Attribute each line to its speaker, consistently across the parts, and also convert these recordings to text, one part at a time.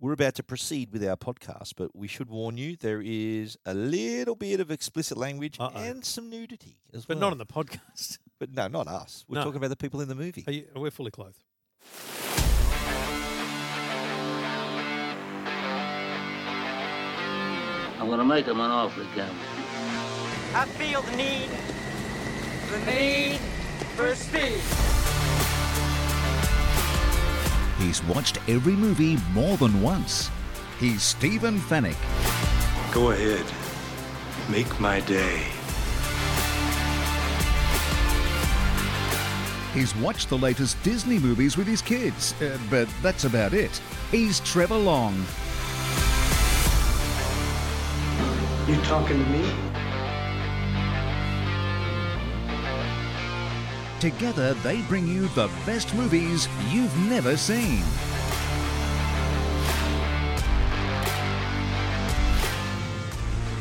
Speaker 1: We're about to proceed with our podcast, but we should warn you there is a little bit of explicit language
Speaker 2: Uh-oh.
Speaker 1: and some nudity as
Speaker 2: But
Speaker 1: well.
Speaker 2: not on the podcast.
Speaker 1: But no, not us. We're
Speaker 2: No.
Speaker 1: talking about the people in the movie.
Speaker 2: Are you, we're fully clothed.
Speaker 3: I'm gonna make him an offer again.
Speaker 4: I feel the need, the need for speed.
Speaker 5: He's watched every movie more than once. He's Stephen Fennick.
Speaker 6: Go ahead. Make my day.
Speaker 5: He's watched the latest Disney movies with his kids, uh, but that's about it. He's Trevor Long.
Speaker 6: You talking to me?
Speaker 5: Together, they bring you the best movies you've never seen.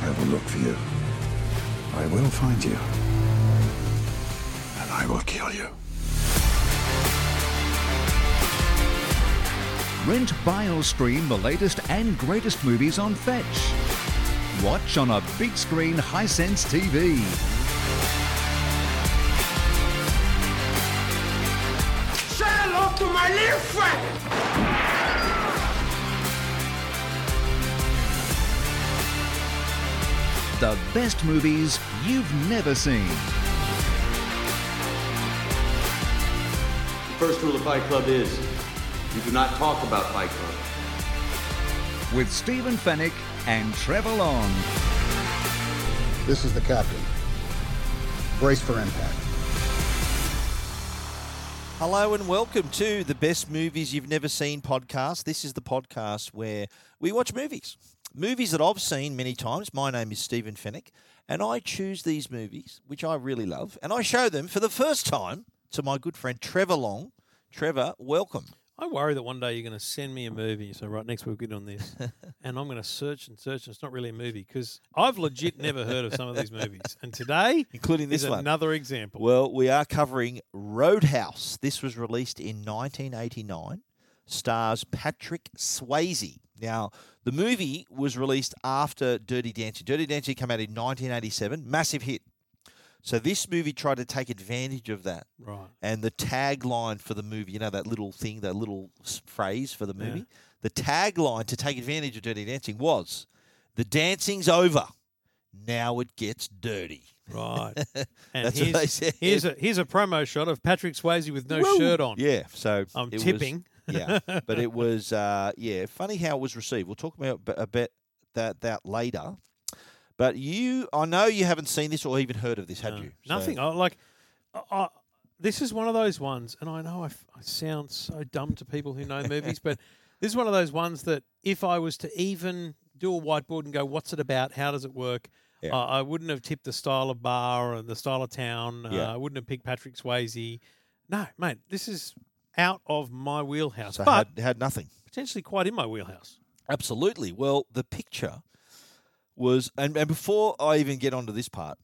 Speaker 7: I will look for you. I will find you. And I will kill you.
Speaker 5: Rent, buy, or stream the latest and greatest movies on Fetch. Watch on a big screen Hisense TV. The best movies you've never seen.
Speaker 8: First rule of Fight Club is you do not talk about Fight Club.
Speaker 5: With Stephen Fennick and Trevor Long.
Speaker 9: This is the captain. Brace for impact.
Speaker 1: Hello and welcome to the Best Movies You've Never Seen podcast. This is the podcast where we watch movies, movies that I've seen many times. My name is Stephen Fennick, and I choose these movies, which I really love, and I show them for the first time to my good friend Trevor Long. Trevor, welcome.
Speaker 2: I worry that one day you're going to send me a movie. So right next week we're on this, and I'm going to search and search. and It's not really a movie because I've legit never heard of some of these movies. And today,
Speaker 1: Including this
Speaker 2: is
Speaker 1: one.
Speaker 2: another example.
Speaker 1: Well, we are covering Roadhouse. This was released in 1989. Stars Patrick Swayze. Now, the movie was released after Dirty Dancing. Dirty Dancing came out in 1987, massive hit. So this movie tried to take advantage of that.
Speaker 2: right.
Speaker 1: And the tagline for the movie, you know, that little thing, that little s- phrase for the movie, the tagline to take advantage of Dirty Dancing was The dancing's over. Now it gets dirty.
Speaker 2: Right. And
Speaker 1: That's what
Speaker 2: here's,
Speaker 1: they said.
Speaker 2: Here's a here's a promo shot of Patrick Swayze with no
Speaker 1: Woo!
Speaker 2: shirt on.
Speaker 1: Yeah, so
Speaker 2: I'm
Speaker 1: it was-
Speaker 2: tipping.
Speaker 1: yeah, but it was uh, yeah, funny how it was received. We'll talk about b- a bit that that later. But you, I know you haven't seen this or even heard of this, had
Speaker 2: No,
Speaker 1: you? So-
Speaker 2: Uh, Nothing. I, like, I, I, this is one of those ones, and I know I, f- I sound so dumb to people who know movies, but this is one of those ones that if I was to even do a whiteboard and go, "What's it about? How does it work?"
Speaker 1: Yeah.
Speaker 2: Uh, I wouldn't have tipped the style of bar or the style of town.
Speaker 1: Yeah.
Speaker 2: Uh, I wouldn't have picked Patrick Swayze. No, mate, this is out of my wheelhouse,
Speaker 1: so
Speaker 2: but
Speaker 1: had, had nothing.
Speaker 2: potentially quite in my wheelhouse.
Speaker 1: Absolutely. Well, the picture was, and, and before I even get onto this part,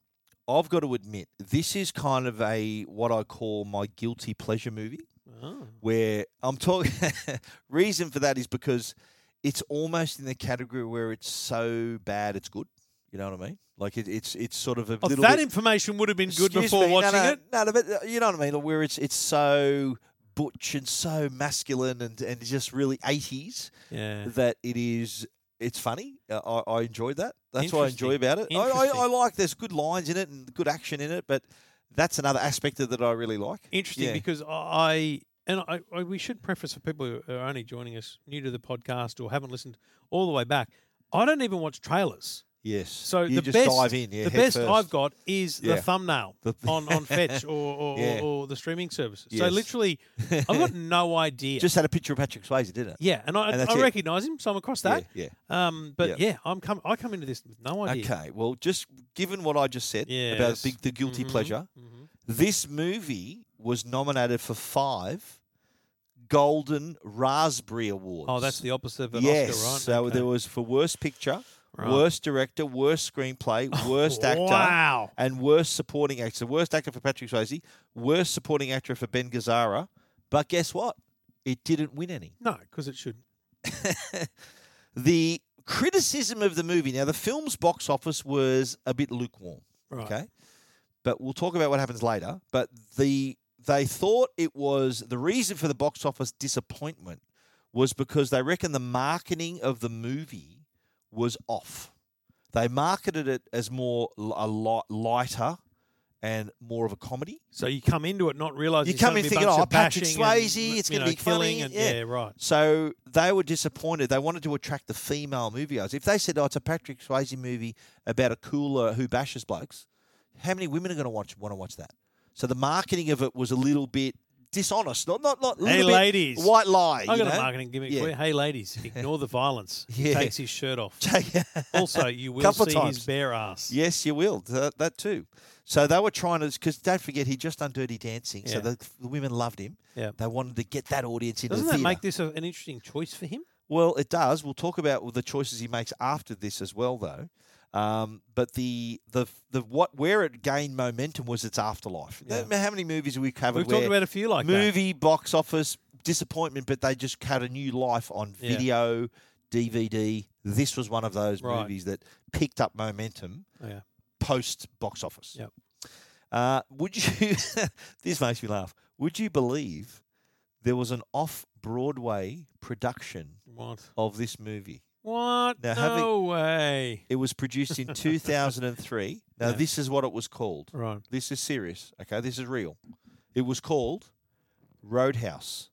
Speaker 1: I've got to admit this is kind of a what I call my guilty pleasure movie.
Speaker 2: Oh.
Speaker 1: where I'm talking. reason for that is because it's almost in the category where it's so bad it's good. You know what I mean? Like it, it's it's sort of a
Speaker 2: Oh,
Speaker 1: little
Speaker 2: that
Speaker 1: bit,
Speaker 2: information would have been good
Speaker 1: Excuse
Speaker 2: before
Speaker 1: me,
Speaker 2: watching
Speaker 1: no, no,
Speaker 2: it.
Speaker 1: No, no, but uh, you know what I mean? Like, Where it's it's so butch and so masculine and and just really 80s
Speaker 2: Yeah.
Speaker 1: that it is. It's funny. Uh, I, I enjoyed that. That's what I enjoy
Speaker 2: Interesting.
Speaker 1: about it. I, I, I
Speaker 2: Interesting.
Speaker 1: like there's good lines in it and good action in it, but that's another aspect of that I really like.
Speaker 2: interesting
Speaker 1: Yeah.
Speaker 2: because I and I, I we should preface for people who are only joining us new to the podcast or haven't listened all the way back. I don't even watch trailers,
Speaker 1: Yes.
Speaker 2: so
Speaker 1: you
Speaker 2: the
Speaker 1: just
Speaker 2: best
Speaker 1: dive in. Yeah,
Speaker 2: the
Speaker 1: head
Speaker 2: best
Speaker 1: first.
Speaker 2: I've got is
Speaker 1: Yeah.
Speaker 2: the thumbnail
Speaker 1: The-
Speaker 2: on on Fetch or or,
Speaker 1: Yeah.
Speaker 2: or, or the streaming services. So
Speaker 1: Yes.
Speaker 2: literally, I've got no idea.
Speaker 1: Just had a picture of Patrick Swayze, didn't it?
Speaker 2: yeah, and I,
Speaker 1: and that's
Speaker 2: I
Speaker 1: it.
Speaker 2: recognise him, so I'm across that.
Speaker 1: Yeah,
Speaker 2: Um, but yeah, I'm come I come into this with no idea.
Speaker 1: Okay. Well, just given what I just said about
Speaker 2: Yes.
Speaker 1: the, the guilty
Speaker 2: Mhm,
Speaker 1: pleasure,
Speaker 2: mhm.
Speaker 1: this movie was nominated for five Golden Raspberry Awards.
Speaker 2: Oh, that's the opposite of an
Speaker 1: yes.
Speaker 2: Oscar, right?
Speaker 1: So
Speaker 2: Okay.
Speaker 1: there was for worst picture,
Speaker 2: Right.
Speaker 1: worst director, worst screenplay, worst actor.
Speaker 2: Wow.
Speaker 1: And worst supporting actor. Worst actor for Patrick Swayze. Worst supporting actor for Ben Gazzara. But guess what? It didn't win any.
Speaker 2: No, because it should.
Speaker 1: the criticism of the movie. Now, the film's box office was a bit lukewarm.
Speaker 2: Right.
Speaker 1: Okay, but we'll talk about what happens later. But the they thought it was the reason for the box office disappointment was because they reckon the marketing of the movie was off. They marketed it as more l- a lot lighter and more of a comedy.
Speaker 2: So you come into it not realizing
Speaker 1: You
Speaker 2: it's
Speaker 1: come
Speaker 2: gonna
Speaker 1: in
Speaker 2: be a
Speaker 1: thinking,
Speaker 2: bunch
Speaker 1: "Oh,
Speaker 2: of
Speaker 1: Patrick
Speaker 2: bashing
Speaker 1: Swayze,
Speaker 2: and,
Speaker 1: it's
Speaker 2: you
Speaker 1: gonna
Speaker 2: know,
Speaker 1: be funny,"
Speaker 2: killing and-
Speaker 1: yeah.
Speaker 2: yeah, right.
Speaker 1: So they were disappointed. They wanted to attract the female moviegoers. If they said, "Oh, it's a Patrick Swayze movie about a cooler who bashes blokes," how many women are going to watch want to watch that? So the marketing of it was a little bit dishonest. Not not not. little
Speaker 2: Hey,
Speaker 1: bit
Speaker 2: ladies.
Speaker 1: white lie.
Speaker 2: I
Speaker 1: you
Speaker 2: got
Speaker 1: know?
Speaker 2: a marketing gimmick
Speaker 1: Yeah.
Speaker 2: for you. Hey, ladies, ignore the violence. He
Speaker 1: Yeah.
Speaker 2: takes his shirt off.
Speaker 1: Take-
Speaker 2: Also, you will
Speaker 1: Couple of
Speaker 2: see
Speaker 1: times.
Speaker 2: his bare ass.
Speaker 1: Yes, you will. That, that too. So they were trying to, because don't forget, he'd just done Dirty Dancing. So
Speaker 2: Yeah.
Speaker 1: the, the women loved him.
Speaker 2: Yeah.
Speaker 1: They wanted to get that audience into
Speaker 2: Doesn't
Speaker 1: the
Speaker 2: that
Speaker 1: theatre.
Speaker 2: make this a, an interesting choice for him?
Speaker 1: Well, it does. We'll talk about the choices he makes after this as well, though. Um, but the the the what where it gained momentum was its afterlife.
Speaker 2: Yeah.
Speaker 1: How many movies have we covered?
Speaker 2: We've talked
Speaker 1: where
Speaker 2: about a few like that.
Speaker 1: movie box office disappointment, but they just cut a new life on
Speaker 2: Yeah.
Speaker 1: video, DVD. This was one of those
Speaker 2: Right.
Speaker 1: movies that picked up momentum
Speaker 2: Oh, Yeah.
Speaker 1: post box office.
Speaker 2: Yep.
Speaker 1: Uh, would you? this makes me laugh. Would you believe there was an off Broadway production
Speaker 2: What?
Speaker 1: of this movie?
Speaker 2: What?
Speaker 1: Now,
Speaker 2: no
Speaker 1: having-
Speaker 2: way.
Speaker 1: It was produced in 2003. Now,
Speaker 2: Yeah.
Speaker 1: this is what it was called.
Speaker 2: Right.
Speaker 1: This is serious. Okay, this is real. It was called Roadhouse,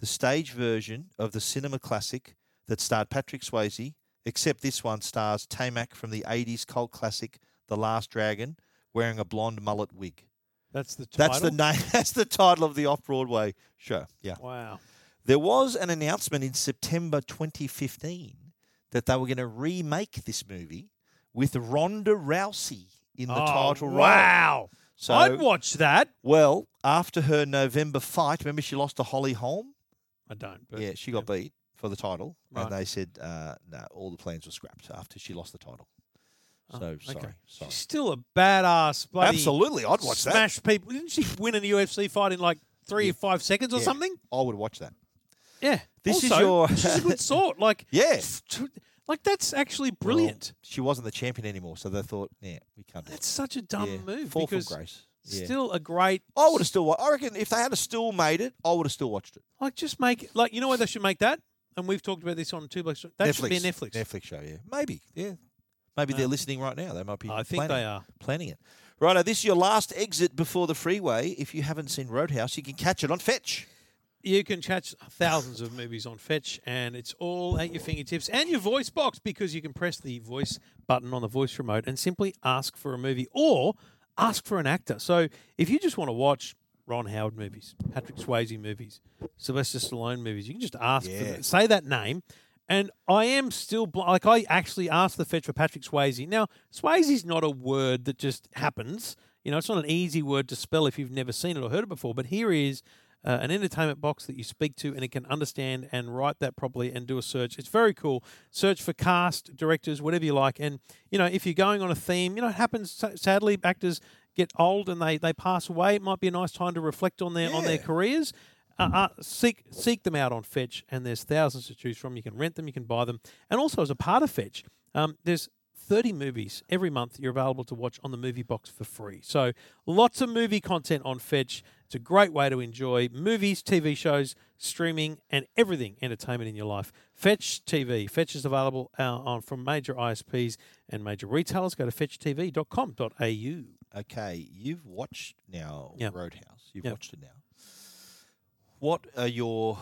Speaker 1: the stage version of the cinema classic that starred Patrick Swayze, except this one stars Tamak from the 80s cult classic The Last Dragon wearing a blonde mullet wig.
Speaker 2: That's the title.
Speaker 1: That's the name. That's the title of the off-Broadway show. Yeah.
Speaker 2: Wow.
Speaker 1: There was an announcement in September 2015 that they were going to remake this movie with Ronda Rousey in the
Speaker 2: Oh,
Speaker 1: title role.
Speaker 2: Wow.
Speaker 1: So,
Speaker 2: I'd watch that.
Speaker 1: well, after her November fight, remember she lost to Holly Holm?
Speaker 2: I don't. But
Speaker 1: yeah, she got beat for the title,
Speaker 2: Right.
Speaker 1: and they said uh, no, all the plans were scrapped after she lost the title. So
Speaker 2: Oh, okay.
Speaker 1: sorry, sorry.
Speaker 2: She's still a badass. Bloody
Speaker 1: Absolutely, I'd watch that.
Speaker 2: smash people. Didn't she win a UFC fight in like three or five seconds or
Speaker 1: Yeah,
Speaker 2: something?
Speaker 1: I would watch that.
Speaker 2: Yeah.
Speaker 1: This is
Speaker 2: Also,
Speaker 1: your-
Speaker 2: she's a good sort. Like
Speaker 1: Yeah.
Speaker 2: Like that's actually brilliant.
Speaker 1: Well, she wasn't the champion anymore, so they thought, yeah, we can't. do it."
Speaker 2: that's such a dumb
Speaker 1: Yeah,
Speaker 2: move.
Speaker 1: Fall from
Speaker 2: because
Speaker 1: grace. Yeah.
Speaker 2: Still a great.
Speaker 1: I would have still. Wa- I reckon if they had a still made it, I would have still watched it.
Speaker 2: Like just make like you know why they should make that. And we've talked about this on two blocks. That should be a Netflix. Um,
Speaker 1: show. Yeah, maybe. Yeah, maybe they're listening right now. They might be.
Speaker 2: I think
Speaker 1: planning,
Speaker 2: they are.
Speaker 1: planning it. Righto, this is your last exit before the freeway. If you haven't seen Roadhouse, you can catch it on Fetch.
Speaker 2: You can catch thousands of movies on Fetch, and it's all at your fingertips and your voice box because you can press the voice button on the voice remote and simply ask for a movie or ask for an actor. So if you just want to watch Ron Howard movies, Patrick Swayze movies, Sylvester Stallone movies, you can just ask for
Speaker 1: Yeah.
Speaker 2: that, say that name. And I am still bl- like I actually asked the Fetch for Patrick Swayze. Now Swayze's not a word that just happens. You know, it's not an easy word to spell if you've never seen it or heard it before. But here is uh, an entertainment box that you speak to, and it can understand and write that properly and do a search. It's very cool. Search for cast, directors, whatever you like. And you know, if you're going on a theme, you know, it happens. sa- Sadly, actors get old and they they pass away. It might be a nice time to reflect on their on their
Speaker 1: Yeah.
Speaker 2: careers. Uh, uh, seek seek them out on Fetch, and there's thousands to choose from. You can rent them, you can buy them, and also as a part of Fetch, um, there's 30 movies every month you're available to watch on the movie box for free. So lots of movie content on Fetch. It's a great way to enjoy movies, TV shows, streaming, and everything entertainment in your life. Fetch TV. Fetch is available uh, on from major ISPs and major retailers. Go to fetchtv.com.au.
Speaker 1: Okay, you've watched now
Speaker 2: Yeah.
Speaker 1: Roadhouse. You've
Speaker 2: Yeah.
Speaker 1: watched it now. What are your?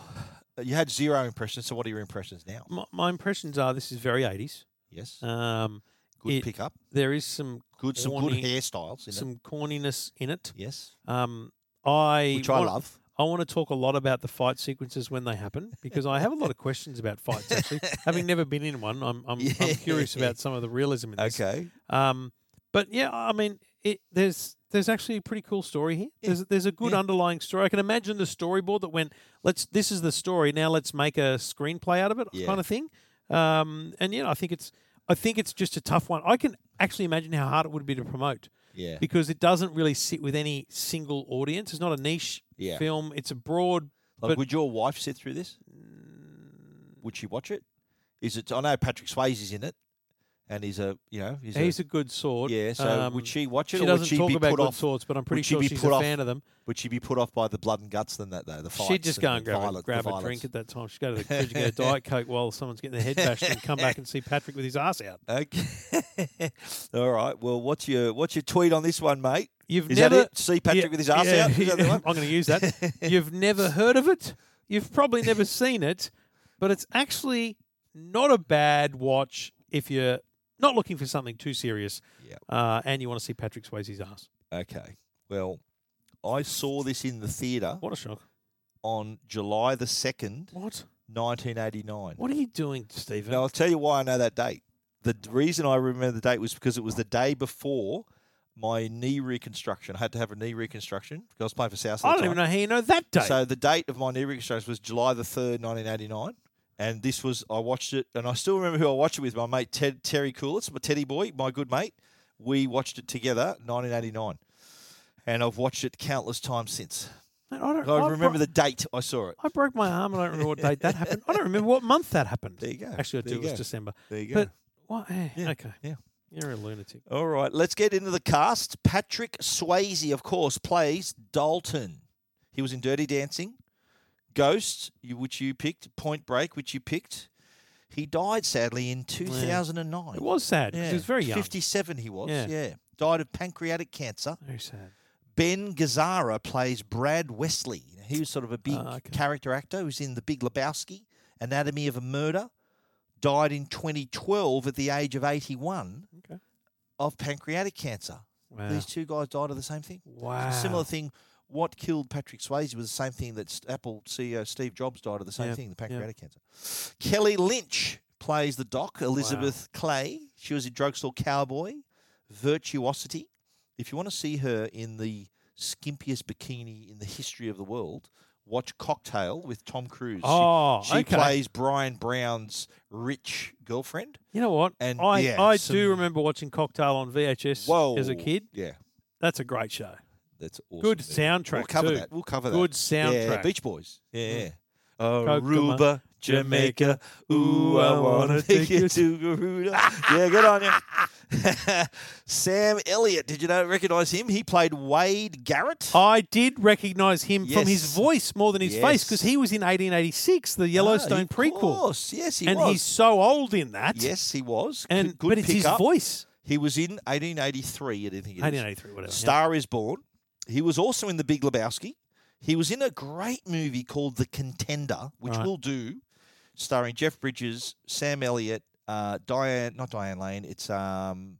Speaker 1: You had zero impressions. So what are your impressions now?
Speaker 2: My, my impressions are this is very 80s.
Speaker 1: Yes,
Speaker 2: Um,
Speaker 1: good
Speaker 2: it-
Speaker 1: pickup.
Speaker 2: There is some
Speaker 1: Good, some
Speaker 2: corny-
Speaker 1: good hairstyles. In it.
Speaker 2: some corniness in it.
Speaker 1: Yes,
Speaker 2: Um, I
Speaker 1: which I
Speaker 2: want-
Speaker 1: love.
Speaker 2: I want to talk a lot about the fight sequences when they happen because I have a lot of questions about fights. Actually, having never been in one, I'm I'm, I'm curious
Speaker 1: Yeah.
Speaker 2: about some of the realism in this.
Speaker 1: Okay,
Speaker 2: Um, but yeah, I mean, it, there's there's actually a pretty cool story here. There's there's a good
Speaker 1: Yeah.
Speaker 2: underlying story. I can imagine the storyboard that went, let's this is the story now. Let's make a screenplay out of it,
Speaker 1: Yeah.
Speaker 2: kind of thing. Um, and yeah, I think it's I think it's just a tough one. I can actually imagine how hard it would be to promote
Speaker 1: yeah,
Speaker 2: because it doesn't really sit with any single audience. It's not a niche
Speaker 1: Yeah.
Speaker 2: film. It's a broad.
Speaker 1: Like,
Speaker 2: but-
Speaker 1: would your wife sit through this? would she watch it? Is it? I know Patrick Swayze's in it, and he's a you know he's,
Speaker 2: He's
Speaker 1: a,
Speaker 2: a good sword.
Speaker 1: yeah. So
Speaker 2: Um,
Speaker 1: would she watch it,
Speaker 2: She
Speaker 1: or would
Speaker 2: doesn't
Speaker 1: she
Speaker 2: talk
Speaker 1: be
Speaker 2: about
Speaker 1: put
Speaker 2: good
Speaker 1: off?
Speaker 2: swords, but I'm pretty
Speaker 1: would she
Speaker 2: sure
Speaker 1: be
Speaker 2: she's
Speaker 1: put
Speaker 2: a
Speaker 1: off-
Speaker 2: fan of them.
Speaker 1: Would she be put off by the blood and guts than that though? The fights.
Speaker 2: She'd just go and
Speaker 1: the
Speaker 2: grab, a-
Speaker 1: violent- the
Speaker 2: grab a
Speaker 1: violence.
Speaker 2: drink at that time. She'd go to the fridge and get a Diet Coke while someone's getting their head bashed and come back and see Patrick with his ass out.
Speaker 1: Okay. All right. Well, what's your what's your tweet on this one, mate?
Speaker 2: You've
Speaker 1: Is that
Speaker 2: never
Speaker 1: it? See Patrick with his ass
Speaker 2: yeah,
Speaker 1: out? Is that the one?
Speaker 2: I'm going to use that. You've never heard of it. You've probably never seen it, but it's actually not a bad watch if you're not looking for something too serious.
Speaker 1: Yep.
Speaker 2: Uh, and you want to see Patrick Swayze's ass.
Speaker 1: Okay. Well, I saw this in the theatre
Speaker 2: What a shock!
Speaker 1: on July the second,
Speaker 2: What?
Speaker 1: nineteen eighty nine.
Speaker 2: What are you doing, Stephen?
Speaker 1: Now I'll tell you why I know that date. The d- reason I remember the date was because it was the day before my knee reconstruction. I had to have a knee reconstruction because I was playing for South. at
Speaker 2: I
Speaker 1: the
Speaker 2: don't even
Speaker 1: time.
Speaker 2: know how you know that date.
Speaker 1: So the date of my knee reconstruction was July the third, nineteen eighty nine, and this was I watched it, and I still remember who I watched it with. My mate Ted Terry Coolitz, my Teddy boy, my good mate. We watched it together, nineteen eighty nine, and I've watched it countless times since.
Speaker 2: Mate, I, don't,
Speaker 1: I remember
Speaker 2: bro-
Speaker 1: the date I saw it.
Speaker 2: I broke my arm. and I don't remember what date that happened. I don't remember what month that happened.
Speaker 1: There you go.
Speaker 2: Actually, I
Speaker 1: There
Speaker 2: do. It
Speaker 1: you
Speaker 2: was
Speaker 1: go.
Speaker 2: December.
Speaker 1: There you go.
Speaker 2: But what? eh,
Speaker 1: Yeah.
Speaker 2: Okay.
Speaker 1: Yeah.
Speaker 2: You're a lunatic.
Speaker 1: All right, let's get into the cast. Patrick Swayze, of course, plays Dalton. He was in Dirty Dancing, Ghost, you- which you picked, Point Break, which you picked. He died sadly in 2009.
Speaker 2: It was sad. 'cause
Speaker 1: Yeah.
Speaker 2: He was very young.
Speaker 1: 57 he was. Yeah.
Speaker 2: Yeah.
Speaker 1: Died of pancreatic cancer.
Speaker 2: Very sad.
Speaker 1: Ben Gazzara plays Brad Wesley. He was sort of a big
Speaker 2: Ah, okay.
Speaker 1: character actor. He was in The Big Lebowski, Anatomy of a Murder. Died in 2012 at the age of 81
Speaker 2: Okay.
Speaker 1: of pancreatic cancer.
Speaker 2: Wow.
Speaker 1: These two guys died of the same thing.
Speaker 2: wow.
Speaker 1: Similar thing. What killed Patrick Swayze was the same thing that S- Apple CEO Steve Jobs died of the same
Speaker 2: Yep,
Speaker 1: thing, the
Speaker 2: yep.
Speaker 1: pancreatic cancer. Kelly Lynch plays the doc, Elizabeth Clay. She was in Drugstore Cowboy, Virtuosity. If you want to see her in the skimpiest bikini in the history of the world, watch Cocktail with Tom Cruise. She-
Speaker 2: Oh,
Speaker 1: she
Speaker 2: okay.
Speaker 1: plays Brian Brown's rich girlfriend.
Speaker 2: You know what?
Speaker 1: And,
Speaker 2: I
Speaker 1: yeah,
Speaker 2: I
Speaker 1: some-
Speaker 2: do remember watching Cocktail on VHS
Speaker 1: Whoa.
Speaker 2: as a kid.
Speaker 1: Yeah.
Speaker 2: That's a great show.
Speaker 1: That's awesome.
Speaker 2: Good
Speaker 1: movie.
Speaker 2: soundtrack
Speaker 1: We'll cover
Speaker 2: too.
Speaker 1: that. We'll cover that.
Speaker 2: Good
Speaker 1: Yeah,
Speaker 2: soundtrack. Mm.
Speaker 1: Beach Boys. Yeah. yeah.
Speaker 2: Kokomo,
Speaker 1: Aruba, Jamaica. Ooh, I wanna take you to Garuda. yeah, good on you. Sam Elliott. Did you know recognize him? He played Wade Garrett.
Speaker 2: I did recognise him from
Speaker 1: Yes.
Speaker 2: his voice more than his face
Speaker 1: Yes.
Speaker 2: because he was in 1886, the
Speaker 1: Ah,
Speaker 2: Yellowstone
Speaker 1: of
Speaker 2: prequel,
Speaker 1: course. Yes, he
Speaker 2: and
Speaker 1: was.
Speaker 2: he's so old in that.
Speaker 1: yes, he was. Good-
Speaker 2: and
Speaker 1: good
Speaker 2: but it's his
Speaker 1: pickup.
Speaker 2: voice.
Speaker 1: He was in 1883. I didn't think it is.
Speaker 2: 1883, whatever. yeah.
Speaker 1: Star is Born. He was also in The Big Lebowski. He was in a great movie called The Contender, which
Speaker 2: Right.
Speaker 1: we'll do, starring Jeff Bridges, Sam Elliott, uh, Diane, not Diane Lane. It's um,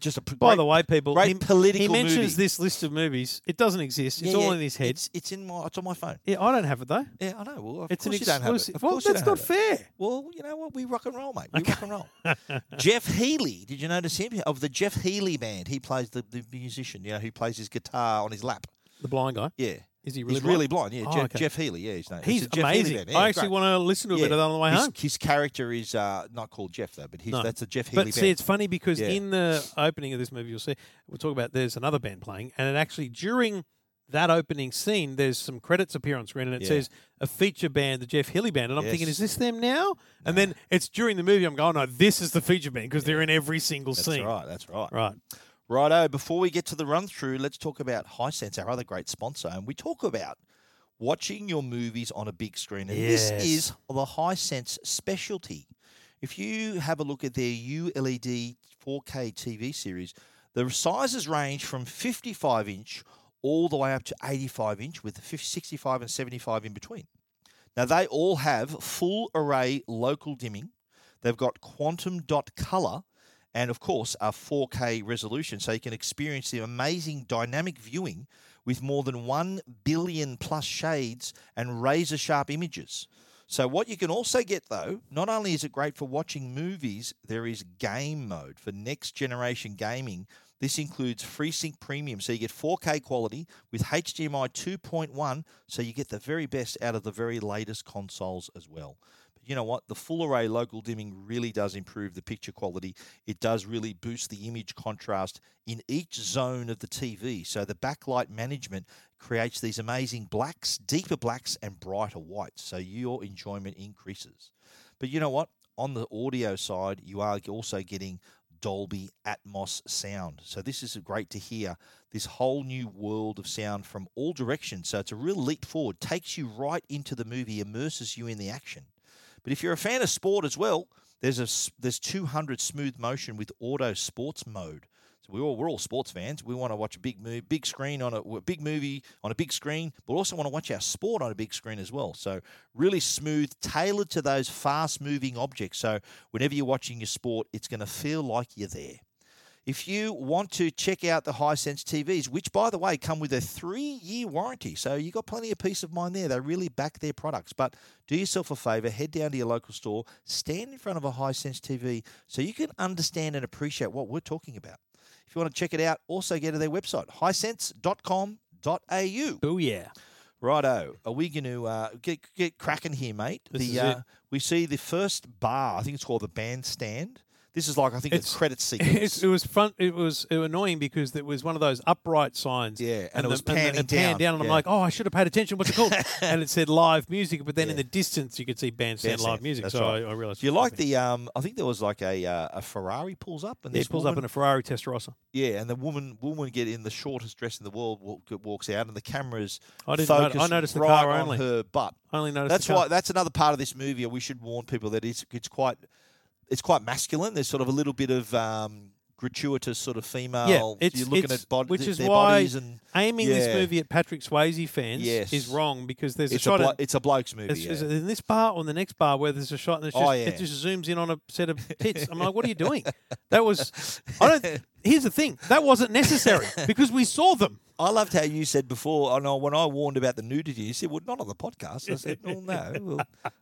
Speaker 1: just a. pr-
Speaker 2: By
Speaker 1: great-
Speaker 2: the way, people,
Speaker 1: great
Speaker 2: he,
Speaker 1: political
Speaker 2: he mentions
Speaker 1: movie.
Speaker 2: this list of movies. It doesn't exist. It's
Speaker 1: Yeah,
Speaker 2: all
Speaker 1: yeah,
Speaker 2: in his head.
Speaker 1: It's, it's in my. It's on my phone.
Speaker 2: Yeah, I don't have it though.
Speaker 1: Yeah, I know. Well, of
Speaker 2: It's an
Speaker 1: course you don't have it.
Speaker 2: exclusive.
Speaker 1: Of
Speaker 2: Well,
Speaker 1: course you
Speaker 2: that's
Speaker 1: don't
Speaker 2: not
Speaker 1: have it.
Speaker 2: fair.
Speaker 1: Well, you know what? We rock and roll, mate. We rock and roll. Jeff Healy. Did you notice him? Of the Jeff Healy band, he plays the, the musician. You know, who plays his guitar on his lap.
Speaker 2: The blind guy.
Speaker 1: Yeah.
Speaker 2: Is he
Speaker 1: he's
Speaker 2: blind?
Speaker 1: really blind. Yeah,
Speaker 2: Oh,
Speaker 1: Jeff,
Speaker 2: okay.
Speaker 1: Jeff Healy. Yeah, his name. It's
Speaker 2: He's
Speaker 1: a Jeff Healy
Speaker 2: amazing.
Speaker 1: band. Yeah,
Speaker 2: I actually
Speaker 1: great.
Speaker 2: want to listen to a
Speaker 1: Yeah.
Speaker 2: bit of that on the way
Speaker 1: his,
Speaker 2: home.
Speaker 1: His character is uh, not called Jeff though, but he's
Speaker 2: No.
Speaker 1: that's a Jeff Healy
Speaker 2: But
Speaker 1: band.
Speaker 2: see, it's funny because
Speaker 1: Yeah.
Speaker 2: in the opening of this movie, you'll see we'll talk about there's another band playing, and it actually during that opening scene, there's some credits appear on screen, and it
Speaker 1: Yeah.
Speaker 2: says a feature band, the Jeff Healy band, and I'm thinking,
Speaker 1: Yes.
Speaker 2: is this them now? And then it's during the movie, I'm going, oh, no, this is the feature band because they're in every single
Speaker 1: that's
Speaker 2: scene.
Speaker 1: right. That's right.
Speaker 2: Right.
Speaker 1: Righto. Before we get to the run through, let's talk about Hisense, our other great sponsor, and we talk about watching your movies on a big screen. And
Speaker 2: Yes.
Speaker 1: this is the Hisense specialty. If you have a look at their E ULED 4K TV series, the sizes range from 55 inch all the way up to 85 inch, with the 50, 65 and 75 in between. Now they all have full array local dimming. They've got quantum dot color and of course a 4K resolution so you can experience the amazing dynamic viewing with more than 1 billion plus shades and razor sharp images. So what you can also get though, not only is it great for watching movies, there is game mode for next generation gaming. This includes FreeSync Premium, so you get 4K quality with HDMI 2.1, so you get the very best out of the very latest consoles as well. But you know what? The full array local dimming really does improve the picture quality. It does really boost the image contrast in each zone of the TV. So the backlight management creates these amazing blacks, deeper blacks, and brighter whites. So your enjoyment increases. But you know what? On the audio side, you are also getting Dolby Atmos sound. So this is great to hear this whole new world of sound from all directions. So it's a real leap forward, takes you right into the movie, immerses you in the action. But if you're a fan of sport as well, there's a s- there's 200 smooth motion with auto sports mode. So we all we're all sports fans. We want to watch a big movie, big screen on a w- big movie on a big screen, but also want to watch our sport on a big screen as well. So really smooth, tailored to those fast moving objects. So whenever you're watching your sport, it's going to feel like you're there. If you want to check out the Hisense TVs, which by the way come with a three-year warranty, so you got plenty of peace of mind there. They really back their products. But do yourself a favour, head down to your local store, stand in front of a Hisense TV, so you can understand and appreciate what we're talking about. If you want to check it out, also go to their website, hisense.com.au.
Speaker 2: Booyah.
Speaker 1: Righto, are we going to uh, get get cracking here, mate?
Speaker 2: This
Speaker 1: the
Speaker 2: is
Speaker 1: uh,
Speaker 2: it.
Speaker 1: we see the first bar. I think it's called the bandstand. This is like I think
Speaker 2: It's-
Speaker 1: the credit sequence.
Speaker 2: It's, it was front. It was it was annoying because it was one of those upright signs.
Speaker 1: Yeah, and it was
Speaker 2: the- the-
Speaker 1: panning
Speaker 2: it panned
Speaker 1: down,
Speaker 2: down, and
Speaker 1: yeah.
Speaker 2: I'm like, oh, I should have paid attention. What's it called? and it said live music, but then in the distance you could see bandstand,
Speaker 1: Bandstand,
Speaker 2: live music.
Speaker 1: that's
Speaker 2: so
Speaker 1: right.
Speaker 2: I, I realized.
Speaker 1: Do you like the? Um, I think there was like a uh, a Ferrari pulls up and
Speaker 2: Yeah,
Speaker 1: this
Speaker 2: it pulls up
Speaker 1: woman,
Speaker 2: in a Ferrari Testarossa.
Speaker 1: yeah, and the woman woman get in the shortest dress in the world walk, walks out, and the cameras
Speaker 2: I didn't
Speaker 1: focus
Speaker 2: notice- I noticed the
Speaker 1: right
Speaker 2: car
Speaker 1: on
Speaker 2: only.
Speaker 1: her butt.
Speaker 2: I only noticed.
Speaker 1: That's
Speaker 2: the car.
Speaker 1: why. That's another part of this movie. We should warn people that it's it's quite it's quite masculine. There's sort of a little bit of um, gratuitous sort of female.
Speaker 2: it's-
Speaker 1: oh, you're looking
Speaker 2: it's-
Speaker 1: at bod-
Speaker 2: which
Speaker 1: th-
Speaker 2: is
Speaker 1: their
Speaker 2: why
Speaker 1: bodies and
Speaker 2: aiming
Speaker 1: Yeah.
Speaker 2: this movie at Patrick Swayze fans
Speaker 1: Yes.
Speaker 2: is wrong because there's
Speaker 1: it's
Speaker 2: a
Speaker 1: a
Speaker 2: shot.
Speaker 1: blo-
Speaker 2: in,
Speaker 1: it's a bloke's movie.
Speaker 2: it's-
Speaker 1: yeah.
Speaker 2: it's in this bar or the next bar where there's a shot and it's just,
Speaker 1: Oh, yeah.
Speaker 2: it just zooms in on a set of tits. I'm like, what are you doing? That was. I don't. Here's the thing. That wasn't necessary because we saw them.
Speaker 1: I loved how you said before, and I- when I warned about the nudity, you said, "Well, not on the podcast." I said, "Well, no, well,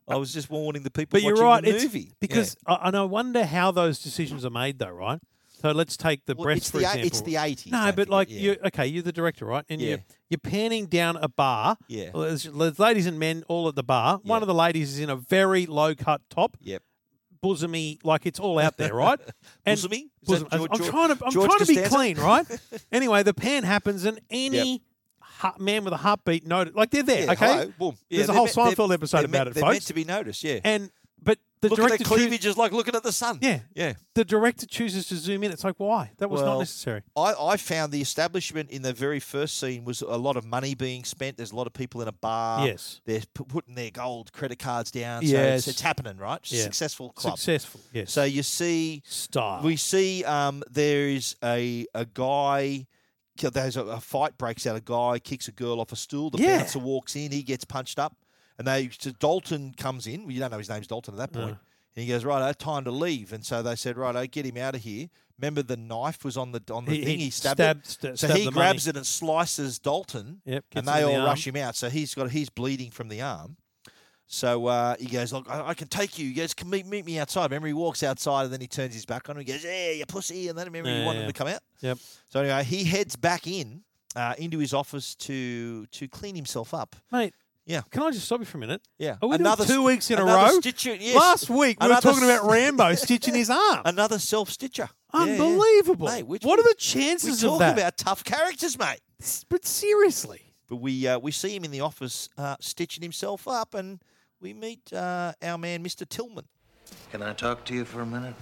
Speaker 1: I was just warning the people
Speaker 2: But
Speaker 1: watching
Speaker 2: you're right.
Speaker 1: the
Speaker 2: It's
Speaker 1: movie Yeah.
Speaker 2: because I, and I wonder how those decisions are made, though, right? So let's take the
Speaker 1: Well,
Speaker 2: breast
Speaker 1: it's
Speaker 2: for
Speaker 1: the eight-
Speaker 2: example.
Speaker 1: it's the 80s,
Speaker 2: No,
Speaker 1: don't
Speaker 2: but
Speaker 1: forget,
Speaker 2: like
Speaker 1: yeah.
Speaker 2: you, okay, you're the director, right? And
Speaker 1: Yeah.
Speaker 2: you're you're panning down a bar.
Speaker 1: Yeah.
Speaker 2: Well, There's, there's ladies and men all at the bar. One of the ladies is in a very low cut top,
Speaker 1: yep,
Speaker 2: bosomy, like it's all out there, right?
Speaker 1: Bosomy? Is
Speaker 2: bosom-
Speaker 1: that George-
Speaker 2: I'm trying to I'm
Speaker 1: George
Speaker 2: trying to be
Speaker 1: Costanza?
Speaker 2: clean, right? anyway, the pan happens, and any. heart- Man with a heartbeat, noted like they're there.
Speaker 1: Yeah,
Speaker 2: okay,
Speaker 1: hello, boom. Yeah,
Speaker 2: there's a
Speaker 1: they're
Speaker 2: whole
Speaker 1: meant- they're-
Speaker 2: Seinfeld episode
Speaker 1: they're
Speaker 2: about
Speaker 1: meant-
Speaker 2: it,
Speaker 1: They're
Speaker 2: folks.
Speaker 1: meant to be noticed, yeah.
Speaker 2: And but the
Speaker 1: Look at
Speaker 2: director
Speaker 1: that
Speaker 2: choo-
Speaker 1: cleavage is like looking at the sun.
Speaker 2: yeah,
Speaker 1: yeah.
Speaker 2: The director chooses to zoom in. It's like why? That was
Speaker 1: Well,
Speaker 2: not necessary.
Speaker 1: I, I found the establishment in the very first scene was a lot of money being spent. There's a lot of people in a bar.
Speaker 2: Yes.
Speaker 1: they're p- putting their gold credit cards down. So
Speaker 2: Yes.
Speaker 1: it's, it's happening, right?
Speaker 2: Yeah.
Speaker 1: Successful club.
Speaker 2: Successful. Yes.
Speaker 1: So you see
Speaker 2: style.
Speaker 1: We see um, there is a a guy. There's a, a fight breaks out. A guy kicks a girl off a stool. The
Speaker 2: Yeah.
Speaker 1: bouncer walks in. He gets punched up, and they so Dalton comes in. Well, you don't know his name's Dalton at that
Speaker 2: Uh.
Speaker 1: point. And he goes, right, time to leave. And so they said, right, get him out of here. Remember, the knife was on the on the
Speaker 2: He-
Speaker 1: thing.
Speaker 2: he
Speaker 1: He stabbed,
Speaker 2: stabbed-
Speaker 1: it.
Speaker 2: sta-
Speaker 1: so
Speaker 2: stabbed
Speaker 1: he
Speaker 2: the
Speaker 1: grabs it and slices Dalton,
Speaker 2: Yep,
Speaker 1: and
Speaker 2: gets him
Speaker 1: they
Speaker 2: in
Speaker 1: all
Speaker 2: the
Speaker 1: rush him out. So he's got he's bleeding from the arm. So uh, he goes, look, I, I can take you. He goes, can meet, meet me outside. Remember, he walks outside and then he turns his back on him. He goes, yeah, you pussy. And then remember, you
Speaker 2: Yeah,
Speaker 1: want him
Speaker 2: yeah.
Speaker 1: to come out.
Speaker 2: Yep.
Speaker 1: So anyway, he heads back in uh, into his office to to clean himself up.
Speaker 2: Mate.
Speaker 1: Yeah.
Speaker 2: Can I just stop you for a minute?
Speaker 1: Yeah.
Speaker 2: Are we
Speaker 1: Another
Speaker 2: doing two
Speaker 1: st-
Speaker 2: weeks in a
Speaker 1: another
Speaker 2: row?
Speaker 1: stitcher- yes.
Speaker 2: Last week we
Speaker 1: Another
Speaker 2: were talking about
Speaker 1: st-
Speaker 2: Rambo stitching his arm.
Speaker 1: Another self stitcher.
Speaker 2: Unbelievable.
Speaker 1: Mate, which
Speaker 2: what are the
Speaker 1: we
Speaker 2: chances
Speaker 1: talking
Speaker 2: of that?
Speaker 1: about tough characters, mate.
Speaker 2: But seriously.
Speaker 1: But we uh, we see him in the office uh, stitching himself up, and we meet uh, our man, Mr. Tillman.
Speaker 7: Can I talk to you for a minute?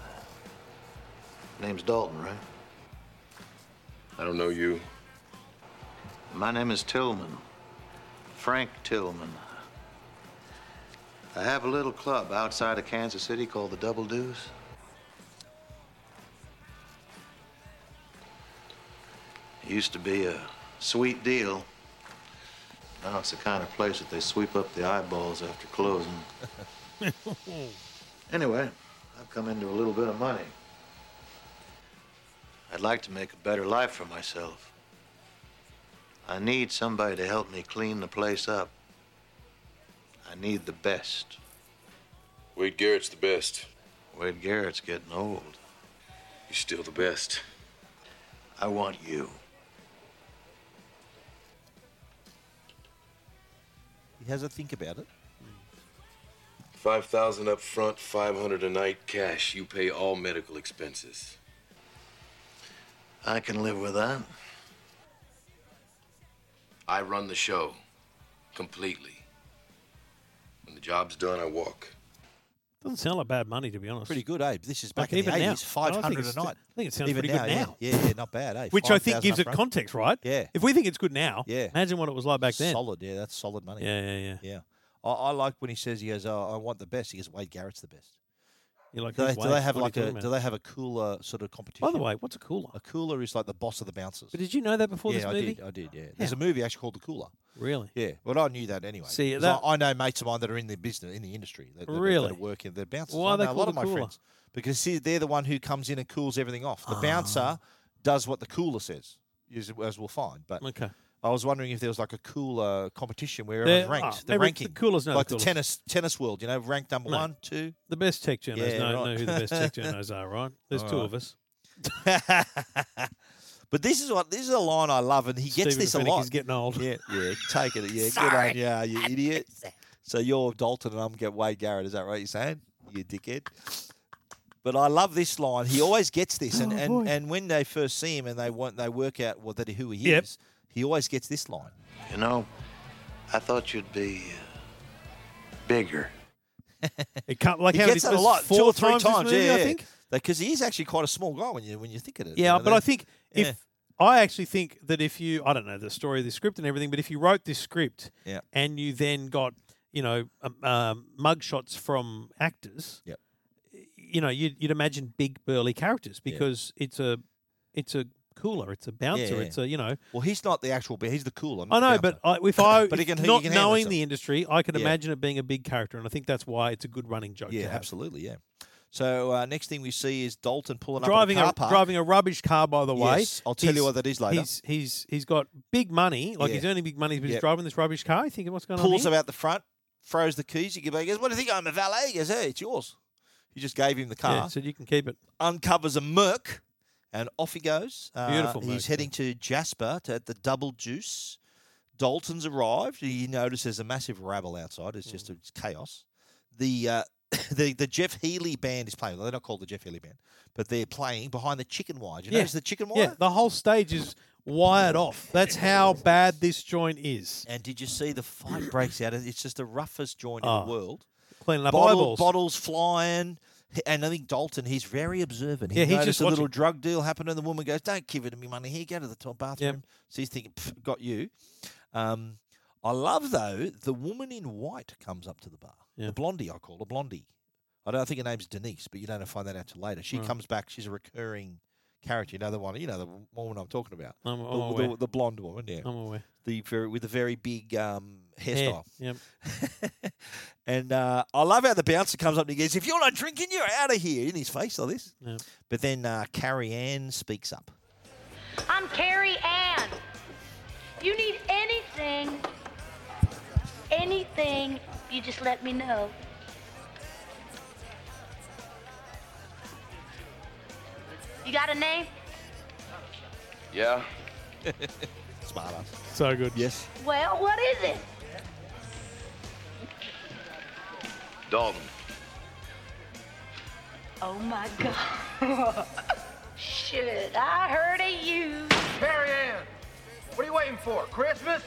Speaker 7: Name's Dalton, right?
Speaker 8: I don't know you.
Speaker 7: My name is Tillman. Frank Tillman. I have a little club outside of Kansas City called the Double Deuce. It used to be a sweet deal. Now it's the kind of place that they sweep up the eyeballs after closing. anyway, I've come into a little bit of money. I'd like to make a better life for myself. I need somebody to help me clean the place up. I need the best.
Speaker 8: Wade Garrett's the best.
Speaker 7: Wade Garrett's getting old.
Speaker 8: You're still the best.
Speaker 7: I want you.
Speaker 1: He has a think about it.
Speaker 8: 5,000 up front, 500 a night cash. You pay all medical expenses.
Speaker 7: I can live with that.
Speaker 8: I run the show completely. When the job's done, I walk.
Speaker 2: Doesn't sound like bad money, to be honest.
Speaker 1: Pretty good, eh? This is back
Speaker 2: Like,
Speaker 1: in the
Speaker 2: even now-
Speaker 1: eighties,
Speaker 2: I
Speaker 1: five
Speaker 2: don't think
Speaker 1: hundred a
Speaker 2: it's-
Speaker 1: night.
Speaker 2: I think it sounds
Speaker 1: even
Speaker 2: pretty good
Speaker 1: yeah.
Speaker 2: now.
Speaker 1: Yeah, yeah, not bad, eh?
Speaker 2: Which I think
Speaker 1: 5,000
Speaker 2: gives it
Speaker 1: upfront.
Speaker 2: context, right?
Speaker 1: Yeah.
Speaker 2: If we think it's good now,
Speaker 1: Yeah.
Speaker 2: imagine what it was like back then.
Speaker 1: Solid, yeah, that's solid money.
Speaker 2: Yeah, yeah, yeah.
Speaker 1: yeah. I, I like when he says he goes, "Oh, I want the best." He goes, "Wade Garrett's the best."
Speaker 2: You're like,
Speaker 1: Do they,
Speaker 2: who's
Speaker 1: do they
Speaker 2: Wade?
Speaker 1: have
Speaker 2: What are
Speaker 1: like
Speaker 2: you
Speaker 1: a
Speaker 2: talking
Speaker 1: Do
Speaker 2: about?
Speaker 1: they have a cooler sort of competition?
Speaker 2: By the way, what's a cooler?
Speaker 1: a cooler is like the boss of the bouncers.
Speaker 2: But did you know that before
Speaker 1: yeah,
Speaker 2: this
Speaker 1: I
Speaker 2: movie?
Speaker 1: did. I did. Yeah, there's
Speaker 2: How?
Speaker 1: a movie actually called The Cooler.
Speaker 2: Really?
Speaker 1: Yeah, well, I knew that anyway.
Speaker 2: See,
Speaker 1: 'Cause
Speaker 2: that-
Speaker 1: I, I know mates of mine that are in the business, in the industry, that, that, that
Speaker 2: Really?
Speaker 1: work in the bouncers.
Speaker 2: Why
Speaker 1: I
Speaker 2: are they
Speaker 1: know a lot
Speaker 2: called
Speaker 1: of
Speaker 2: the
Speaker 1: my
Speaker 2: cooler?
Speaker 1: friends because see, they're the one who comes in and cools everything off.
Speaker 2: Ah.
Speaker 1: The bouncer does what the cooler says, as, as we'll find. But
Speaker 2: Okay.
Speaker 1: I was wondering if there was like a cooler competition where
Speaker 2: There-
Speaker 1: everyone's ranked,
Speaker 2: oh,
Speaker 1: the
Speaker 2: every-
Speaker 1: ranking,
Speaker 2: the coolers know the
Speaker 1: like the
Speaker 2: coolers.
Speaker 1: tennis tennis world, you know, ranked number
Speaker 2: No.
Speaker 1: one, two.
Speaker 2: The best tech journos
Speaker 1: Yeah,
Speaker 2: know,
Speaker 1: right.
Speaker 2: know who the best tech journos are, right? There's two
Speaker 1: Alright.
Speaker 2: of us.
Speaker 1: But this is what this is a line I love, and he gets
Speaker 2: Stephen
Speaker 1: this a
Speaker 2: Finnick
Speaker 1: lot.
Speaker 2: is getting old.
Speaker 1: Yeah, yeah, take it. Yeah, good on you, you idiot. So you're Dalton and I'm get Wade Garrett. Is that right? You're saying you dickhead. But I love this line. He always gets this,
Speaker 2: Oh,
Speaker 1: and and, and when they first see him and they want they work out what that who he
Speaker 2: Yep.
Speaker 1: is, he always gets this line.
Speaker 7: You know, I thought you'd be uh, bigger.
Speaker 2: It can't like
Speaker 1: He
Speaker 2: how
Speaker 1: gets
Speaker 2: it
Speaker 1: that a lot,
Speaker 2: four
Speaker 1: two or three
Speaker 2: times,
Speaker 1: times.
Speaker 2: this movie,
Speaker 1: yeah,
Speaker 2: I think.
Speaker 1: because he is actually quite a small guy when you when you think of it. you
Speaker 2: Yeah,
Speaker 1: know,
Speaker 2: but
Speaker 1: they-
Speaker 2: I think if I actually think that if you, I don't know the story of the script and everything, but if you wrote this script
Speaker 1: Yeah.
Speaker 2: and you then got, you know, um, um, mugshots from actors,
Speaker 1: Yep.
Speaker 2: you know, you'd, you'd imagine big burly characters because it's a, it's a cooler, it's a bouncer,
Speaker 1: yeah.
Speaker 2: it's a, you know,
Speaker 1: well, he's not the actual, but he's the cooler. not the
Speaker 2: I know,
Speaker 1: bouncer.
Speaker 2: but I, if I,
Speaker 1: But he
Speaker 2: if
Speaker 1: can- he
Speaker 2: not
Speaker 1: can handle
Speaker 2: knowing
Speaker 1: himself.
Speaker 2: the industry, I can
Speaker 1: Yeah.
Speaker 2: imagine it being a big character, and I think that's why it's a good running joke.
Speaker 1: yeah,
Speaker 2: to have.
Speaker 1: absolutely, yeah. So uh, next thing we see is Dalton pulling
Speaker 2: Driving
Speaker 1: up
Speaker 2: a,
Speaker 1: at a car park.
Speaker 2: driving a rubbish car, by the way.
Speaker 1: Yes, I'll tell you
Speaker 2: He's-
Speaker 1: what that is later.
Speaker 2: He's he's he's got big money, like
Speaker 1: Yeah.
Speaker 2: he's earning big money, but he's
Speaker 1: Yep.
Speaker 2: driving this rubbish car. You thinking what's going
Speaker 1: pulls
Speaker 2: on?
Speaker 1: him
Speaker 2: Here?
Speaker 1: out the front, throws the keys. He goes, "What do you think? I'm a valet." He goes, "Hey, it's yours." He just gave him the car.
Speaker 2: Yeah, so you can keep it.
Speaker 1: uncovers a merc, and off he goes. Uh,
Speaker 2: Beautiful
Speaker 1: He's
Speaker 2: Merc, yeah.
Speaker 1: heading to Jasper to, at the Double Juice. Dalton's arrived. He notices a massive rabble outside. It's
Speaker 2: Hmm.
Speaker 1: just it's chaos. The uh, the the Jeff Healy band is playing. They're not called the Jeff Healy band, but they're playing behind the chicken wire. Do you
Speaker 2: Yeah.
Speaker 1: notice the chicken wire?
Speaker 2: Yeah, the whole stage is wired off. That's how bad this joint is.
Speaker 1: And did you see the fight breaks out? It's just the roughest joint
Speaker 2: Oh.
Speaker 1: in the world.
Speaker 2: Cleaning up
Speaker 1: Bottle-
Speaker 2: eyeballs.
Speaker 1: bottles flying. H- And I think Dalton, he's very observant. He
Speaker 2: Yeah, he's
Speaker 1: noticed
Speaker 2: just
Speaker 1: a little
Speaker 2: watching.
Speaker 1: drug deal happen, and the woman goes, "Don't give it to me, money. Here, go to the top bathroom." So he's thinking, "Pff, "Got you." Um, I love though the woman in white comes up to the bar.
Speaker 2: Yeah.
Speaker 1: The blondie, I call her blondie. I don't I think her name's Denise, but you don't find that out till later. She
Speaker 2: Right.
Speaker 1: comes back. She's a recurring character. You know the one. You know the woman I'm talking about.
Speaker 2: I'm, I'm
Speaker 1: the, the-
Speaker 2: aware.
Speaker 1: the blonde woman. Yeah.
Speaker 2: I'm aware.
Speaker 1: the very with the very big um,
Speaker 2: Yeah,
Speaker 1: hairstyle.
Speaker 2: yep.
Speaker 1: and uh, I love how the bouncer comes up and he goes, "If you're not drinking, you're out of here." In his face like this.
Speaker 2: Yeah.
Speaker 1: But then uh, Carrie Ann speaks up.
Speaker 10: I'm Carrie Ann. If you need anything, anything, you just let me know. You got a name?
Speaker 8: Yeah?
Speaker 1: Smart ass.
Speaker 2: So good.
Speaker 1: Yes.
Speaker 10: Well, what is it?
Speaker 8: Dalton.
Speaker 10: Oh my God. Shit, I heard of you.
Speaker 4: Carrie Ann, what are you waiting for? Christmas?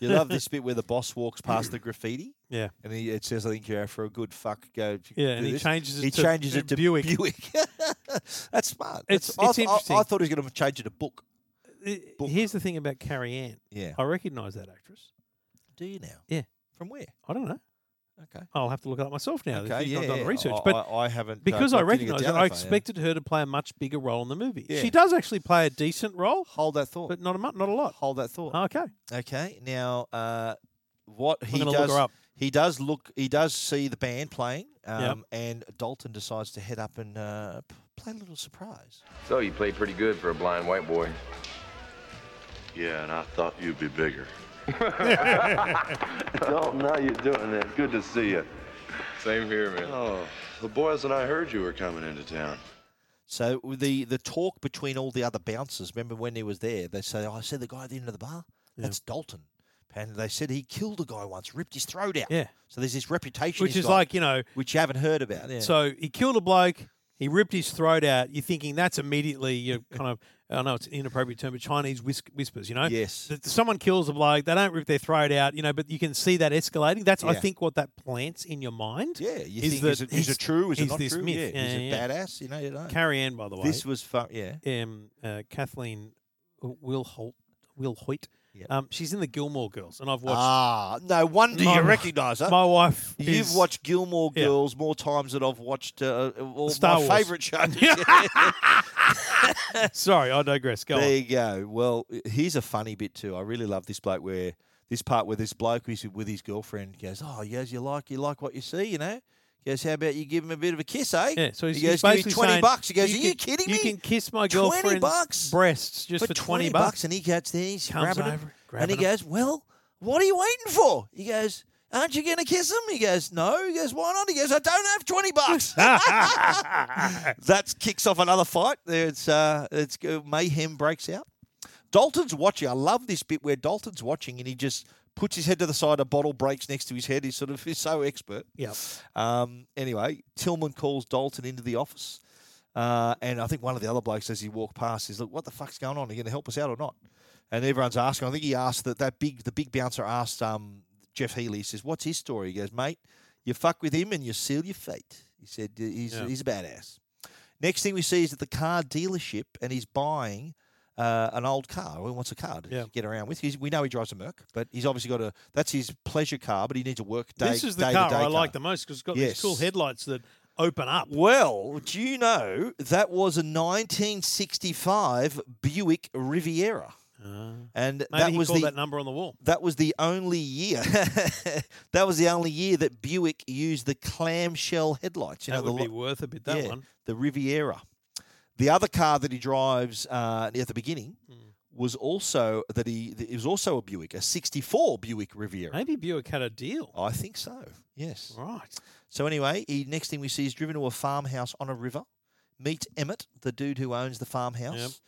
Speaker 1: You love this bit where the boss walks past the graffiti.
Speaker 2: Yeah.
Speaker 1: And he, it says, I think you're out for a good fuck. Go. do
Speaker 2: Yeah, and he
Speaker 1: this."
Speaker 2: changes it
Speaker 1: he
Speaker 2: to
Speaker 1: changes it to
Speaker 2: Buick.
Speaker 1: Buick. That's smart.
Speaker 2: It's-
Speaker 1: That's- I,
Speaker 2: it's
Speaker 1: th- I-
Speaker 2: interesting.
Speaker 1: I, thought he was going to change it to book.
Speaker 2: I-
Speaker 1: Book.
Speaker 2: Here's the thing about Carrie Ann.
Speaker 1: Yeah.
Speaker 2: I recognise that actress.
Speaker 1: Do you now?
Speaker 2: Yeah.
Speaker 1: From where?
Speaker 2: I don't know.
Speaker 1: Okay.
Speaker 2: I'll have to look it up myself now.
Speaker 1: okay.
Speaker 2: if you've
Speaker 1: yeah,
Speaker 2: not done the
Speaker 1: yeah.
Speaker 2: research,
Speaker 1: I,
Speaker 2: but
Speaker 1: I, I haven't. uh,
Speaker 2: because I
Speaker 1: got- didn't get
Speaker 2: recognise
Speaker 1: down
Speaker 2: that,
Speaker 1: that far,
Speaker 2: I
Speaker 1: yeah.
Speaker 2: expected her to play a much bigger role in the movie.
Speaker 1: Yeah.
Speaker 2: She does actually play a decent role,
Speaker 1: Hold that thought.
Speaker 2: but not a mu- not a lot.
Speaker 1: Hold that thought.
Speaker 2: Okay,
Speaker 1: Okay. Now, uh, what he
Speaker 2: gonna
Speaker 1: does,
Speaker 2: look her up.
Speaker 1: he does look, he does see the band playing, um, and Dalton decides to head up and uh, p- play a little surprise.
Speaker 8: So you play pretty good for a blind white boy.
Speaker 7: Yeah, and I thought you'd be bigger. Dalton, now you're doing it. Good to see you.
Speaker 8: Same here, man.
Speaker 7: Oh, the boys and I heard you were coming into town.
Speaker 1: So the the talk between all the other bouncers. Remember when he was there? They say, "Oh, I see the guy at the end of the bar. That's Dalton." And they said he killed a guy once, ripped his throat out.
Speaker 2: Yeah.
Speaker 1: So there's this reputation,
Speaker 2: which
Speaker 1: he's
Speaker 2: is
Speaker 1: got,
Speaker 2: like you know,
Speaker 1: which you haven't heard about. Yeah.
Speaker 2: so he killed a bloke, he ripped his throat out. You're thinking that's immediately you're kind of I know it's an inappropriate term, but Chinese whis- whispers. You know,
Speaker 1: Yes.
Speaker 2: That someone kills a bloke, they don't rip their throat out. You know, but you can see that escalating. That's I
Speaker 1: Yeah.
Speaker 2: think what that plants in your mind.
Speaker 1: Yeah, you
Speaker 2: is
Speaker 1: think
Speaker 2: that
Speaker 1: is it, is
Speaker 2: he's-
Speaker 1: it true? Is it
Speaker 2: he's
Speaker 1: not
Speaker 2: this
Speaker 1: true?
Speaker 2: myth.
Speaker 1: Yeah,
Speaker 2: Yeah,
Speaker 1: is it
Speaker 2: yeah.
Speaker 1: badass? You know, you don't.
Speaker 2: Carrie Ann, by the way,
Speaker 1: This was fun. Yeah,
Speaker 2: um, uh, Kathleen Will Holt, Will Hoyt.
Speaker 1: Yep.
Speaker 2: Um, she's in the Gilmore Girls, and I've watched.
Speaker 1: Ah, no wonder
Speaker 2: My-
Speaker 1: you recognise her.
Speaker 2: my wife.
Speaker 1: You've
Speaker 2: is-
Speaker 1: watched Gilmore
Speaker 2: Yeah.
Speaker 1: Girls more times than I've watched uh, all my
Speaker 2: Star Wars.
Speaker 1: favourite show. there
Speaker 2: Sorry, I digress. Go on.
Speaker 1: you go. Well, here's a funny bit too. I really love this bloke where this part where this bloke is with his girlfriend goes, "Oh, yes, you like you like what you see, you know." He goes, "How about you give him a bit of a kiss, eh?"
Speaker 2: Yeah, so he's,
Speaker 1: he goes, "Give
Speaker 2: he's
Speaker 1: me
Speaker 2: basically
Speaker 1: twenty
Speaker 2: saying,
Speaker 1: bucks." He goes, "Are
Speaker 2: can-
Speaker 1: you kidding me?"
Speaker 2: You can kiss
Speaker 1: 20
Speaker 2: my girlfriend's
Speaker 1: bucks?
Speaker 2: breasts just for, 20 bucks.
Speaker 1: and he gets there, he's
Speaker 2: Comes
Speaker 1: grabbing
Speaker 2: over,
Speaker 1: him,
Speaker 2: grabbing
Speaker 1: and he
Speaker 2: him.
Speaker 1: goes, "Well, what are you waiting for?" He goes, "Aren't you going to kiss him?" He goes, "No." He goes, "Why not?" He goes, "I don't have twenty bucks." that kicks off another fight. It's uh, it's uh, mayhem breaks out. Dalton's watching. I love this bit where Dalton's watching, and he just puts his head to the side. A bottle breaks next to his head. He's sort of he's so expert.
Speaker 2: Yep.
Speaker 1: Um, anyway, Tillman calls Dalton into the office. Uh, and I think one of the other blokes, as he walked past, is like, "What the fuck's going on? Are you going to help us out or not?" And everyone's asking. I think he asked that that big the big bouncer asked um, Jeff Healy. He says, "What's his story?" He goes, "Mate, you fuck with him and you seal your fate." He said, uh, "He's
Speaker 2: Yeah.
Speaker 1: he's a badass." Next thing we see is at the car dealership, and he's buying uh, an old car. He wants a car to
Speaker 2: Yeah.
Speaker 1: get around with. He's, we know he drives a Merc, but he's obviously got a that's his pleasure car, but he needs a work day.
Speaker 2: this is the
Speaker 1: day
Speaker 2: car
Speaker 1: to day
Speaker 2: I like the most because it's got these cool
Speaker 1: Yes.
Speaker 2: headlights that open up.
Speaker 1: Well, do you know that was a 1965 Buick Riviera,
Speaker 2: Uh,
Speaker 1: and
Speaker 2: maybe
Speaker 1: that
Speaker 2: he
Speaker 1: was
Speaker 2: called
Speaker 1: the
Speaker 2: that number on the wall.
Speaker 1: that was the only year that was the only year that Buick used the clamshell headlights. You
Speaker 2: that
Speaker 1: know, the
Speaker 2: would
Speaker 1: lo-
Speaker 2: be worth a bit, that
Speaker 1: yeah,
Speaker 2: one.
Speaker 1: the Riviera. The other car that he drives uh, at the beginning
Speaker 2: Hmm.
Speaker 1: was also that he it was also a Buick, a '64 Buick Riviera.
Speaker 2: Maybe Buick had a deal.
Speaker 1: I think so. Yes.
Speaker 2: Right.
Speaker 1: So anyway, he next thing we see is driven to a farmhouse on a river. Meet Emmett, the dude who owns the farmhouse.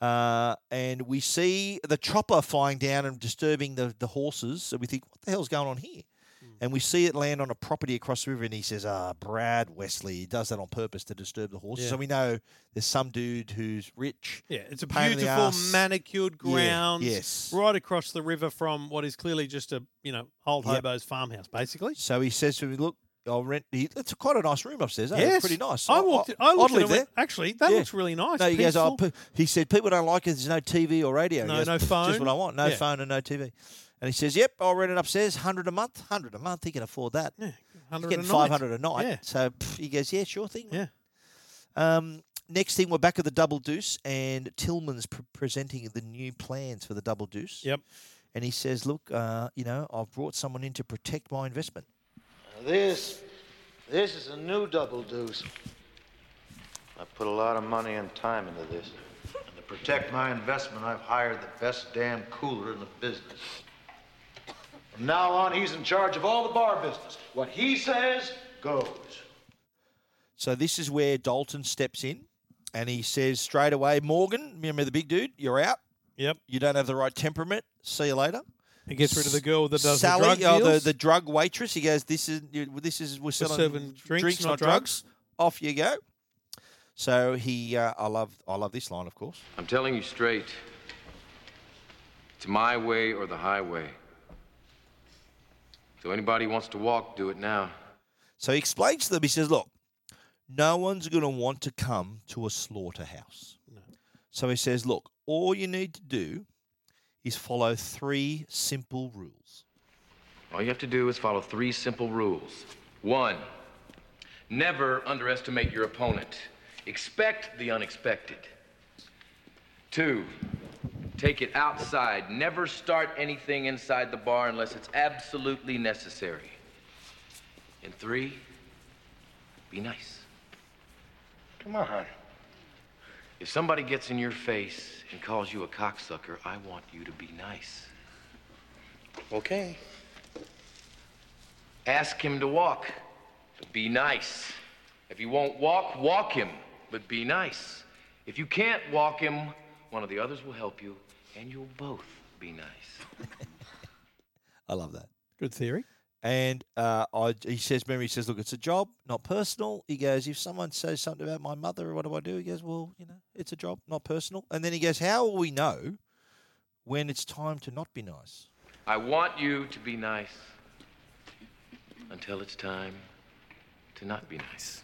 Speaker 1: Uh, and we see the chopper flying down and disturbing the, the horses. So we think, what the hell's going on here?
Speaker 2: Hmm.
Speaker 1: And we see it land on a property across the river. And he says, ah, Brad Wesley he does that on purpose to disturb the horses.
Speaker 2: Yeah.
Speaker 1: So we know there's some dude who's rich.
Speaker 2: Yeah, it's a
Speaker 1: Pain in the
Speaker 2: beautiful
Speaker 1: ass.
Speaker 2: manicured
Speaker 1: Yeah,
Speaker 2: grounds
Speaker 1: yes.
Speaker 2: right across the river from what is clearly just a, you know, old
Speaker 1: Yep.
Speaker 2: hobo's farmhouse, basically.
Speaker 1: So he says to me, look, I'll rent. He, it's quite a nice room upstairs. eh?
Speaker 2: Yes.
Speaker 1: Pretty nice.
Speaker 2: I walked. I,
Speaker 1: I'd
Speaker 2: looked at it
Speaker 1: live
Speaker 2: and
Speaker 1: there.
Speaker 2: went, Actually, that
Speaker 1: Yeah.
Speaker 2: looks really nice.
Speaker 1: No, he goes. Oh,
Speaker 2: peaceful."
Speaker 1: pe- he said people don't like it. There's no TV or radio. He
Speaker 2: No,
Speaker 1: goes,
Speaker 2: no
Speaker 1: "Pff, Just
Speaker 2: phone."
Speaker 1: what I want. No
Speaker 2: Yeah.
Speaker 1: phone and no TV. And he says, "Yep, I'll rent it upstairs. Hundred a month. Hundred a month. He can afford that.
Speaker 2: Yeah,
Speaker 1: He's
Speaker 2: 100
Speaker 1: getting
Speaker 2: a night.
Speaker 1: five hundred a night.
Speaker 2: Yeah.
Speaker 1: So pff, he goes, yeah, sure thing.
Speaker 2: Yeah.
Speaker 1: Um, next thing, we're back at the Double Deuce, and Tillman's pre- presenting the new plans for the Double Deuce.
Speaker 2: Yep.
Speaker 1: And he says, look, uh, you know, I've brought someone in to protect my investment.
Speaker 7: Now This, this is a new double deuce. I put a lot of money and time into this. And to protect my investment, I've hired the best damn cooler in the business. From now on, he's in charge of all the bar business. What he says goes.
Speaker 1: So this is where Dalton steps in, and he says straight away, Morgan, remember the big dude? You're out.
Speaker 2: Yep.
Speaker 1: You don't have the right temperament. See you later.
Speaker 2: He gets rid of the girl that does
Speaker 1: Sally,
Speaker 2: the drug
Speaker 1: oh,
Speaker 2: deals.
Speaker 1: the, the drug waitress. He goes, "This is you- this is we're selling
Speaker 2: serving drinks, not
Speaker 1: Off you go." So he, uh, I love, I love this line, of course.
Speaker 8: I'm telling you straight. It's my way or the highway. So anybody wants to walk, do it now.
Speaker 1: So he explains to them. He says, "Look, no one's going to want to come to a slaughterhouse." So he says, "Look, all you need to do is follow three simple rules."
Speaker 8: All you have to do is follow three simple rules. One, never underestimate your opponent. Expect the unexpected. Two, take it outside. Never start anything inside the bar unless it's absolutely necessary. And three, be nice.
Speaker 7: Come on.
Speaker 8: If somebody gets in your face and calls you a cocksucker, I want you to be nice.
Speaker 7: Okay.
Speaker 8: Ask him to walk, but be nice. If he won't walk, walk him, but be nice. If you can't walk him, one of the others will help you, and you'll both be nice.
Speaker 1: I love that.
Speaker 2: Good theory.
Speaker 1: And uh, I, he says, remember, he says, look, it's a job, not personal. He goes, if someone says something about my mother, what do I do? He goes, well, you know, it's a job, not personal. And then he goes, how will we know when it's time to not be nice?
Speaker 8: I want you to be nice until it's time to not be nice.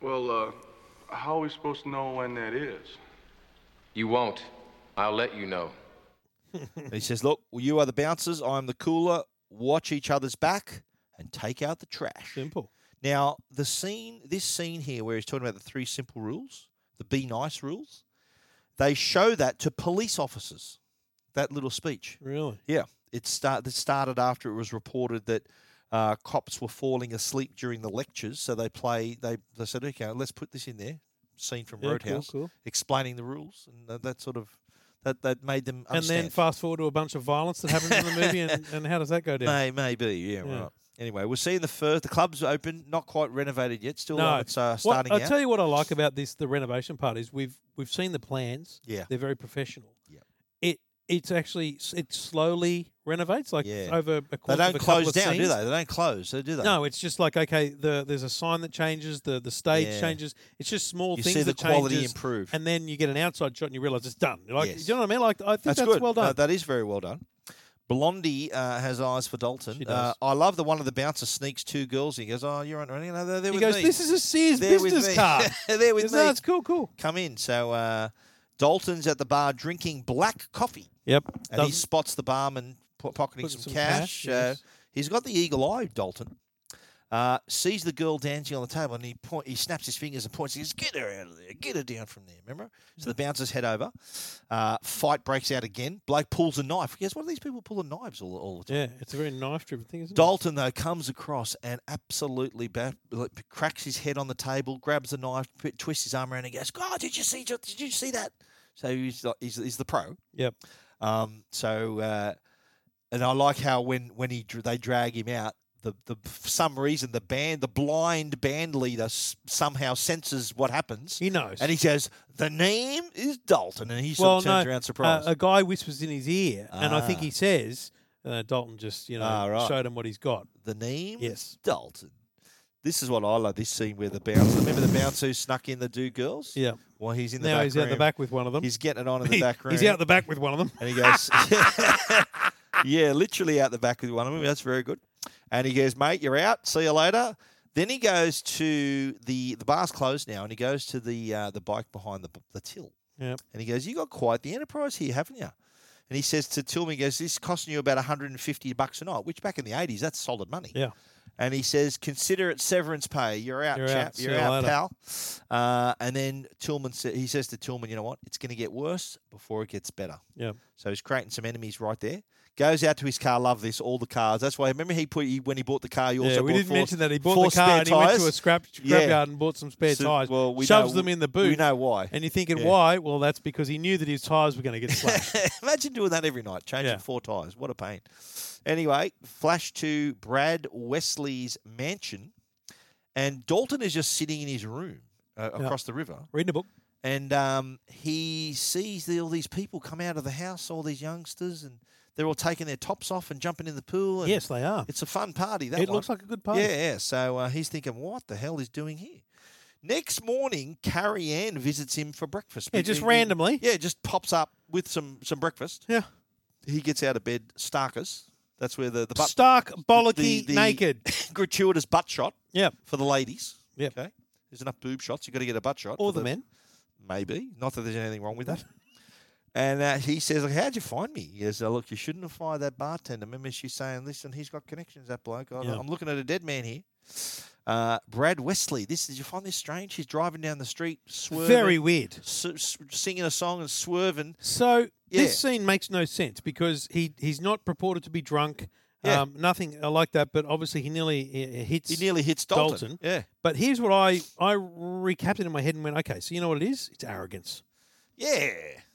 Speaker 11: Well, uh, how are we supposed to know when that is?
Speaker 8: You won't. I'll let you know.
Speaker 1: And he says, look, you are the bouncers, I'm the cooler. Watch each other's back and take out the trash.
Speaker 2: Simple.
Speaker 1: Now, the scene, this scene here where he's talking about the three simple rules, the be nice rules, they show that to police officers, that little speech.
Speaker 2: Really?
Speaker 1: Yeah. It, start, it started after it was reported that uh, cops were falling asleep during the lectures, so they play. They, they said, "Okay, let's put this in there." Scene from
Speaker 2: Yeah, cool,
Speaker 1: Roadhouse,
Speaker 2: cool.
Speaker 1: explaining the rules, and that, that sort of that that made them
Speaker 2: And
Speaker 1: understand.
Speaker 2: then fast forward to a bunch of violence that happens in the movie, and, and how does that go down?
Speaker 1: May maybe, yeah,
Speaker 2: Yeah.
Speaker 1: right. Anyway, we're seeing the first. The club's open, not quite renovated yet. Still, on it's uh,
Speaker 2: What-
Speaker 1: starting
Speaker 2: I'll
Speaker 1: out.
Speaker 2: tell you what I like about this the renovation part is we've we've seen the plans.
Speaker 1: Yeah.
Speaker 2: They're very professional.
Speaker 1: Yeah.
Speaker 2: It it's actually s- it slowly renovates like
Speaker 1: Yeah.
Speaker 2: over a
Speaker 1: they
Speaker 2: course of
Speaker 1: don't
Speaker 2: a couple
Speaker 1: close
Speaker 2: of
Speaker 1: down, do
Speaker 2: scenes.
Speaker 1: they? They don't close, so do they?
Speaker 2: No, it's just like okay, the there's a sign that changes, the the stage
Speaker 1: Yeah.
Speaker 2: changes. It's just small
Speaker 1: You
Speaker 2: things
Speaker 1: see the
Speaker 2: that
Speaker 1: quality
Speaker 2: changes,
Speaker 1: improve.
Speaker 2: and then you get an outside shot and you realize it's done. Like
Speaker 1: Yes.
Speaker 2: you know what I mean? Like I think that's,
Speaker 1: good.
Speaker 2: well done.
Speaker 1: Uh, that is very well done. Blondie uh, has eyes for Dalton.
Speaker 2: She
Speaker 1: Uh,
Speaker 2: does.
Speaker 1: I love the one of the bouncers sneaks two girls. in. He goes, "Oh, you're not running." No, they're there
Speaker 2: he
Speaker 1: with
Speaker 2: goes,
Speaker 1: me.
Speaker 2: this is a Sears
Speaker 1: They're with
Speaker 2: business
Speaker 1: me.
Speaker 2: card.
Speaker 1: They're with
Speaker 2: Isn't that-
Speaker 1: me.
Speaker 2: It's cool, cool.
Speaker 1: Come in. So uh, Dalton's at the bar drinking black coffee,
Speaker 2: Yep.
Speaker 1: and he spots the barman po- pocketing
Speaker 2: Putting
Speaker 1: some,
Speaker 2: some
Speaker 1: cash.
Speaker 2: cash, yes.
Speaker 1: uh, he's got the eagle eye, Dalton. Uh, sees the girl dancing on the table, and he point, he snaps his fingers and points. He goes, "Get her out of there! Get her down from there!" Remember? So the bouncers head over. Uh, fight breaks out again. Blake pulls a knife. He goes, "What are these people pulling knives all, all the time?"
Speaker 2: yeah, it's a very knife driven thing, isn't
Speaker 1: Dalton though comes across and absolutely ba- like, cracks his head on the table, grabs a knife, p- twists his arm around, and goes, "God, did you see? Did you see that?" So he's like, he's, he's the pro.
Speaker 2: it? Yep.
Speaker 1: Um, so uh, and I like how when when he dr- they drag him out, the the for some reason the band the blind band leader s- somehow senses what happens,
Speaker 2: He knows.
Speaker 1: and he says, "The name is Dalton," and he sort of turns around surprised.
Speaker 2: Uh, a guy whispers in his ear, and I think
Speaker 1: Ah.
Speaker 2: he says, uh, Dalton just, you know,
Speaker 1: Ah, right.
Speaker 2: showed him what he's got.
Speaker 1: The name is
Speaker 2: Yes.
Speaker 1: Dalton. This is what I love. This scene where the bouncer. Remember the bouncer who snuck in the do girls?
Speaker 2: Yeah.
Speaker 1: Well, he's in the
Speaker 2: now
Speaker 1: back
Speaker 2: he's out the
Speaker 1: room.
Speaker 2: back with one of them.
Speaker 1: He's getting it on in the
Speaker 2: He-
Speaker 1: back room.
Speaker 2: He's out the back with one of them.
Speaker 1: and he goes, yeah, literally out the back with one of them. That's very good. And he goes, mate, you're out. See you later. Then he goes to the the bar's closed now, and he goes to the uh, the bike behind the the till.
Speaker 2: Yep.
Speaker 1: And he goes, "You got quite the enterprise here, haven't you?" And he says to Tilman, he "Goes this costing you about 150 bucks a night, which back in the 80s that's solid money."
Speaker 2: Yeah.
Speaker 1: And he says, "Consider it severance pay. You're out,
Speaker 2: You're
Speaker 1: chap.
Speaker 2: out. See
Speaker 1: You're
Speaker 2: you
Speaker 1: out,
Speaker 2: later."
Speaker 1: pal." Uh, and then Tillman sa- he says to Tillman, "You know what? It's going to get worse before it gets better."
Speaker 2: Yeah.
Speaker 1: So he's creating some enemies right there. Goes out to his car. Love this. All the cars. That's why. Remember he put he, when he bought the car. He also
Speaker 2: Yeah, we
Speaker 1: bought
Speaker 2: didn't
Speaker 1: four-
Speaker 2: mention that he bought
Speaker 1: four
Speaker 2: the car
Speaker 1: spare
Speaker 2: and he went to
Speaker 1: tyres.
Speaker 2: a scrap
Speaker 1: Yeah.
Speaker 2: scrapyard and bought some spare
Speaker 1: So-
Speaker 2: tires.
Speaker 1: well, we
Speaker 2: shoves
Speaker 1: know-
Speaker 2: them in the
Speaker 1: we
Speaker 2: boot.
Speaker 1: know why.
Speaker 2: And you're thinking,
Speaker 1: Yeah.
Speaker 2: why? Well, that's because he knew that his tires were going to get slashed.
Speaker 1: Imagine doing that every night, changing
Speaker 2: Yeah.
Speaker 1: four tires. What a pain. Anyway, flash to Brad Wesley's mansion, and Dalton is just sitting in his room uh, across the river,
Speaker 2: Reading a book.
Speaker 1: and um, he sees the, all these people come out of the house, all these youngsters, and they're all taking their tops off and jumping in the pool. And
Speaker 2: Yes, they are.
Speaker 1: it's a fun party. That
Speaker 2: It
Speaker 1: one.
Speaker 2: looks like a good party.
Speaker 1: Yeah, yeah. So uh, he's thinking, what the hell is doing here? Next morning, Carrie Ann visits him for breakfast.
Speaker 2: Yeah, just
Speaker 1: He- he-
Speaker 2: randomly.
Speaker 1: Yeah, just pops up with some some breakfast.
Speaker 2: Yeah.
Speaker 1: He gets out of bed, Starkus. That's where the the butt,
Speaker 2: Stark,
Speaker 1: the-
Speaker 2: bollocky,
Speaker 1: the-
Speaker 2: naked.
Speaker 1: gratuitous butt shot
Speaker 2: Yep.
Speaker 1: for the ladies.
Speaker 2: Yep.
Speaker 1: Okay. There's enough boob shots. You've got to get a butt shot.
Speaker 2: Or
Speaker 1: for
Speaker 2: the men.
Speaker 1: Maybe. Not that there's anything wrong with that. And uh, he says, like, how'd you find me? He goes, oh, look, you shouldn't have fired that bartender. Remember, she's saying, listen, he's got connections, that bloke. I,
Speaker 2: Yeah.
Speaker 1: I'm looking at a dead man here. Uh, Brad Wesley. This is, you find this strange? She's driving down the street, swerving.
Speaker 2: Very weird.
Speaker 1: s- s- singing a song and swerving.
Speaker 2: So
Speaker 1: Yeah.
Speaker 2: this scene makes no sense because he he's not purported to be drunk.
Speaker 1: Yeah.
Speaker 2: Um, nothing like that, but obviously he nearly uh, hits.
Speaker 1: He nearly hits Dalton.
Speaker 2: Dalton.
Speaker 1: Yeah.
Speaker 2: But here's what I I recapped it in my head and went, okay, so you know what it is? It's arrogance.
Speaker 1: Yeah.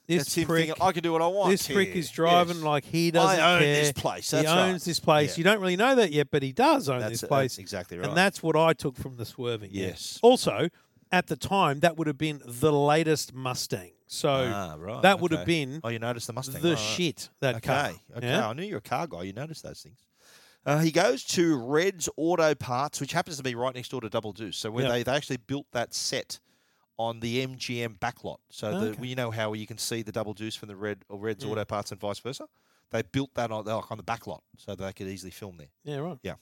Speaker 2: This
Speaker 1: That's him
Speaker 2: prick-
Speaker 1: thinking, I can do what I want.
Speaker 2: this prick
Speaker 1: here."
Speaker 2: is driving
Speaker 1: Yes.
Speaker 2: like he doesn't
Speaker 1: I own
Speaker 2: care.
Speaker 1: this place.
Speaker 2: he
Speaker 1: That's right.
Speaker 2: owns this place.
Speaker 1: Yeah.
Speaker 2: You don't really know that yet, but he does own
Speaker 1: That's-
Speaker 2: this
Speaker 1: that's
Speaker 2: place.
Speaker 1: exactly right.
Speaker 2: And that's what I took from the swerving. yeah.
Speaker 1: Yes.
Speaker 2: Also, at the time, that would have been the latest Mustang. So
Speaker 1: Ah, right.
Speaker 2: that would
Speaker 1: okay.
Speaker 2: have been
Speaker 1: Oh, you noticed the Mustang.
Speaker 2: the
Speaker 1: Right, right.
Speaker 2: shit. That
Speaker 1: Okay.
Speaker 2: car.
Speaker 1: Okay.
Speaker 2: Yeah?
Speaker 1: I knew you're a car guy. You noticed those things. Uh, he goes to Red's Auto Parts, which happens to be right next door to Double Deuce. So where
Speaker 2: Yeah.
Speaker 1: they, they actually built that set on the MGM backlot. So the,
Speaker 2: Okay.
Speaker 1: you know how you can see the Double Deuce from the Red or Red's
Speaker 2: Mm.
Speaker 1: Auto Parts and vice versa. They built that on, like, on the backlot so they could easily film there.
Speaker 2: Yeah, right.
Speaker 1: Yeah.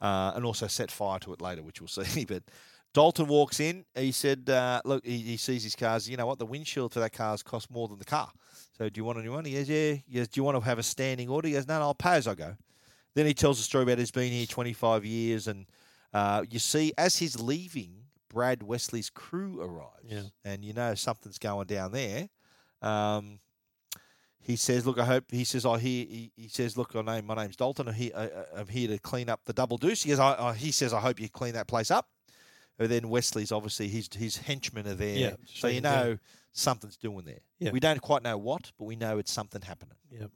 Speaker 1: Uh, and also set fire to it later, which we'll see. But Dalton walks in. He said, uh, Look, he, he sees his cars. You know what? The windshield for that car's cost more than the car. So do you want a new one? He goes, Yeah. He goes, Do you want to have a standing order? He goes, No, no, I'll pay as I go. Then he tells a story about he's been here 25 years. And uh, you see, as he's leaving, Brad Wesley's crew arrives.
Speaker 2: Yeah.
Speaker 1: And you know something's going down there. Um, he says, "Look, I hope." He says, "I hear." He, he says, "Look, I know my name's Dalton. I'm here, I, I- I'm here to clean up the double deuce." He goes, I, I, "He says, I hope you clean that place up." And then Wesley's obviously his his henchmen are there,
Speaker 2: Yeah,
Speaker 1: so you
Speaker 2: sure, yeah.
Speaker 1: know something's doing there.
Speaker 2: Yeah.
Speaker 1: We don't quite know what, but we know it's something happening.
Speaker 2: Yep.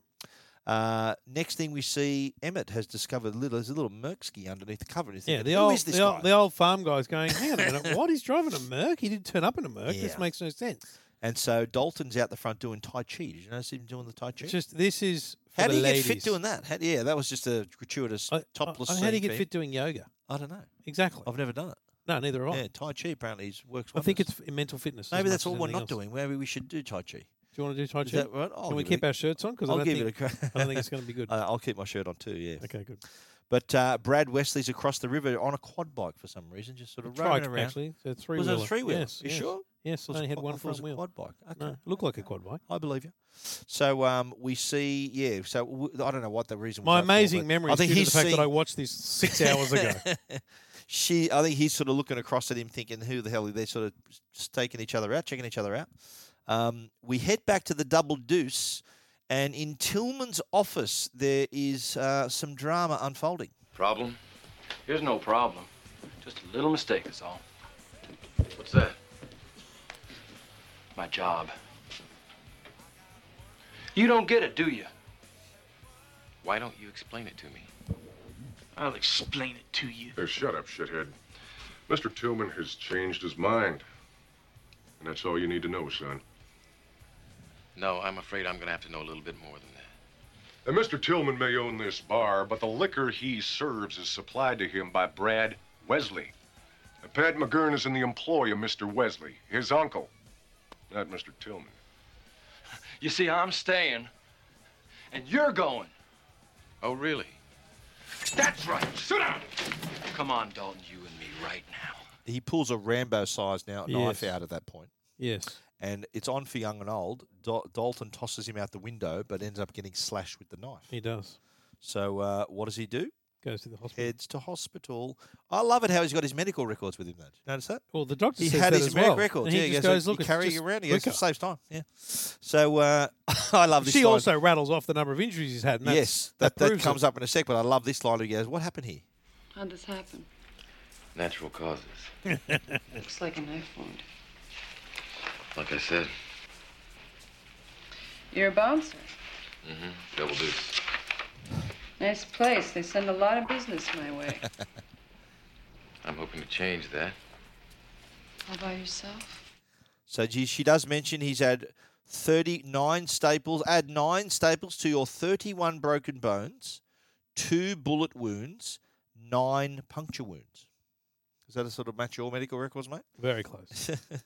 Speaker 1: Uh, next thing we see, Emmett has discovered little. There's a little Merksky underneath the cover. And he's
Speaker 2: Yeah,
Speaker 1: thinking,
Speaker 2: the
Speaker 1: "Who
Speaker 2: old,
Speaker 1: is this
Speaker 2: the,
Speaker 1: guy?"
Speaker 2: old, the old farm guy's going, hang on a minute, what? He's driving a Merc? He didn't turn up in a Merc.
Speaker 1: Yeah.
Speaker 2: This makes no sense.
Speaker 1: And so Dalton's out the front doing Tai Chi. Did you notice him doing the Tai Chi?
Speaker 2: It's just, this is. For
Speaker 1: How
Speaker 2: the
Speaker 1: do you
Speaker 2: ladies.
Speaker 1: get fit doing that? How, yeah, that was just a gratuitous topless.
Speaker 2: I, how do you
Speaker 1: scene
Speaker 2: get
Speaker 1: for him.
Speaker 2: fit doing yoga?
Speaker 1: I don't know.
Speaker 2: Exactly.
Speaker 1: I've never done it.
Speaker 2: No, neither have I.
Speaker 1: Yeah, Tai Chi apparently is, works.
Speaker 2: I
Speaker 1: Wonders.
Speaker 2: think it's f- mental fitness. as
Speaker 1: maybe
Speaker 2: much
Speaker 1: that's
Speaker 2: as
Speaker 1: what we're
Speaker 2: anything
Speaker 1: not
Speaker 2: else.
Speaker 1: doing. Maybe we should do Tai Chi.
Speaker 2: Do you want to do Tai Chi?
Speaker 1: Is that right? I'll
Speaker 2: Can we
Speaker 1: give it
Speaker 2: keep
Speaker 1: a-
Speaker 2: our shirts on? Because I
Speaker 1: I'll
Speaker 2: don't
Speaker 1: give
Speaker 2: think,
Speaker 1: it a crack.
Speaker 2: I don't think it's going to be good.
Speaker 1: Uh, I'll keep my shirt on too. Yeah.
Speaker 2: okay, good.
Speaker 1: But uh, Brad Wesley's across the river on a quad bike for some reason, just sort of
Speaker 2: Trike,
Speaker 1: riding around.
Speaker 2: actually. So three
Speaker 1: was it a
Speaker 2: wheeler.
Speaker 1: three wheeler?
Speaker 2: Yes,
Speaker 1: you
Speaker 2: yes.
Speaker 1: sure?
Speaker 2: Yes,
Speaker 1: I
Speaker 2: it only had one
Speaker 1: I thought it was
Speaker 2: front wheel.
Speaker 1: A quad bike. Okay.
Speaker 2: No, it looked like a quad bike.
Speaker 1: I believe you. So um, we see, yeah. So w- I don't know what the reason.
Speaker 2: My
Speaker 1: was that for,
Speaker 2: amazing
Speaker 1: but
Speaker 2: memory
Speaker 1: I
Speaker 2: is
Speaker 1: think
Speaker 2: due to
Speaker 1: he's
Speaker 2: the fact
Speaker 1: seen-
Speaker 2: that I watched this six hours ago.
Speaker 1: she, I think he's sort of looking across at him, thinking, "Who the hell?" They're sort of just taking each other out, checking each other out. Um, we head back to the Double Deuce, and in Tillman's office, there is uh, some drama unfolding.
Speaker 8: Problem? Here's no problem. Just a little mistake, that's all. What's that? My job. You don't get it, do you? Why don't you explain it to me?
Speaker 12: I'll explain it to you.
Speaker 13: Hey, Uh, shut up, shithead. Mr. Tillman has changed his mind. And that's all you need to know, son.
Speaker 8: No, I'm afraid I'm gonna have to know a little bit more than that.
Speaker 13: And Mr. Tillman may own this bar, but the liquor he serves is supplied to him by Brad Wesley. Now, Pat McGurn is in the employ of Mr. Wesley, his uncle, not Mr. Tillman.
Speaker 8: You see, I'm staying, and you're going. Oh, really? That's right. Sit down. Come on, Dalton, you and me right now.
Speaker 1: He pulls a Rambo sized now knife
Speaker 2: Yes.
Speaker 1: out at that point.
Speaker 2: Yes.
Speaker 1: And it's on for young and old. Dal- Dalton tosses him out the window, but ends up getting slashed with the knife.
Speaker 2: He does.
Speaker 1: So uh, what does he do?
Speaker 2: Goes to the hospital.
Speaker 1: Heads to hospital. I love it how he's got his medical records with him. Though. Did you notice that?
Speaker 2: Well, the doctor
Speaker 1: he
Speaker 2: says
Speaker 1: had
Speaker 2: that
Speaker 1: his
Speaker 2: as
Speaker 1: medical
Speaker 2: well.
Speaker 1: records.
Speaker 2: And he
Speaker 1: yeah,
Speaker 2: just
Speaker 1: goes,
Speaker 2: goes, "Look,
Speaker 1: you
Speaker 2: it's
Speaker 1: carry it
Speaker 2: just
Speaker 1: around. He goes,
Speaker 2: liquor."
Speaker 1: it saves time. Yeah. So uh, I love this.
Speaker 2: She
Speaker 1: line.
Speaker 2: also rattles off the number of injuries he's had. And that's,
Speaker 1: yes, that, that,
Speaker 2: proves it.
Speaker 1: comes up in a sec. But I love this line. He goes, "What happened here?"
Speaker 14: How'd this happen?
Speaker 8: Natural causes.
Speaker 14: Looks like a knife wound.
Speaker 8: Like I said.
Speaker 14: You're a bouncer.
Speaker 8: Mm-hmm. Double deuce.
Speaker 14: Nice place. They send a lot of business my way.
Speaker 8: I'm hoping to change that.
Speaker 14: All by yourself?
Speaker 1: So she, she does mention he's had thirty-nine staples. Add nine staples to your thirty-one broken bones, two bullet wounds, nine puncture wounds. Is that a sort of match your medical records, mate?
Speaker 2: Very close.
Speaker 1: I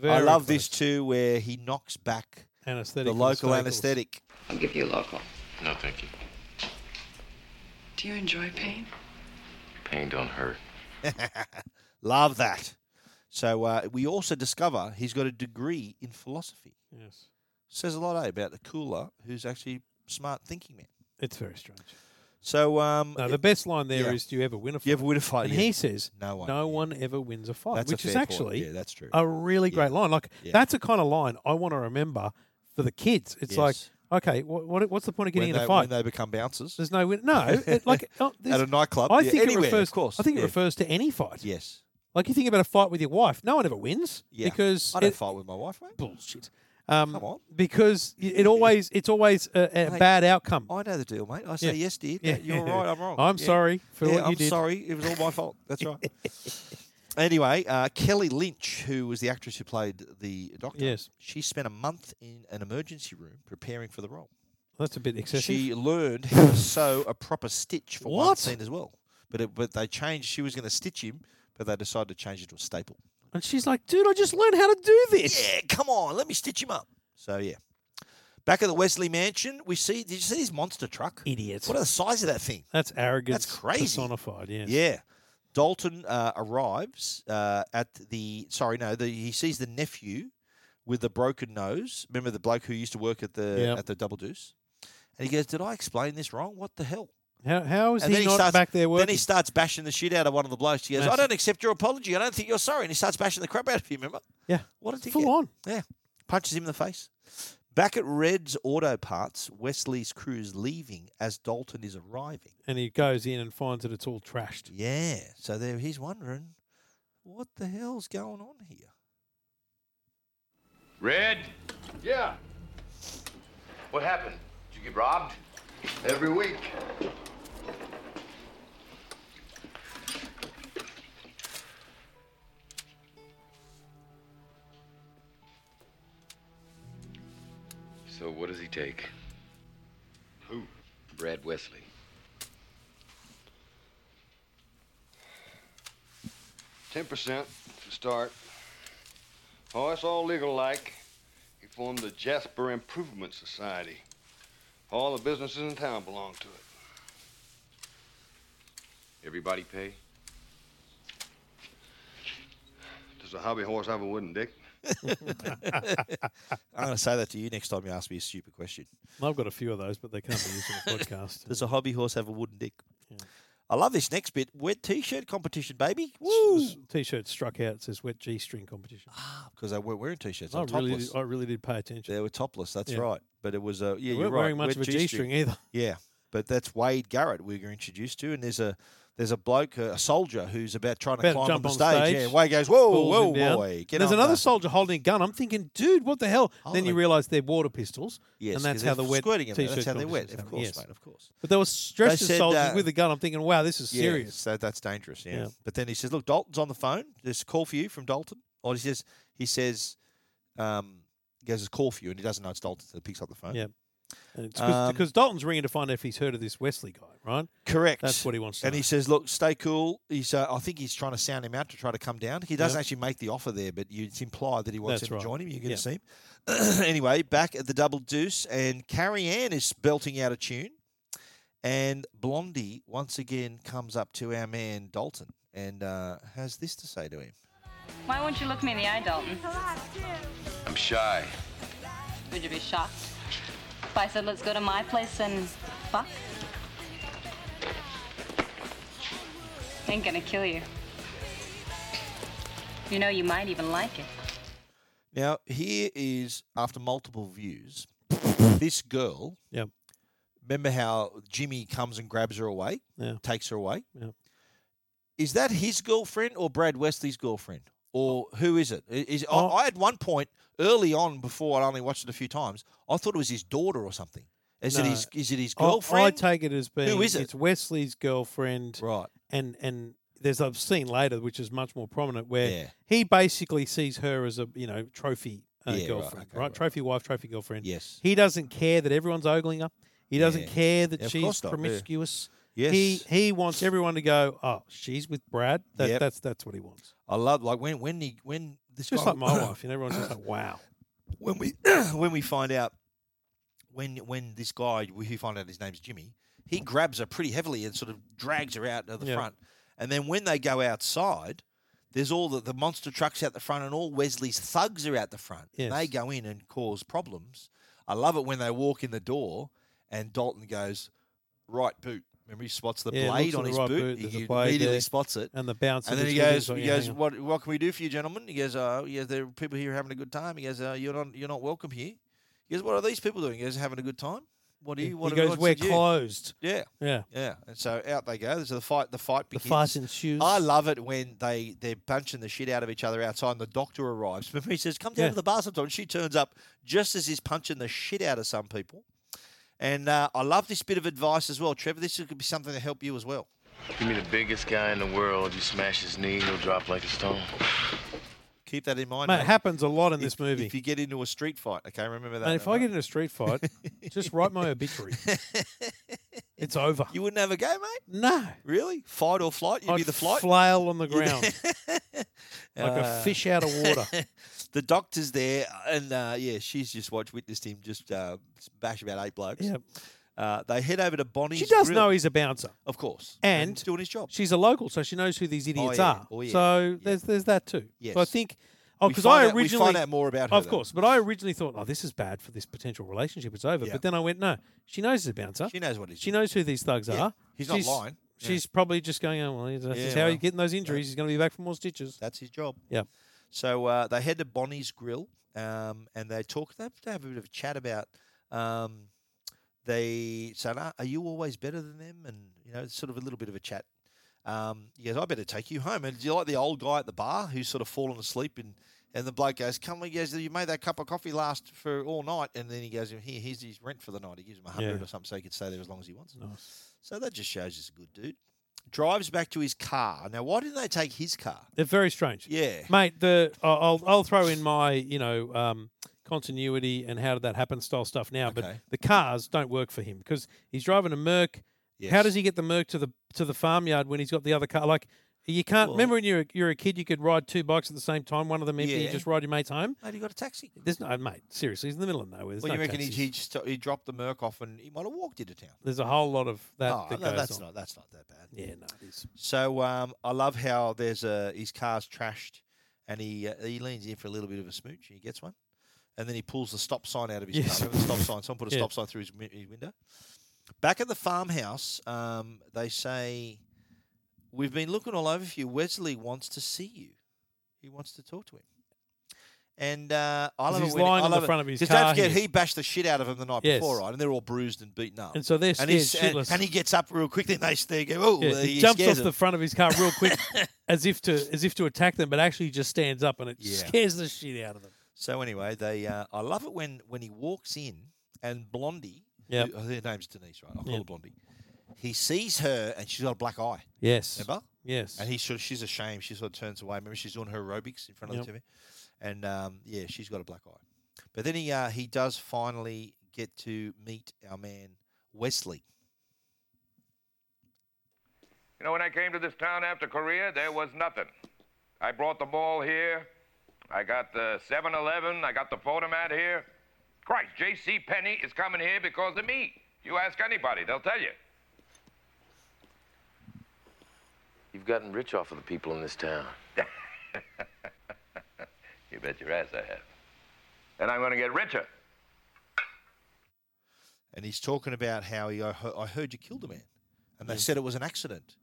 Speaker 2: Very
Speaker 1: love this too, where he knocks back
Speaker 2: Anesthetic
Speaker 1: the
Speaker 2: for
Speaker 1: local
Speaker 2: staples.
Speaker 1: anesthetic.
Speaker 14: I'll give you a local.
Speaker 8: No, thank you.
Speaker 14: Do you enjoy pain?
Speaker 8: Pain don't hurt.
Speaker 1: Love that. So uh, we also discover he's got a degree in philosophy.
Speaker 2: Yes.
Speaker 1: Says a lot eh, about the cooler, who's actually smart thinking man.
Speaker 2: It's very strange.
Speaker 1: So um,
Speaker 2: No, the best line there is,
Speaker 1: yeah.
Speaker 2: "Do you ever win a fight?
Speaker 1: You ever win a fight?
Speaker 2: And
Speaker 1: yeah.
Speaker 2: he says,
Speaker 1: no one.
Speaker 2: No one ever wins a fight,
Speaker 1: That's a
Speaker 2: which is
Speaker 1: fair point.
Speaker 2: actually
Speaker 1: Yeah, that's true.
Speaker 2: a really great line. Like
Speaker 1: Yeah.
Speaker 2: that's a kind of line I want to remember for the kids. It's
Speaker 1: Yes.
Speaker 2: like, okay, what, what what's the point of
Speaker 1: When
Speaker 2: getting in
Speaker 1: they-
Speaker 2: a fight?
Speaker 1: when they become bouncers.
Speaker 2: There's no win. No, it, like oh, this-
Speaker 1: At a nightclub,
Speaker 2: I
Speaker 1: yeah,
Speaker 2: think
Speaker 1: anywhere,
Speaker 2: it
Speaker 1: of
Speaker 2: refers.
Speaker 1: course,
Speaker 2: I think
Speaker 1: yeah.
Speaker 2: it refers to any fight.
Speaker 1: Yes.
Speaker 2: Like you think about a fight with your wife, no one ever wins
Speaker 1: Yeah.
Speaker 2: because
Speaker 1: I don't
Speaker 2: it-
Speaker 1: fight with my wife, mate.
Speaker 2: Bullshit. Um,
Speaker 1: Come on.
Speaker 2: Because y- it always it's always a, a
Speaker 1: Mate,
Speaker 2: bad outcome.
Speaker 1: I know the deal, mate. I say
Speaker 2: Yeah.
Speaker 1: yes, dear.
Speaker 2: Yeah.
Speaker 1: oh, You're right. I'm wrong.
Speaker 2: I'm
Speaker 1: Yeah.
Speaker 2: sorry for
Speaker 1: Yeah,
Speaker 2: what you
Speaker 1: I'm
Speaker 2: did.
Speaker 1: sorry. It was all my fault. That's right. anyway, uh, Kelly Lynch, who was the actress who played the doctor,
Speaker 2: Yes.
Speaker 1: she spent a month in an emergency room preparing for the role.
Speaker 2: That's a bit excessive.
Speaker 1: She learned how to sew a proper stitch for one
Speaker 2: What?
Speaker 1: scene as well. But it, but they changed. She was going to stitch him, but they decided to change it to a staple.
Speaker 2: And she's like, dude, I just learned how to do this.
Speaker 1: Yeah, come on, let me stitch him up. So yeah, back at the Wesley Mansion, we see. Did you see his monster truck?
Speaker 2: Idiot.
Speaker 1: What are the size of that thing?
Speaker 2: That's arrogance.
Speaker 1: That's crazy.
Speaker 2: Personified, yes.
Speaker 1: Yeah. Dalton uh, arrives uh, at the. Sorry, no. The, he sees the nephew with the broken nose. Remember the bloke who used to work at the
Speaker 2: Yep.
Speaker 1: at the Double Deuce, and he goes, "Did I explain this wrong? What the hell?"
Speaker 2: How, how is
Speaker 1: and
Speaker 2: he not
Speaker 1: starts
Speaker 2: back there working?
Speaker 1: Then he starts bashing the shit out of one of the blokes. He goes, "I
Speaker 2: That's-
Speaker 1: don't accept your apology. I don't think you're sorry." And he starts bashing the crap out of you. Remember?
Speaker 2: yeah.
Speaker 1: What a dickhead.
Speaker 2: Full on.
Speaker 1: Yeah. Punches him in the face. Back at Red's Auto Parts, Wesley's crew is leaving as Dalton is arriving.
Speaker 2: And he goes in and finds that it's all trashed.
Speaker 1: Yeah. So there he's wondering, what the hell's going on here?
Speaker 8: Red? Yeah. What happened? Did you get robbed? Every week. So what does he take? Who? Brad Wesley.
Speaker 15: Ten percent to start. Oh, it's all legal like. He formed the Jasper Improvement Society. All the businesses in town belong to it.
Speaker 8: Everybody pay?
Speaker 15: Does a hobby horse have a wooden dick?
Speaker 1: I'm going to say that to you next time you ask me a stupid question.
Speaker 2: I've got a few of those, but they can't be used in a podcast.
Speaker 1: Does a hobby horse have a wooden dick? I love this next bit. Wet t-shirt competition, baby. Woo!
Speaker 2: T-shirt struck out. It says wet G string competition.
Speaker 1: Ah, Because they weren't wearing t-shirts. They
Speaker 2: I
Speaker 1: were
Speaker 2: really,
Speaker 1: topless.
Speaker 2: did, I really did pay attention.
Speaker 1: They were topless. That's
Speaker 2: Yeah.
Speaker 1: right. But it was a yeah.
Speaker 2: They
Speaker 1: you're
Speaker 2: weren't
Speaker 1: right.
Speaker 2: wearing much
Speaker 1: wet
Speaker 2: of a G-string either.
Speaker 1: Yeah, but that's Wade Garrett we were introduced to, and there's a there's a bloke, a soldier who's about trying to
Speaker 2: About
Speaker 1: climb
Speaker 2: jump
Speaker 1: on
Speaker 2: on
Speaker 1: the stage.
Speaker 2: stage,
Speaker 1: Yeah, Wade goes, whoa,
Speaker 2: pulls
Speaker 1: Oh, whoa,
Speaker 2: him down.
Speaker 1: boy, get
Speaker 2: There's
Speaker 1: on
Speaker 2: another
Speaker 1: the-"
Speaker 2: soldier holding a gun. I'm thinking, dude, what the hell? then you realise they're water pistols,
Speaker 1: Yes,
Speaker 2: and
Speaker 1: 'cause
Speaker 2: that's how the
Speaker 1: they're
Speaker 2: wet
Speaker 1: squirting 'em, that's
Speaker 2: t-shirt
Speaker 1: how they're wet,
Speaker 2: competitions
Speaker 1: of
Speaker 2: happen.
Speaker 1: course,
Speaker 2: yes.
Speaker 1: mate, of course.
Speaker 2: But they were dressed
Speaker 1: said,
Speaker 2: as soldiers
Speaker 1: uh,
Speaker 2: with a gun. I'm thinking, wow, this is
Speaker 1: Yeah,
Speaker 2: serious.
Speaker 1: So that's dangerous. Yeah.
Speaker 2: Yeah.
Speaker 1: But then he says, look, Dalton's on the phone. There's a call for you from Dalton. Or he says, he says, um, he goes, "There's a call for you, and he doesn't know it's Dalton, so he picks up the phone.
Speaker 2: Yeah. And it's 'cause-
Speaker 1: Um,
Speaker 2: because Dalton's ringing to find out if he's heard of this Wesley guy, right?
Speaker 1: Correct.
Speaker 2: That's what he wants to
Speaker 1: And
Speaker 2: know.
Speaker 1: he says, "Look, stay cool." He's, uh, I think he's trying to sound him out to try to come down. He doesn't
Speaker 2: Yeah.
Speaker 1: actually make the offer there, but you, it's implied that he wants
Speaker 2: That's
Speaker 1: him
Speaker 2: right.
Speaker 1: to join him. You're going
Speaker 2: Yeah.
Speaker 1: to see him. anyway, back at the Double Deuce, and Carrie Ann is belting out a tune, and Blondie once again comes up to our man Dalton and uh, has this to say to him.
Speaker 14: Why won't you look me in the eye, Dalton?
Speaker 8: I'm shy.
Speaker 14: Would you be shocked if I said, let's go to my place and fuck? Ain't gonna kill you. You know, you might even like it.
Speaker 1: Now, here is after multiple views, this girl.
Speaker 2: Yep.
Speaker 1: Remember how Jimmy comes and grabs her away,
Speaker 2: Yeah.
Speaker 1: takes her away.
Speaker 2: Yep.
Speaker 1: Is that his girlfriend or Brad Wesley's girlfriend, or who is it? I- Is,
Speaker 2: Oh.
Speaker 1: I, I had one point early on before I only watched it a few times. I thought it was his daughter or something. Is it
Speaker 2: No. Oh,
Speaker 1: his? Is it his
Speaker 2: I-
Speaker 1: girlfriend?
Speaker 2: I, take it as being
Speaker 1: who is it?
Speaker 2: It's Wesley's girlfriend,
Speaker 1: Right.
Speaker 2: And and there's a scene later which is much more prominent where
Speaker 1: Yeah.
Speaker 2: he basically sees her as a you know trophy uh,
Speaker 1: Yeah, right,
Speaker 2: girlfriend,
Speaker 1: okay,
Speaker 2: right,
Speaker 1: right.
Speaker 2: Trophy wife, trophy girlfriend.
Speaker 1: Yes.
Speaker 2: He doesn't care that everyone's ogling her. He doesn't
Speaker 1: Yeah.
Speaker 2: care that
Speaker 1: Yeah, of
Speaker 2: she's
Speaker 1: course not, yeah.
Speaker 2: promiscuous.
Speaker 1: Yes.
Speaker 2: He he wants everyone to go. Oh, she's with Brad. That,
Speaker 1: Yep.
Speaker 2: That's that's what he wants.
Speaker 1: I love like when when he when this
Speaker 2: Just
Speaker 1: guy-
Speaker 2: like my wife, you know, everyone's just like, wow.
Speaker 1: when we when we find out when when this guy we find out his name's Jimmy, he grabs her pretty heavily and sort of drags her out of the
Speaker 2: Yeah.
Speaker 1: front. And then when they go outside, there's all the, the monster trucks out the front and all Wesley's thugs are out the front. And They
Speaker 2: Yes.
Speaker 1: go in and cause problems. I love it when they walk in the door and Dalton goes right boot. Remember he spots the
Speaker 2: Yeah, he
Speaker 1: blade
Speaker 2: looks at
Speaker 1: on
Speaker 2: the
Speaker 1: his
Speaker 2: right
Speaker 1: boot.
Speaker 2: boot, there's
Speaker 1: He
Speaker 2: a blade
Speaker 1: immediately
Speaker 2: there,
Speaker 1: spots it,
Speaker 2: and the bouncer
Speaker 1: And then he
Speaker 2: between his
Speaker 1: goes,
Speaker 2: legs,
Speaker 1: he
Speaker 2: yeah,
Speaker 1: goes,
Speaker 2: hang on.
Speaker 1: what, what can we do for you, gentlemen? He goes, uh, yeah, there are people here having a good time. He goes, uh, you're not, you're not welcome here. He goes, what are these people doing? He goes, having a good time. What do
Speaker 2: He-
Speaker 1: you? What
Speaker 2: he
Speaker 1: have-
Speaker 2: goes,
Speaker 1: what's
Speaker 2: "We're
Speaker 1: it you?"
Speaker 2: closed.
Speaker 1: Yeah,
Speaker 2: Yeah.
Speaker 1: yeah. And so out they go. So the fight, the fight
Speaker 2: The
Speaker 1: begins.
Speaker 2: fight ensues.
Speaker 1: I love it when they they're punching the shit out of each other outside. and The doctor arrives. Remember, he says, "Come down
Speaker 2: Yeah.
Speaker 1: to the bar sometime." And she turns up just as he's punching the shit out of some people. And uh, I love this bit of advice as well, Trevor. This could be something to help you as well.
Speaker 8: You mean the biggest guy in the world, you smash his knee, he'll drop like a stone.
Speaker 1: Keep that in mind.
Speaker 2: Mate, it happens a lot in this
Speaker 1: If-
Speaker 2: movie.
Speaker 1: If you get into a street fight, okay, remember that.
Speaker 2: and if I get in a street fight, just write my obituary. it's over.
Speaker 1: you wouldn't have a go, mate.
Speaker 2: No.
Speaker 1: Really? Fight or flight? You'd
Speaker 2: I'd
Speaker 1: be the flight. Ah.
Speaker 2: flail on the
Speaker 1: You'd-
Speaker 2: ground. Like a fish out of water.
Speaker 1: the doctor's there, and uh, yeah, she's just watched, witnessed him just uh, bash about eight blokes.
Speaker 2: Yep.
Speaker 1: Uh, they head over to Bonnie's.
Speaker 2: she does
Speaker 1: grill.
Speaker 2: know he's a bouncer.
Speaker 1: of course,
Speaker 2: And
Speaker 1: doing his job.
Speaker 2: She's a local, so she knows who these idiots
Speaker 1: yeah.
Speaker 2: are.
Speaker 1: Oh, yeah.
Speaker 2: So there's there's that too.
Speaker 1: Yes.
Speaker 2: So I think oh
Speaker 1: We
Speaker 2: because
Speaker 1: find
Speaker 2: I
Speaker 1: out- we
Speaker 2: originally
Speaker 1: find out more about her,
Speaker 2: Of
Speaker 1: though.
Speaker 2: course, but I originally thought oh this is bad for this potential relationship. It's over.
Speaker 1: Yeah.
Speaker 2: But then I went no, she knows he's a bouncer.
Speaker 1: She knows what he's
Speaker 2: She knows who these thugs
Speaker 1: Yeah.
Speaker 2: are.
Speaker 1: He's not
Speaker 2: She's-
Speaker 1: lying. Yeah.
Speaker 2: She's probably just going oh well this
Speaker 1: Yeah,
Speaker 2: is how
Speaker 1: well,
Speaker 2: he's getting those injuries. He's going to be back for more stitches.
Speaker 1: That's his job.
Speaker 2: Yeah.
Speaker 1: So uh, they head to Bonnie's Grill, um, and they talk. They have, they have a bit of a chat about. Um, they say, "Ah, "Are you always better than them?" And you know, it's sort of a little bit of a chat. Um, he goes, "I better take you home." And do you like the old guy at the bar who's sort of fallen asleep? And and the bloke goes, "Come on, he goes, you made that cup of coffee last for all night." And then he goes, "Here, here's his rent for the night." He gives him a hundred
Speaker 2: Yeah.
Speaker 1: or something so he could stay there as long as he wants. Nice. So that just shows he's a good dude. Drives back to his car. Now, why didn't they take his car?
Speaker 2: They're very strange.
Speaker 1: Yeah.
Speaker 2: mate. The I- I'll I'll throw in my you know um, continuity and how did that happen style stuff now. But
Speaker 1: Okay.
Speaker 2: the cars don't work for him because he's driving a Merc. How
Speaker 1: Yes.
Speaker 2: does he get the Merc to the to the farmyard when he's got the other car? Like you can't.
Speaker 1: Well-
Speaker 2: remember when you're a, you're a kid, you could ride two bikes at the same time. One of them empty. You
Speaker 1: Yeah.
Speaker 2: just ride your mate's home.
Speaker 1: Mate, he got a taxi.
Speaker 2: There's no mate. Seriously, he's in the middle of nowhere. There's
Speaker 1: well,
Speaker 2: no
Speaker 1: you reckon he,
Speaker 2: taxis.
Speaker 1: he, just, he dropped the Merc off and he might have walked into town?
Speaker 2: There's a whole lot of that.
Speaker 1: Oh,
Speaker 2: that
Speaker 1: no,
Speaker 2: goes
Speaker 1: that's
Speaker 2: on.
Speaker 1: not that's not that bad.
Speaker 2: Yeah, no, it is.
Speaker 1: So um, I love how there's a his car's trashed, and he uh, he leans in for a little bit of a smooch and he gets one, and then he pulls the stop sign out of his
Speaker 2: Yes.
Speaker 1: car. Remember the stop sign. Someone put a
Speaker 2: Yeah.
Speaker 1: stop sign through his, mi- his window. Back at the farmhouse, um, they say, "We've been looking all over for you. Wesley wants to see you. He wants to talk to him." And uh, I
Speaker 2: 'Cause
Speaker 1: love it
Speaker 2: he's
Speaker 1: when-
Speaker 2: lying
Speaker 1: I
Speaker 2: on the
Speaker 1: love it-
Speaker 2: front of his
Speaker 1: 'cause
Speaker 2: car
Speaker 1: Don't forget,
Speaker 2: here.
Speaker 1: he bashed the shit out of him the night
Speaker 2: Yes.
Speaker 1: before, right? And they're all bruised and beaten up.
Speaker 2: And so they're
Speaker 1: and, he's- and,
Speaker 2: scared shitless.
Speaker 1: and he gets up real quick. Then they, they go, "Oh,
Speaker 2: Yeah,
Speaker 1: he,
Speaker 2: he jumps
Speaker 1: scares
Speaker 2: off
Speaker 1: them.
Speaker 2: the front of his car real quick, as if to as if to attack them, but actually just stands up and it
Speaker 1: Yeah.
Speaker 2: scares the shit out of them.
Speaker 1: So anyway, they uh, I love it when when he walks in and Blondie, yeah,
Speaker 2: Yep.
Speaker 1: her name's Denise, right? I call
Speaker 2: Yep.
Speaker 1: her Blondie. He sees her and she's got a black eye.
Speaker 2: Yes.
Speaker 1: remember?
Speaker 2: Yes.
Speaker 1: And he sort of, she's ashamed. She sort of turns away. Remember, she's doing her aerobics in front of the TV,
Speaker 2: Yep.
Speaker 1: and um, yeah, she's got a black eye. But then he uh, he does finally get to meet our man Wesley.
Speaker 16: You know, when I came to this town after Korea, there was nothing. I brought the ball here. I got the 7 Eleven. I got the photomat here. Christ, J.C. Penney is coming here because of me. You ask anybody, they'll tell you.
Speaker 8: You've gotten rich off of the people in this town.
Speaker 16: You bet your ass I have. And I'm going to get richer.
Speaker 1: and he's talking about how he, I, he- I heard you killed a man, and they
Speaker 2: Yeah.
Speaker 1: said it was an accident.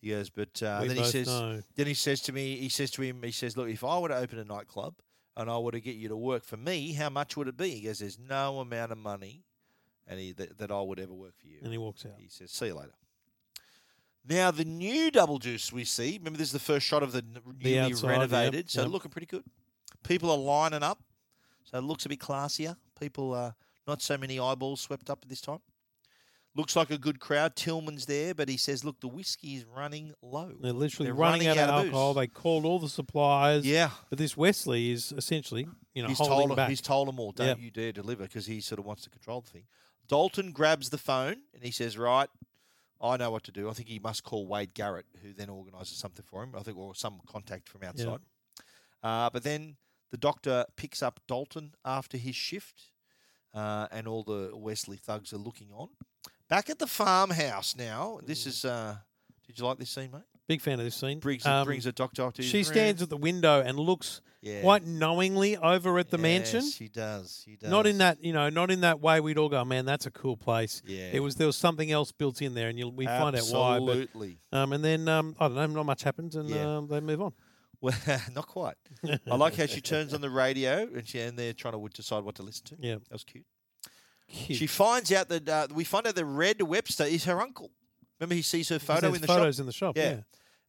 Speaker 1: He goes, but uh,
Speaker 2: We
Speaker 1: then he
Speaker 2: both
Speaker 1: says,
Speaker 2: know.
Speaker 1: then he says to me, he says to him, he says, look, if I were to open a nightclub and I were to get you to work for me, how much would it be? He goes, there's no amount of money, and he that, that I would ever work for you.
Speaker 2: And he walks out.
Speaker 1: He says, see you later. Now the new double juice we see. Remember, this is the first shot of the n- newly
Speaker 2: outside, yep,
Speaker 1: renovated, so
Speaker 2: yep.
Speaker 1: looking pretty good. People are lining up, so it looks a bit classier. People, uh, not so many eyeballs swept up at this time. Looks like a good crowd. Tillman's there, but he says, "Look, the whiskey is running low.
Speaker 2: They're literally
Speaker 1: They're
Speaker 2: running, out, of
Speaker 1: booze."
Speaker 2: alcohol. They called all the suppliers.
Speaker 1: Yeah.
Speaker 2: But this Wesley is essentially, you know,
Speaker 1: he's
Speaker 2: holding
Speaker 1: told
Speaker 2: back.
Speaker 1: he's told them all, "Don't
Speaker 2: Yeah.
Speaker 1: you dare deliver," because he sort of wants to control the thing. Dalton grabs the phone and he says, "Right, I know what to do. I think he must call Wade Garrett, who then organises something for him. I think, or some contact from outside." Uh, but then the doctor picks up Dalton after his shift, uh, and all the Wesley thugs are looking on. Back at the farmhouse now.
Speaker 2: Mm.
Speaker 1: This is. Uh, did you like this scene, mate?
Speaker 2: Big fan of this scene. Um,
Speaker 1: Briggs brings a doctor up to his
Speaker 2: She
Speaker 1: room.
Speaker 2: stands at the window and looks
Speaker 1: Yeah.
Speaker 2: quite knowingly over at the mansion.
Speaker 1: Yes, she does. She does.
Speaker 2: Not in that, you know, not in that way we'd all go, man, that's a cool place.
Speaker 1: Yeah.
Speaker 2: It was there was something else built in there, and you'll, we find out why. But
Speaker 1: Absolutely.
Speaker 2: Um, and then um, I don't know, not much happens, and
Speaker 1: Yeah.
Speaker 2: um, they move on.
Speaker 1: Well, not quite. I like how she turns on the radio and she and they're trying to decide what to listen to.
Speaker 2: Yeah.
Speaker 1: that was cute. She finds out that uh, we find out that Red Webster is her uncle. Remember, he sees her photo
Speaker 2: there's
Speaker 1: in the
Speaker 2: photos
Speaker 1: shop.
Speaker 2: in the shop, yeah.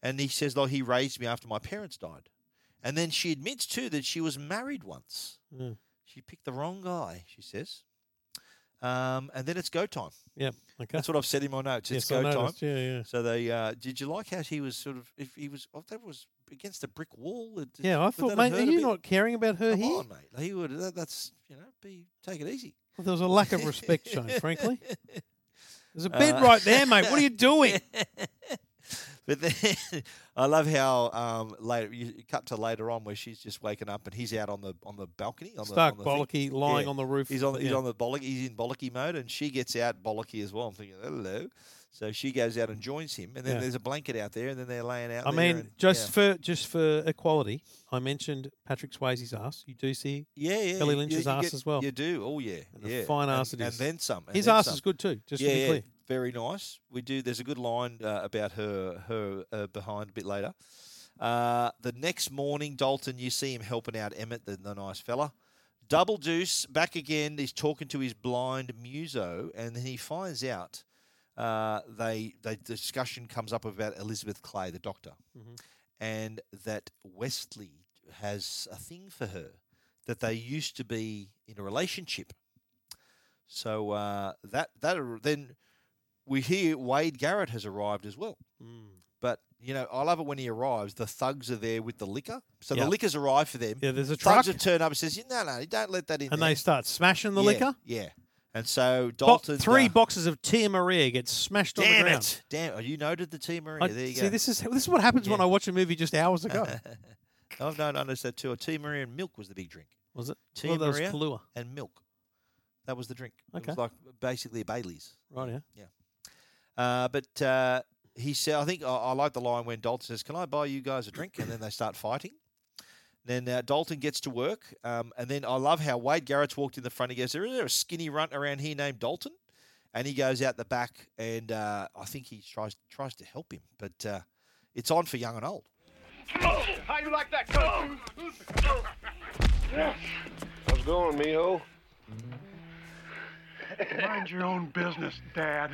Speaker 1: and he says, "Like he raised me after my parents died," and then she admits
Speaker 2: Hmm.
Speaker 1: too that she was married once.
Speaker 2: Yeah.
Speaker 1: She picked the wrong guy. She says. Um, and then it's go time.
Speaker 2: Yeah, okay.
Speaker 1: That's what I've said in my notes. It's
Speaker 2: Yes, I
Speaker 1: go time.
Speaker 2: noticed. Yeah, yeah.
Speaker 1: So they uh, did you like how he was sort of if he was oh, that was against a brick wall. It-
Speaker 2: Yeah, I
Speaker 1: would
Speaker 2: thought,
Speaker 1: that have
Speaker 2: mate, are
Speaker 1: hurt a
Speaker 2: you
Speaker 1: bit?
Speaker 2: not caring about her
Speaker 1: Come
Speaker 2: here?
Speaker 1: on, mate. He would. That, that's you know, be take it easy.
Speaker 2: Well, there was a lack of respect shown, frankly. There's a bed
Speaker 1: Uh,
Speaker 2: right there, mate. What are you doing?
Speaker 1: But then I love how um, later you cut to later on where she's just waking up and he's out on the on the balcony on
Speaker 2: Stark
Speaker 1: the, on the thing.
Speaker 2: bollocky, lying on the roof.
Speaker 1: He's on the, he's
Speaker 2: Yeah.
Speaker 1: on the bollocky. He's in bollocky mode, and she gets out bollocky as well. I'm thinking hello. So she goes out and joins him, and then
Speaker 2: Yeah.
Speaker 1: there's a blanket out there, and then they're laying out.
Speaker 2: I
Speaker 1: there
Speaker 2: mean,
Speaker 1: and-
Speaker 2: just
Speaker 1: yeah.
Speaker 2: for just for equality, I mentioned Patrick Swayze's ass. You do see,
Speaker 1: Yeah, yeah.
Speaker 2: Kelly
Speaker 1: you-
Speaker 2: Lynch's
Speaker 1: you
Speaker 2: ass
Speaker 1: get-
Speaker 2: as well.
Speaker 1: You do. Oh, yeah.
Speaker 2: And a
Speaker 1: yeah.
Speaker 2: fine
Speaker 1: and,
Speaker 2: ass it is.
Speaker 1: And then some. and
Speaker 2: His
Speaker 1: then
Speaker 2: ass
Speaker 1: some.
Speaker 2: is good too, just to
Speaker 1: yeah,
Speaker 2: be
Speaker 1: yeah,
Speaker 2: clear.
Speaker 1: Very nice. We do. There's a good line uh, about her her uh, behind a bit later. Uh, the next morning, Dalton, you see him helping out Emmett, the, the nice fella. Double Deuce back again. He's talking to his blind muso, and then he finds out. Uh, they the discussion comes up about Elizabeth Clay, the doctor,
Speaker 2: Mhm.
Speaker 1: and that Wesley has a thing for her. That they used to be in a relationship. So uh, that that ar- then we hear Wade Garrett has arrived as well.
Speaker 2: Mm.
Speaker 1: But you know, I love it when he arrives. The thugs are there with the liquor, so
Speaker 2: Yeah.
Speaker 1: the liquor's arrived for them.
Speaker 2: Yeah, there's a
Speaker 1: thugs
Speaker 2: truck.
Speaker 1: will turn up and says, "No, no, don't let that in."
Speaker 2: and
Speaker 1: there."
Speaker 2: they start smashing the
Speaker 1: Yeah,
Speaker 2: liquor.
Speaker 1: Yeah, and so
Speaker 2: Bo-
Speaker 1: Dalton
Speaker 2: three
Speaker 1: uh,
Speaker 2: boxes of Tia Maria get smashed on the
Speaker 1: damn
Speaker 2: ground.
Speaker 1: it, damn! oh, You noted the team Maria.
Speaker 2: I-
Speaker 1: there you
Speaker 2: see,
Speaker 1: go.
Speaker 2: this is this is what happens when I watch a movie just hours ago.
Speaker 1: I've known noticed that too. A Tea Maria and milk was the big drink.
Speaker 2: Was it?
Speaker 1: Tea
Speaker 2: Well, that was
Speaker 1: Maria
Speaker 2: Kahlua.
Speaker 1: and milk. That was the drink. It was
Speaker 2: Okay.
Speaker 1: like basically a Bailey's.
Speaker 2: Right, yeah.
Speaker 1: Yeah. Uh, but uh, he said, I think I, I like the line when Dalton says, "Can I buy you guys a drink?" And then they start fighting. Then uh, Dalton gets to work, um, and then I love how Wade Garrett's walked in the front. He goes, "There is there a skinny runt around here named Dalton," and he goes out the back, and uh, I think he tries tries to help him, but uh, it's on for young and old.
Speaker 17: How you like that, Coach?
Speaker 15: How's it going, mijo?
Speaker 17: Mind your own business, Dad.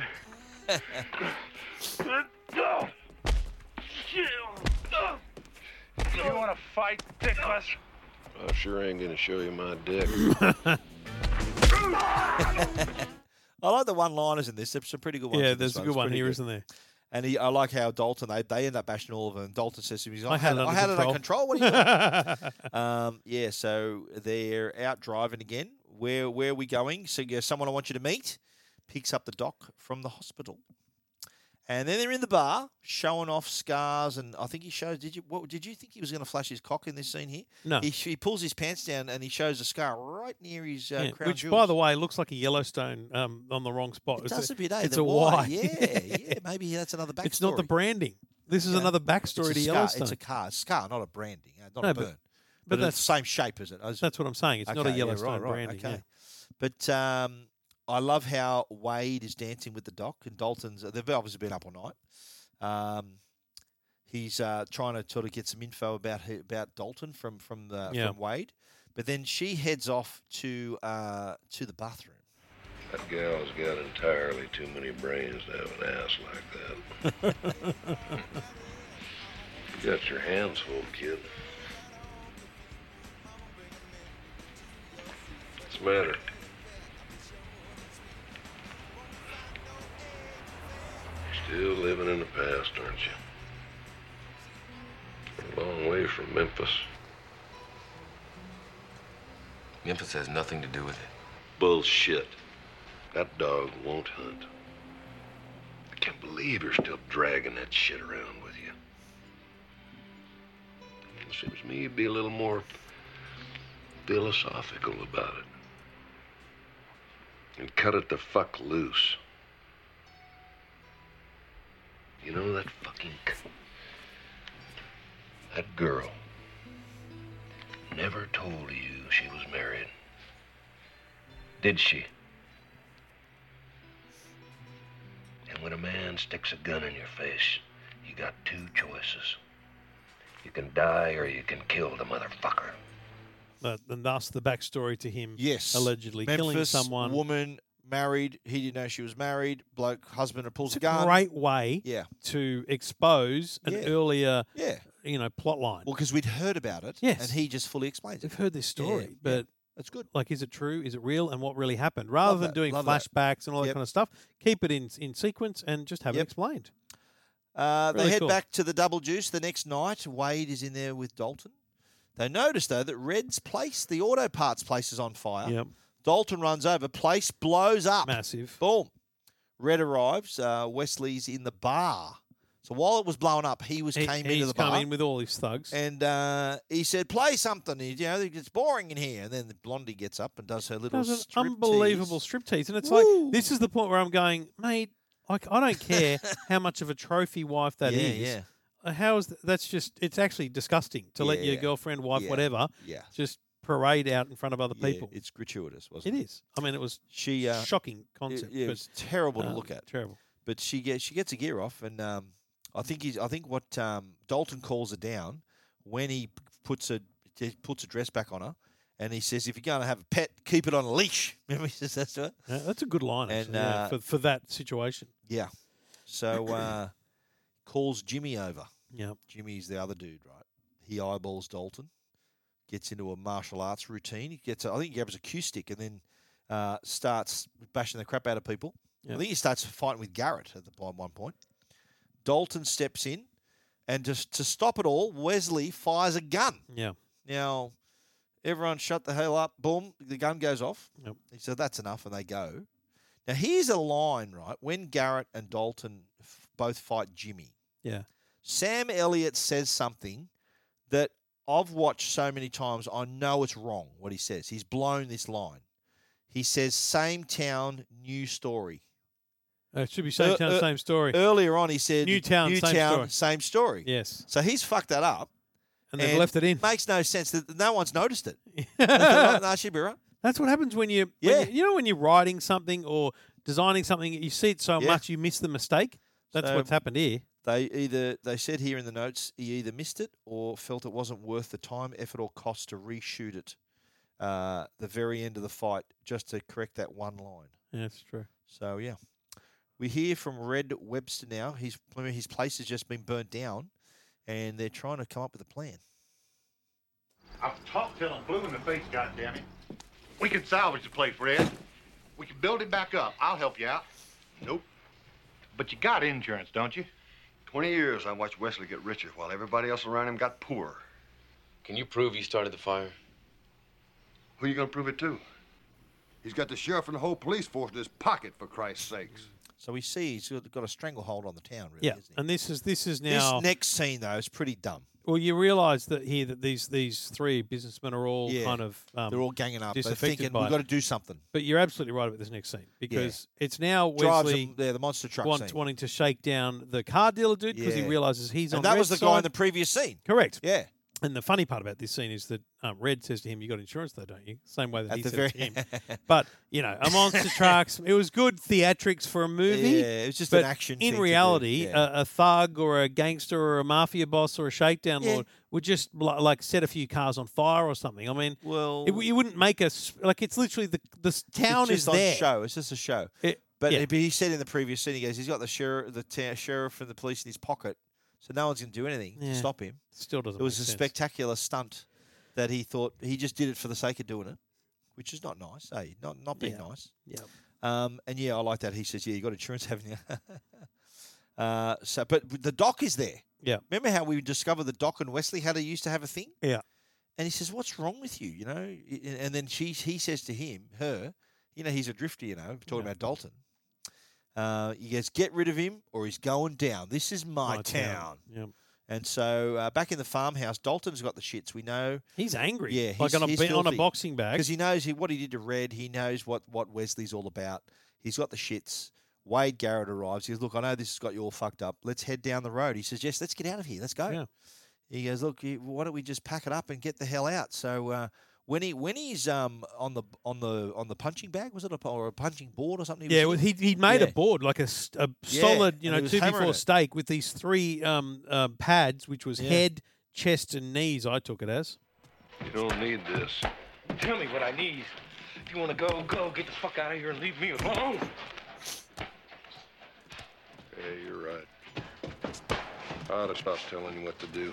Speaker 17: You want to fight, Dickless?
Speaker 15: I sure ain't gonna show you my dick.
Speaker 1: I like the one-liners in this. There's some pretty good ones.
Speaker 2: Yeah,
Speaker 1: in this
Speaker 2: there's a good one
Speaker 1: It's pretty
Speaker 2: here, isn't there?
Speaker 1: And he, I like how Dalton they, they end up bashing all of them. Dalton says to him, he's like,
Speaker 2: I had it
Speaker 1: I
Speaker 2: under
Speaker 1: had it under control.
Speaker 2: control."
Speaker 1: What are you doing? um, yeah, so they're out driving again. Where where are we going? So yeah, someone I want you to meet picks up the doc from the hospital, and then they're in the bar showing off scars. And I think he shows. Did you what, did you think he was going to flash his cock in this scene here?
Speaker 2: No.
Speaker 1: He, he pulls his pants down and he shows a scar right near his uh,
Speaker 2: Yeah,
Speaker 1: crown
Speaker 2: which,
Speaker 1: jewels.
Speaker 2: by the way, looks like a Yellowstone um, on the wrong spot.
Speaker 1: It
Speaker 2: It's
Speaker 1: does a bit, eh?
Speaker 2: It's
Speaker 1: The
Speaker 2: a
Speaker 1: Y.
Speaker 2: Y.
Speaker 1: Yeah, yeah. Maybe that's another backstory.
Speaker 2: It's not the branding. This is
Speaker 1: Yeah.
Speaker 2: another
Speaker 1: It's a
Speaker 2: backstory to
Speaker 1: scar-
Speaker 2: Yellowstone.
Speaker 1: It's a car, scar, not a branding, uh, not
Speaker 2: No,
Speaker 1: a
Speaker 2: but-
Speaker 1: burn.
Speaker 2: but
Speaker 1: But, it's
Speaker 2: that's-
Speaker 1: the same shape as it. is it?
Speaker 2: that's what I'm saying. It's not a
Speaker 1: Okay, yeah, right,
Speaker 2: Yellowstone
Speaker 1: right,
Speaker 2: branding,
Speaker 1: Okay. But um, I love how Wade is dancing with the doc and Dalton's. uh, They've obviously been up all night. Um, he's uh, trying to sort of get some info about her, about Dalton from from the,
Speaker 2: Yeah.
Speaker 1: from Wade. But then she heads off to uh, to the bathroom.
Speaker 15: That gal's got entirely too many brains to have an ass like that. you got your hands full, kid. What's the matter? Still living in the past, aren't you? You're A long way from Memphis.
Speaker 8: Memphis has nothing to do with it.
Speaker 15: Bullshit. That dog won't hunt. I can't believe you're still dragging that shit around with you. It seems to me you'd be a little more philosophical about it. And cut it the fuck loose. You know that fucking. c- That girl never told you she was married. Did she? And when a man sticks a gun in your face, you got two choices. You can die or you can kill the motherfucker.
Speaker 2: That- and that's the backstory to him.
Speaker 1: Yes,
Speaker 2: allegedly killing
Speaker 1: Memphis,
Speaker 2: someone.
Speaker 1: Woman married. He didn't know she was married. Bloke husband who pulls
Speaker 2: It's
Speaker 1: a
Speaker 2: a
Speaker 1: gun.
Speaker 2: great way
Speaker 1: Yeah.
Speaker 2: to expose an
Speaker 1: Yeah.
Speaker 2: earlier,
Speaker 1: Yeah.
Speaker 2: you know, plot line.
Speaker 1: Well, because we'd heard about it,
Speaker 2: Yes.
Speaker 1: and he just fully explains it.
Speaker 2: We've heard this story, but
Speaker 1: That's good.
Speaker 2: Like, is it true? Is it real? And what really happened? Rather
Speaker 1: Love
Speaker 2: than
Speaker 1: that,
Speaker 2: doing
Speaker 1: love that.
Speaker 2: flashbacks and all
Speaker 1: Yep.
Speaker 2: that kind of stuff, keep it in in sequence and just have
Speaker 1: Yep.
Speaker 2: it explained.
Speaker 1: Uh, they
Speaker 2: Really
Speaker 1: head
Speaker 2: cool.
Speaker 1: back to the double juice the next night. Wade is in there with Dalton. They notice, though, that Red's place, the auto parts place, is on fire.
Speaker 2: Yep.
Speaker 1: Dalton runs over. Place blows up.
Speaker 2: Massive.
Speaker 1: Boom. Red arrives. Uh, Wesley's in the bar. So while it was blowing up, he was
Speaker 2: He-
Speaker 1: came
Speaker 2: he's
Speaker 1: into the
Speaker 2: come
Speaker 1: bar.
Speaker 2: in with all his thugs.
Speaker 1: and uh, he said, "Play something." He- You know, it's boring in here. And then the blondie gets up and does her little
Speaker 2: Does an
Speaker 1: striptease.
Speaker 2: unbelievable striptease, and it's like this is the point where I'm going, mate. Like I don't care how much of a trophy wife that
Speaker 1: Yeah,
Speaker 2: is.
Speaker 1: yeah.
Speaker 2: Uh, How is th- that's just? It's actually disgusting to let your
Speaker 1: Yeah.
Speaker 2: girlfriend, wife,
Speaker 1: Yeah.
Speaker 2: whatever,
Speaker 1: Yeah.
Speaker 2: just parade out in front of other
Speaker 1: Yeah,
Speaker 2: people.
Speaker 1: it's gratuitous, wasn't
Speaker 2: It
Speaker 1: it?
Speaker 2: is. I mean, it was
Speaker 1: She uh,
Speaker 2: shocking
Speaker 1: Yeah,
Speaker 2: concept.
Speaker 1: Yeah, it
Speaker 2: but
Speaker 1: was terrible to
Speaker 2: um,
Speaker 1: look at.
Speaker 2: Terrible.
Speaker 1: But she gets she gets a gear off, and um, I think he's I think what um, Dalton calls her down when he p- puts a he puts a dress back on her, and he says, "If you're going to have a pet, keep it on a leash." Remember, he says that to her.
Speaker 2: Yeah, that's a good line
Speaker 1: And,
Speaker 2: actually, yeah,
Speaker 1: uh,
Speaker 2: for, for that situation.
Speaker 1: Yeah. So uh, calls Jimmy over.
Speaker 2: Yep.
Speaker 1: Jimmy's the other dude, right? He eyeballs Dalton, gets into a martial arts routine. He gets, a, I think, he grabs a cue stick and then uh, starts bashing the crap out of people. I
Speaker 2: Yep.
Speaker 1: think he starts fighting with Garrett at the by one point. Dalton steps in, and just to stop it all, Wesley fires a gun.
Speaker 2: Yeah.
Speaker 1: Now, everyone shut the hell up. Boom, the gun goes off.
Speaker 2: Yep.
Speaker 1: He said, that's enough, and they go. Now, here's a line, right? When Garrett and Dalton f- both fight Jimmy,
Speaker 2: Yeah.
Speaker 1: Sam Elliott says something that I've watched so many times, I know it's wrong what he says. He's blown this line. He says, same town, new story.
Speaker 2: Uh, it should be same
Speaker 1: Uh,
Speaker 2: town,
Speaker 1: uh,
Speaker 2: same story.
Speaker 1: Earlier on, he said,
Speaker 2: New town, same story."
Speaker 1: same story.
Speaker 2: Yes.
Speaker 1: So he's fucked that up.
Speaker 2: And they've left it in.
Speaker 1: Makes no sense. that No one's noticed it. no, she'd be right.
Speaker 2: That's what happens when you, when
Speaker 1: Yeah.
Speaker 2: you, you know, when you're writing something or designing something, you see it so
Speaker 1: Yeah.
Speaker 2: much you miss the mistake. That's
Speaker 1: So-
Speaker 2: what's happened here.
Speaker 1: They either they said here in the notes he either missed it or felt it wasn't worth the time, effort, or cost to reshoot it. Uh, the very end of the fight, just to correct that one line.
Speaker 2: Yeah, that's true.
Speaker 1: So yeah, we hear from Red Webster now. His I mean, his place has just been burnt down, and they're trying to come up with a plan.
Speaker 18: I've talked till I'm blue in the face, goddammit. We can salvage the place, Red. We can build it back up. I'll help you out.
Speaker 15: Nope.
Speaker 18: But you got insurance, don't you?
Speaker 15: 20 years I watched Wesley get richer while everybody else around him got poorer.
Speaker 8: Can you prove he started the fire?
Speaker 15: Who you gonna prove it to? He's got the sheriff and the whole police force in his pocket, for Christ's sakes.
Speaker 1: So we see he's got got a stranglehold on the town, really.
Speaker 2: Yeah,
Speaker 1: Isn't
Speaker 2: and this is this is
Speaker 1: he? This
Speaker 2: now.
Speaker 1: next scene though is pretty dumb.
Speaker 2: well, you realise that here that these these three businessmen are all
Speaker 1: Yeah.
Speaker 2: kind of um,
Speaker 1: They're all ganging up. They're
Speaker 2: disaffected
Speaker 1: thinking,
Speaker 2: by
Speaker 1: "We've
Speaker 2: it."
Speaker 1: gotta do something.
Speaker 2: But you're absolutely right about this next scene because it's now
Speaker 1: Drives
Speaker 2: Wesley
Speaker 1: them- yeah, the monster truck
Speaker 2: want-
Speaker 1: scene.
Speaker 2: wanting to shake down the car dealer dude because
Speaker 1: Yeah.
Speaker 2: he realises he's
Speaker 1: and
Speaker 2: on
Speaker 1: that was the
Speaker 2: Red's
Speaker 1: guy in
Speaker 2: side.
Speaker 1: the previous scene.
Speaker 2: Correct.
Speaker 1: Yeah.
Speaker 2: And the funny part about this scene is that um, Red says to him, "You got insurance, though, don't you?" Same way that
Speaker 1: At
Speaker 2: he
Speaker 1: the
Speaker 2: said it
Speaker 1: very-
Speaker 2: to him. but you know, a monster trucks. It was good theatrics for a movie.
Speaker 1: Yeah, it was just an
Speaker 2: but
Speaker 1: action thing
Speaker 2: In
Speaker 1: to do,
Speaker 2: reality, uh,
Speaker 1: yeah.
Speaker 2: a, a thug or a gangster or a mafia boss or a shakedown
Speaker 1: Yeah.
Speaker 2: lord would just li- like set a few cars on fire or something. I mean,
Speaker 1: Well,
Speaker 2: it, you wouldn't make us like it's literally the the s- town
Speaker 1: it's just
Speaker 2: is
Speaker 1: on
Speaker 2: there.
Speaker 1: show. It's just a show.
Speaker 2: It-
Speaker 1: but,
Speaker 2: yeah.
Speaker 1: but he said in the previous scene, he goes, he's got the sheriff, the ta- sheriff, and the police in his pocket, so no one's going to do anything to
Speaker 2: Yeah.
Speaker 1: stop him.
Speaker 2: Still doesn't
Speaker 1: It was
Speaker 2: make
Speaker 1: a
Speaker 2: sense.
Speaker 1: spectacular stunt that he thought he just did it for the sake of doing it, which is not nice. Hey, not not being
Speaker 2: Yeah.
Speaker 1: nice.
Speaker 2: Yep.
Speaker 1: Um, and yeah, I like that. He says, yeah, you got insurance, haven't you? uh, so, but the doc is there.
Speaker 2: Yeah.
Speaker 1: Remember how we discovered the doc and Wesley how they used to have a thing?
Speaker 2: Yeah.
Speaker 1: And he says, "What's wrong with you?" You know, Y- y- and then she he says to him, her, you know, he's a drifter. You know, talking about Dalton. Uh, he goes, "Get rid of him, or he's going down. This is my,
Speaker 2: My
Speaker 1: town.
Speaker 2: town." Yep.
Speaker 1: And so uh, back in the farmhouse, Dalton's got the shits. We know
Speaker 2: He's angry.
Speaker 1: Yeah,
Speaker 2: Like on a ba- on a boxing bag.
Speaker 1: because he knows he, what he did to Red. He knows what what Wesley's all about. He's got the shits. Wade Garrett arrives. He goes, "Look, I know this has got you all fucked up. Let's head down the road." He says, "Yes, let's get out of here. Let's go."
Speaker 2: Yeah.
Speaker 1: He goes, "Look, you- why don't we just pack it up and get the hell out?" So uh, when he when he's um on the on the on the punching bag, was it a, or a punching board or something?
Speaker 2: Yeah,
Speaker 1: was
Speaker 2: well, he
Speaker 1: hitting?
Speaker 2: he made
Speaker 1: Yeah.
Speaker 2: a board like a, s- a
Speaker 1: Yeah,
Speaker 2: solid, you
Speaker 1: and he
Speaker 2: know,
Speaker 1: was
Speaker 2: two
Speaker 1: hammering
Speaker 2: before
Speaker 1: it.
Speaker 2: steak with these three um, uh, pads, which was
Speaker 1: Yeah.
Speaker 2: head, chest, and knees. I took it as.
Speaker 11: You don't need this.
Speaker 8: Tell me what I need. If you want to go, go. Get the fuck out of here and leave me alone.
Speaker 11: Yeah, you're right. I ought to stop telling you what to do.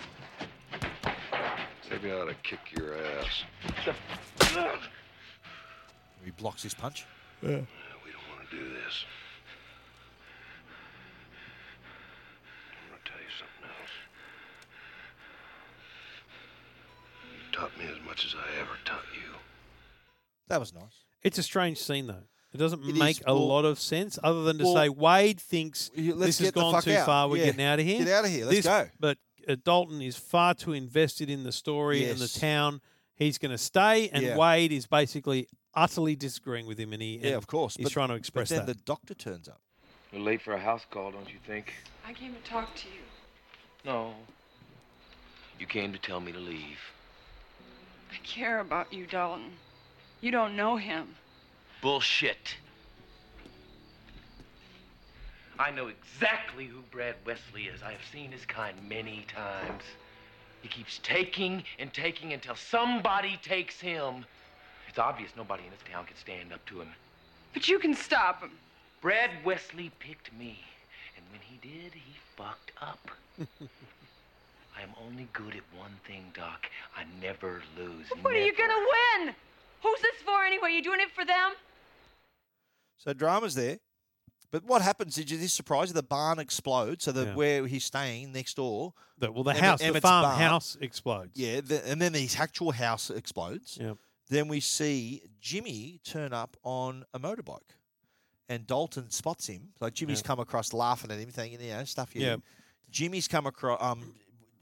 Speaker 11: Maybe I ought to kick your ass.
Speaker 1: He blocks his punch.
Speaker 2: Yeah.
Speaker 19: want to do this. I'm going to tell you something else. You taught me as much as I ever taught you.
Speaker 1: That was nice.
Speaker 2: It's a strange scene, though. It doesn't
Speaker 1: It
Speaker 2: make
Speaker 1: is.
Speaker 2: a
Speaker 1: Well-
Speaker 2: lot of sense other than to
Speaker 1: Well,
Speaker 2: say Wade thinks
Speaker 1: you- let's
Speaker 2: this has
Speaker 1: get the
Speaker 2: gone
Speaker 1: fuck
Speaker 2: too
Speaker 1: out.
Speaker 2: far. We're
Speaker 1: Yeah.
Speaker 2: getting out of here.
Speaker 1: Get outta here. Let's
Speaker 2: This-
Speaker 1: go.
Speaker 2: But uh, Dalton is far too invested in the story and
Speaker 1: Yes.
Speaker 2: the town. He's going to stay, and
Speaker 1: Yeah.
Speaker 2: Wade is basically utterly disagreeing with him, and he
Speaker 1: Yeah,
Speaker 2: and
Speaker 1: of course.
Speaker 2: he's
Speaker 1: but-
Speaker 2: trying to
Speaker 1: but
Speaker 2: express
Speaker 1: then
Speaker 2: that.
Speaker 1: the doctor turns up.
Speaker 8: We're late for a house call, don't you think?
Speaker 20: I came to talk to you.
Speaker 8: No. You came to tell me to leave.
Speaker 20: I care about you, Dalton. You don't know him.
Speaker 8: Bullshit. I know exactly who Brad Wesley is. I have seen his kind many times. He keeps taking and taking until somebody takes him. It's obvious nobody in this town can stand up to him.
Speaker 20: But you can stop him.
Speaker 8: Brad Wesley picked me, and when he did, he fucked up. I am only good at one thing, Doc. I never lose.
Speaker 20: What are you
Speaker 8: never.
Speaker 20: gonna win? Who's this for anyway? You doing it for them?
Speaker 1: So drama's there. But what happens is this surprise the barn explodes. So the
Speaker 2: Yeah.
Speaker 1: where he's staying next door.
Speaker 2: The- well, the
Speaker 1: Emmett-
Speaker 2: house, the
Speaker 1: Emmett's
Speaker 2: farm
Speaker 1: barn.
Speaker 2: house explodes.
Speaker 1: Yeah, the, and then his actual house explodes.
Speaker 2: Yep.
Speaker 1: Then we see Jimmy turn up on a motorbike, and Dalton spots him. Like Jimmy's
Speaker 2: Yep.
Speaker 1: come across laughing at him, thinking, you know, stuff you. do."
Speaker 2: Yep.
Speaker 1: Jimmy's come across. Um,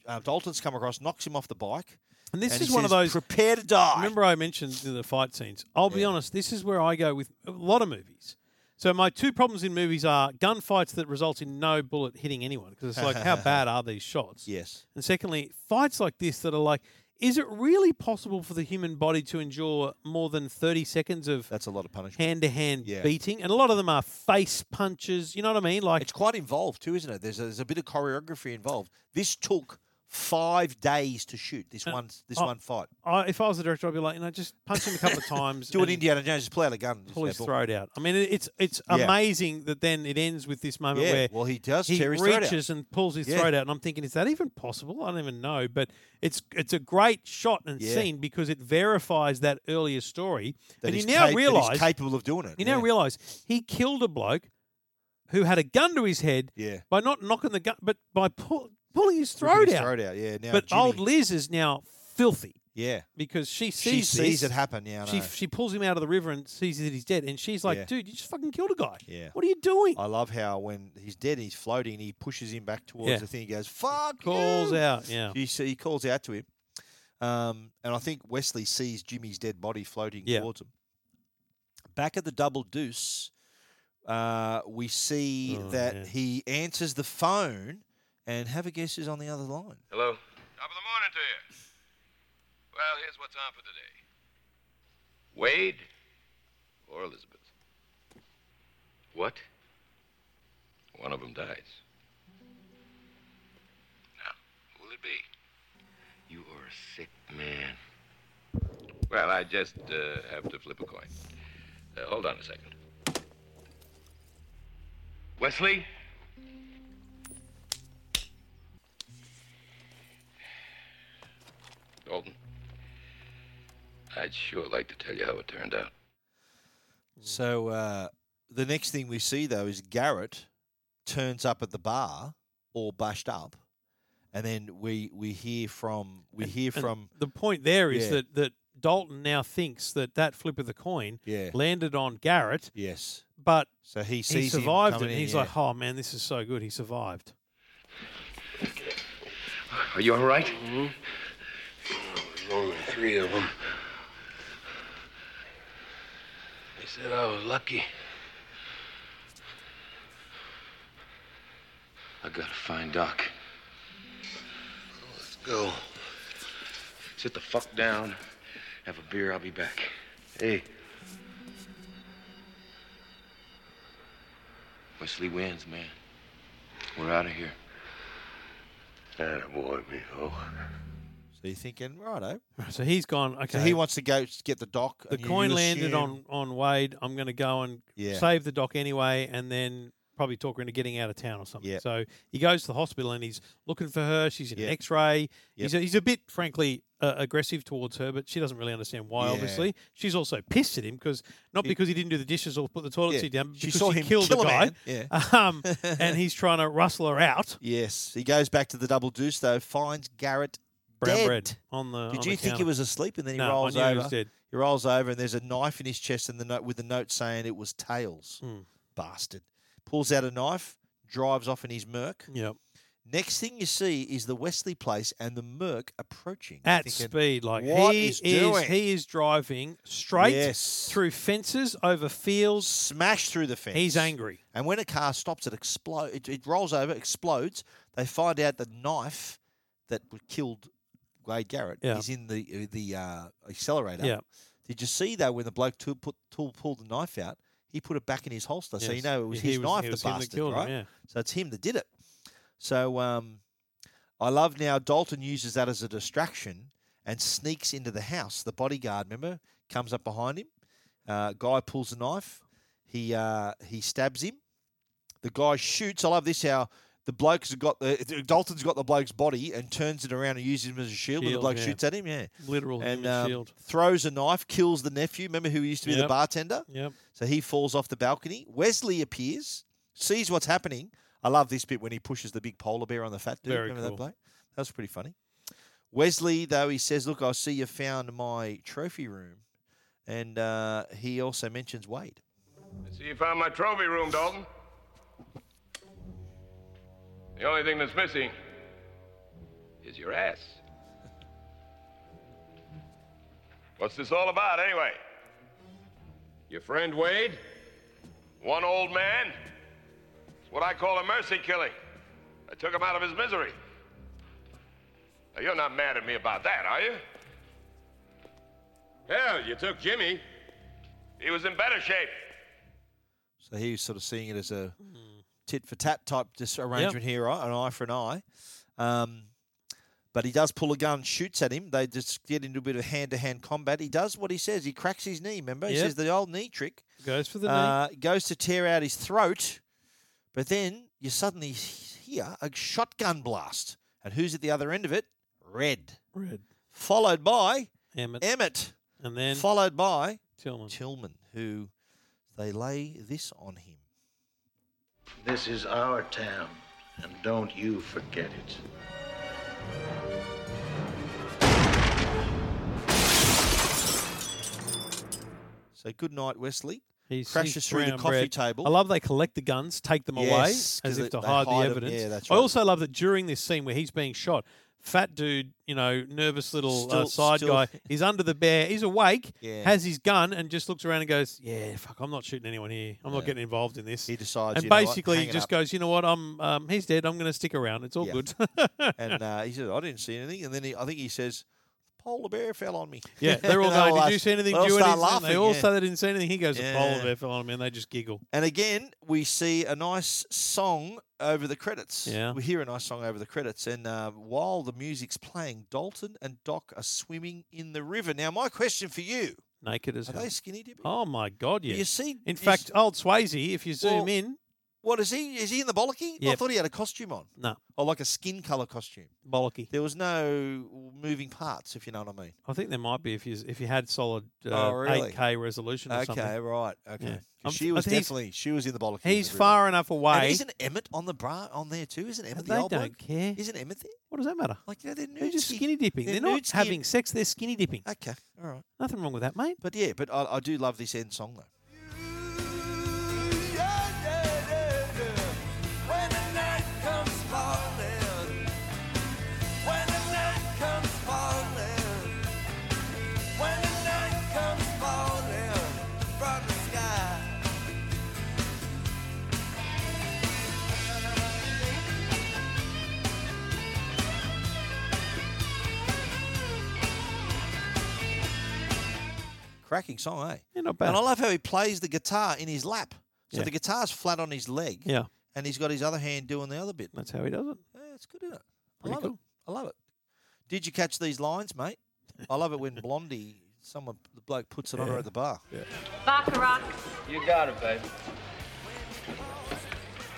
Speaker 1: uh, Dalton's come across, knocks him off the bike.
Speaker 2: And this
Speaker 1: he
Speaker 2: is one of
Speaker 1: says,
Speaker 2: those
Speaker 1: prepare to die.
Speaker 2: Remember, I mentioned the fight scenes. I'll be honest. This is where I go with a lot of movies. So my two problems in movies are gunfights that result in no bullet hitting anyone because it's like how bad are these shots?
Speaker 1: Yes.
Speaker 2: And secondly, fights like this that are like, is it really possible for the human body to endure more than thirty seconds of
Speaker 1: that's a lot of punishment
Speaker 2: hand to hand
Speaker 1: Yeah.
Speaker 2: beating? And a lot of them are face punches. You know what I mean? Like
Speaker 1: it's quite involved too, isn't it? There's a, there's a bit of choreography involved. This took five days to shoot this one. This
Speaker 2: I-
Speaker 1: one fight.
Speaker 2: I, if I was the director, I'd be like, you know, just punch him a couple of times.
Speaker 1: Do an
Speaker 2: and-
Speaker 1: Indiana Jones, just pull out a gun, and just
Speaker 2: pull his
Speaker 1: say, "Boom."
Speaker 2: throat out. I mean, it- it's it's
Speaker 1: Yeah.
Speaker 2: amazing that then it ends with this moment
Speaker 1: Yeah,
Speaker 2: where
Speaker 1: well, he does
Speaker 2: he
Speaker 1: tear his throat out.
Speaker 2: reaches and pulls his
Speaker 1: Yeah.
Speaker 2: throat out, and I'm thinking, is that even possible? I don't even know, but it's it's a great shot and
Speaker 1: Yeah.
Speaker 2: scene because it verifies that earlier story,
Speaker 1: That
Speaker 2: and you
Speaker 1: he's
Speaker 2: now
Speaker 1: cap- that he's
Speaker 2: realize
Speaker 1: capable of doing it,
Speaker 2: You now
Speaker 1: yeah.
Speaker 2: realize he killed a bloke who had a gun to his head,
Speaker 1: Yeah.
Speaker 2: by not knocking the gun, but by pull, pulling his
Speaker 1: Ripping
Speaker 2: throat
Speaker 1: his
Speaker 2: out.
Speaker 1: throat out, yeah. Now
Speaker 2: but
Speaker 1: Jimmy-
Speaker 2: old Liz is now filthy
Speaker 1: Yeah.
Speaker 2: because she sees
Speaker 1: She sees
Speaker 2: this.
Speaker 1: it happen, yeah, I
Speaker 2: she
Speaker 1: know.
Speaker 2: she pulls him out of the river and sees that he's dead, and she's like,
Speaker 1: Yeah.
Speaker 2: "Dude, you just fucking killed a guy."
Speaker 1: Yeah.
Speaker 2: What are you doing?
Speaker 1: I love how when he's dead, he's floating, he pushes him back towards
Speaker 2: Yeah.
Speaker 1: the thing. He goes, "Fuck!"
Speaker 2: Calls
Speaker 1: you!"
Speaker 2: out, yeah.
Speaker 1: He, s- he calls out to him, um, and I think Wesley sees Jimmy's dead body floating
Speaker 2: Yeah.
Speaker 1: towards him. Back at the double deuce, uh, we see
Speaker 2: Oh,
Speaker 1: that
Speaker 2: yeah.
Speaker 1: he answers the phone, and have a guess who's on the other line.
Speaker 16: Hello? Top of the morning to you. Well, here's what's on for today. Wade or Elizabeth? What? One of them dies. Now, who'll it be? You are a sick man. Well, I just uh, have to flip a coin. Uh, hold on a second. Wesley? Dalton? I'd sure like to tell you how it turned out.
Speaker 2: Hmm.
Speaker 1: So uh, the next thing we see though is Garrett turns up at the bar, all bashed up, and then we we hear from we hear
Speaker 2: And
Speaker 1: from
Speaker 2: the point there is
Speaker 1: Yeah.
Speaker 2: that that Dalton now thinks that that flip of the coin
Speaker 1: Yeah.
Speaker 2: landed on Garrett.
Speaker 1: Yes.
Speaker 2: But
Speaker 1: So he
Speaker 2: he
Speaker 1: sees him
Speaker 2: survived
Speaker 1: coming
Speaker 2: it.
Speaker 1: in,
Speaker 2: and he's
Speaker 1: yeah.
Speaker 2: like, "Oh man, this is so good. He survived."
Speaker 19: Are you all right? Mm-hmm. There's only three of them. They said I was lucky.
Speaker 8: I gotta find Doc.
Speaker 19: Let's go.
Speaker 8: Sit the fuck down. Have a beer. I'll be back. Hey. Wesley wins, man. We're out of here.
Speaker 19: Atta boy, mijo.
Speaker 1: So you're thinking, righto.
Speaker 2: So he's gone. Okay.
Speaker 1: So he wants to go s- get the dock.
Speaker 2: the
Speaker 1: and you
Speaker 2: coin landed
Speaker 1: assume-
Speaker 2: on on Wade. I'm going to go and
Speaker 1: Yeah.
Speaker 2: save the dock anyway, and then probably talk her into getting out of town or something.
Speaker 1: Yeah.
Speaker 2: So he goes to the hospital and he's looking for her. She's in
Speaker 1: Yeah.
Speaker 2: an X-ray.
Speaker 1: Yep.
Speaker 2: He's, a, he's a bit, frankly, uh, aggressive towards her, but she doesn't really understand why.
Speaker 1: Yeah.
Speaker 2: Obviously, she's also pissed at him because not
Speaker 1: She-
Speaker 2: because he didn't do the dishes or put the toilet
Speaker 1: Yeah.
Speaker 2: seat down. but
Speaker 1: She
Speaker 2: because
Speaker 1: saw
Speaker 2: he
Speaker 1: him
Speaker 2: killed
Speaker 1: kill a
Speaker 2: a guy.
Speaker 1: man. Yeah.
Speaker 2: Um, and he's trying to rustle her out.
Speaker 1: Yes, he goes back to the double deuce though. Finds Garrett
Speaker 2: Brown
Speaker 1: dead.
Speaker 2: bread on the.
Speaker 1: Did you
Speaker 2: on the
Speaker 1: think he
Speaker 2: counter.
Speaker 1: was asleep? And then he
Speaker 2: No, I
Speaker 1: rolls
Speaker 2: knew he
Speaker 1: over.
Speaker 2: was dead.
Speaker 1: He rolls over, and there's a knife in his chest, and the note with the note saying it was tails.
Speaker 2: Mm.
Speaker 1: Bastard pulls out a knife, drives off in his Merc.
Speaker 2: Yep.
Speaker 1: Next thing you see is the Wesley place and the Merc approaching You're
Speaker 2: at
Speaker 1: thinking,
Speaker 2: speed. Like
Speaker 1: what
Speaker 2: he
Speaker 1: is doing?
Speaker 2: he is driving straight
Speaker 1: Yes.
Speaker 2: through fences, over fields,
Speaker 1: smash through the fence.
Speaker 2: He's angry.
Speaker 1: And when a car stops, it explodes. It, it rolls over, explodes. They find out the knife that w- killed Wade Garrett
Speaker 2: Yeah.
Speaker 1: is in the uh, the uh, accelerator.
Speaker 2: Yeah.
Speaker 1: Did you see though when the bloke tool put tool pulled the knife out, he put it back in his holster, so you
Speaker 2: Yes.
Speaker 1: know it was
Speaker 2: He
Speaker 1: his
Speaker 2: was-
Speaker 1: knife,
Speaker 2: it was
Speaker 1: the
Speaker 2: him that
Speaker 1: bastard,
Speaker 2: killed him,
Speaker 1: right?
Speaker 2: yeah.
Speaker 1: So it's him that did it. So um, I love now Dalton uses that as a distraction and sneaks into the house. The bodyguard, remember, comes up behind him. Uh, guy pulls a knife. He uh, he stabs him. The guy shoots. I love this how the bloke's got the Dalton's got the bloke's body and turns it around and uses him as a shield. and the
Speaker 2: Shield,
Speaker 1: bloke
Speaker 2: yeah.
Speaker 1: shoots at him. Yeah,
Speaker 2: Literal
Speaker 1: and
Speaker 2: human
Speaker 1: um,
Speaker 2: shield.
Speaker 1: throws a knife, kills the nephew. Remember who used to be the
Speaker 2: Yep.
Speaker 1: bartender?
Speaker 2: Yep.
Speaker 1: So he falls off the balcony. Wesley appears, sees what's happening. I love this bit when he pushes the big polar bear on the fat dude.
Speaker 2: Very
Speaker 1: Remember that
Speaker 2: cool.
Speaker 1: bloke? That was pretty funny. Wesley, though, he says, "Look, I see you found my trophy room," and uh, he also mentions Wade.
Speaker 16: See, you found my trophy room, Dalton. The only thing that's missing is your ass. What's this all about, anyway? Your friend Wade? One old man? It's what I call a mercy killing. I took him out of his misery. Now, you're not mad at me about that, are you? Hell, you took Jimmy. He was in better shape.
Speaker 1: So he's sort of seeing it as a
Speaker 2: Hmm.
Speaker 1: tit for tat type dis- arrangement here, right? An eye for an eye. Um, but he does pull a gun, shoots at him. They just get into a bit of hand to hand combat. He does what he says. He cracks his knee. Remember, he
Speaker 2: Yep.
Speaker 1: says the old knee trick.
Speaker 2: Goes for the
Speaker 1: uh, Goes to tear out his throat, but then you suddenly hear a shotgun blast, and who's at the other end of it? Red.
Speaker 2: knee. Red.
Speaker 1: Followed by
Speaker 2: Emmett.
Speaker 1: Emmett.
Speaker 2: And then
Speaker 1: followed by
Speaker 2: Tillman.
Speaker 1: Tillman, who they lay this on him.
Speaker 7: This is our town, and don't you forget it.
Speaker 1: So good night, Wesley.
Speaker 2: He
Speaker 1: crashes
Speaker 2: sees
Speaker 1: through the
Speaker 2: brown
Speaker 1: coffee
Speaker 2: bread.
Speaker 1: table.
Speaker 2: I love they collect the guns, take them
Speaker 1: Yes,
Speaker 2: away
Speaker 1: 'cause
Speaker 2: as if
Speaker 1: it-
Speaker 2: to
Speaker 1: they
Speaker 2: hide the
Speaker 1: hide 'em.
Speaker 2: evidence.
Speaker 1: Yeah, that's
Speaker 2: I
Speaker 1: right.
Speaker 2: also love that during this scene where he's being shot, fat dude, you know, nervous little uh,
Speaker 1: Still-
Speaker 2: side
Speaker 1: still-
Speaker 2: guy, he's under the bear, he's awake,
Speaker 1: Yeah.
Speaker 2: has his gun, and just looks around and goes, "Yeah, fuck, I'm not shooting anyone here. I'm not
Speaker 1: Yeah.
Speaker 2: getting involved in this."
Speaker 1: He decides,
Speaker 2: and
Speaker 1: you know what,
Speaker 2: basically
Speaker 1: hang it
Speaker 2: just
Speaker 1: up.
Speaker 2: goes, "You know what? I'm um, he's dead. I'm going to stick around. It's all
Speaker 1: Yeah.
Speaker 2: good."
Speaker 1: and uh, he said, "I didn't see anything." And then he, I think he says, "Polar bear fell on me."
Speaker 2: yeah, they're all
Speaker 1: And
Speaker 2: going,
Speaker 1: they'll
Speaker 2: "Did you
Speaker 1: ask-
Speaker 2: see anything?"
Speaker 1: they'll
Speaker 2: Do you
Speaker 1: start
Speaker 2: anything?"
Speaker 1: laughing.
Speaker 2: They all
Speaker 1: yeah.
Speaker 2: say they didn't see anything. He goes, "A
Speaker 1: Yeah.
Speaker 2: polar bear fell on me," and they just giggle.
Speaker 1: And again, we see a nice song over the credits.
Speaker 2: Yeah.
Speaker 1: We hear a nice song over the credits. And uh, while the music's playing, Dalton and Doc are swimming in the river. Now, my question for you
Speaker 2: Naked as
Speaker 1: are
Speaker 2: hell.
Speaker 1: they skinny dipping?
Speaker 2: Oh my God!
Speaker 1: Do
Speaker 2: Yeah.
Speaker 1: you see- you
Speaker 2: In fact,
Speaker 1: s-
Speaker 2: old Swayze, if you zoom
Speaker 1: Well,
Speaker 2: in,
Speaker 1: What is he? Is he in the bollocky? I
Speaker 2: Yep.
Speaker 1: thought he had a costume on.
Speaker 2: no
Speaker 1: Or like a skin colour costume.
Speaker 2: bollocky.
Speaker 1: There was no moving parts, if you know what I mean.
Speaker 2: I think there might be if you if you had solid uh,
Speaker 1: Oh, really?
Speaker 2: 8K resolution or
Speaker 1: okay,
Speaker 2: something.
Speaker 1: right. Okay.
Speaker 2: Yeah.
Speaker 1: 'Cause
Speaker 2: I'm-
Speaker 1: She
Speaker 2: I
Speaker 1: was
Speaker 2: think he's-
Speaker 1: definitely she was in the bollocky. in
Speaker 2: He's
Speaker 1: the river.
Speaker 2: far enough
Speaker 1: And
Speaker 2: away.
Speaker 1: isn't Emmett on the bra on there too? Isn't Emmett
Speaker 2: But
Speaker 1: the
Speaker 2: they
Speaker 1: old
Speaker 2: don't
Speaker 1: bloke?
Speaker 2: care.
Speaker 1: Isn't Emmett there?
Speaker 2: What does that matter?
Speaker 1: Like you know, they're
Speaker 2: They're
Speaker 1: nude
Speaker 2: just
Speaker 1: skin-
Speaker 2: skinny dipping. They're, not
Speaker 1: nude skin-
Speaker 2: having sex. They're skinny dipping.
Speaker 1: Okay, all right.
Speaker 2: Nothing wrong with that, mate.
Speaker 1: But yeah, but I, I do love this end song though.
Speaker 4: When the night comes falling, when the night comes falling, when the night comes falling from the sky.
Speaker 1: Cracking song, eh?
Speaker 2: Yeah, not bad.
Speaker 1: And I love how he plays the guitar in his lap. So
Speaker 2: Yeah.
Speaker 1: the guitar's flat on his leg.
Speaker 2: Yeah.
Speaker 1: And he's got his other hand doing the other bit.
Speaker 2: That's how he does it.
Speaker 1: Yeah, it's good, isn't it? I
Speaker 2: Pretty
Speaker 1: love
Speaker 2: cool.
Speaker 1: it. I love it. Did you catch these lines, mate? I love it when Blondie, someone, the bloke puts it on her
Speaker 2: Yeah.
Speaker 1: at the bar.
Speaker 14: Baccarat.
Speaker 4: You got it, baby.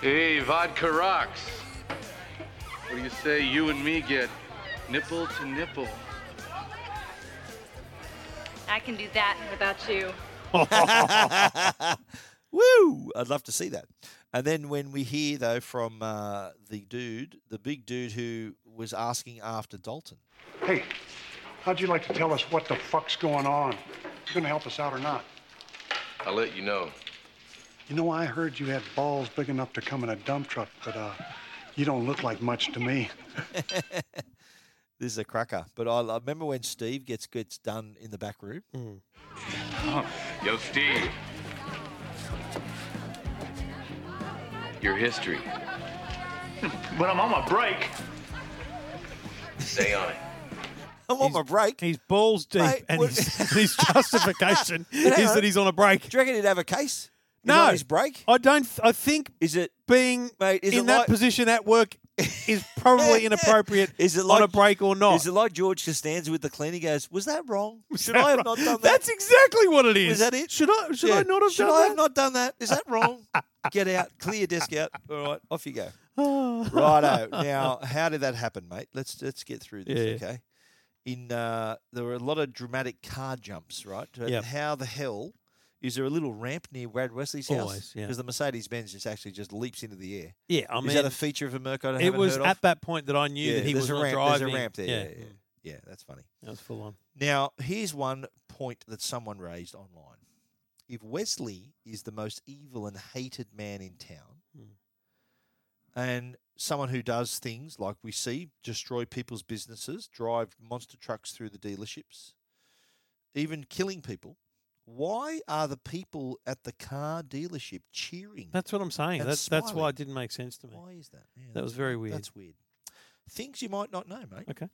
Speaker 21: Hey, vodka rocks. What do you say you and me get nipple to nipple?
Speaker 14: I can do that without you.
Speaker 1: Woo! I'd love to see that. And then when we hear though from uh, the dude, the big dude who was asking after Dalton.
Speaker 17: Hey, how'd you like to tell us what the fuck's going on? You gonna help us out or not?
Speaker 21: I'll let you know.
Speaker 17: You know, I heard you had balls big enough to come in a dump truck, but uh, you don't look like much to me.
Speaker 1: This is a cracker. But I, I remember when Steve gets gets done in the back room.
Speaker 2: Mm.
Speaker 21: Yo, Steve. Your history.
Speaker 17: But I'm on my break.
Speaker 21: Stay on it.
Speaker 1: I'm on my break.
Speaker 2: He's balls deep,
Speaker 1: Mate,
Speaker 2: and
Speaker 1: what-
Speaker 2: his, his justification
Speaker 1: But hang
Speaker 2: is that he's on a break.
Speaker 1: Do you reckon he'd have a case? He's
Speaker 2: no
Speaker 1: on his break.
Speaker 2: I don't. th- I think
Speaker 1: Is it
Speaker 2: being
Speaker 1: mate? Is
Speaker 2: in
Speaker 1: it
Speaker 2: that
Speaker 1: like,
Speaker 2: position at work is probably inappropriate.
Speaker 1: Is it
Speaker 2: on
Speaker 1: like-
Speaker 2: a break or not?
Speaker 1: Is it like George Costanza with the clean? He goes, "Was that wrong? Should
Speaker 2: that
Speaker 1: I have
Speaker 2: right?
Speaker 1: not done that?
Speaker 2: That's exactly what it is.
Speaker 1: Was that it?
Speaker 2: Should I? Should
Speaker 1: Yeah.
Speaker 2: I not have
Speaker 1: Should
Speaker 2: done
Speaker 1: I
Speaker 2: that?
Speaker 1: have not done that? Is that wrong? Get out. Clear your desk out. All right, off you go. Righto. Now, how did that happen, mate? Let's let's get through this,
Speaker 2: Yeah.
Speaker 1: okay? In uh, there were a lot of dramatic car jumps, right? And
Speaker 2: Yep.
Speaker 1: How the hell is there a little ramp near Brad Wesley's house?
Speaker 2: Always, yeah.
Speaker 1: the Mercedes Benz just actually just leaps into the air.
Speaker 2: Yeah, I
Speaker 1: is that a
Speaker 2: mean,
Speaker 1: feature of a Merc I
Speaker 2: It
Speaker 1: haven't
Speaker 2: was
Speaker 1: heard of?
Speaker 2: at that point that I knew
Speaker 1: Yeah,
Speaker 2: that he
Speaker 1: there's
Speaker 2: was
Speaker 1: a
Speaker 2: not
Speaker 1: ramp,
Speaker 2: driving.
Speaker 1: There's a ramp there. Yeah, yeah, yeah.
Speaker 2: Mm.
Speaker 1: Yeah, that's funny.
Speaker 2: that was full on.
Speaker 1: Now, here's one point that someone raised online. If Wesley is the most evil and hated man in town, and someone who does things like we see destroy people's businesses, drive monster trucks through the dealerships, even killing people, why are the people at the car dealership cheering?
Speaker 2: That's what I'm saying.
Speaker 1: and
Speaker 2: That's that's why
Speaker 1: smiling?
Speaker 2: it didn't make sense to me.
Speaker 1: Why is that? Yeah,
Speaker 2: That
Speaker 1: that's-
Speaker 2: was very weird.
Speaker 1: That's weird. Things you might not know, mate.
Speaker 2: Okay.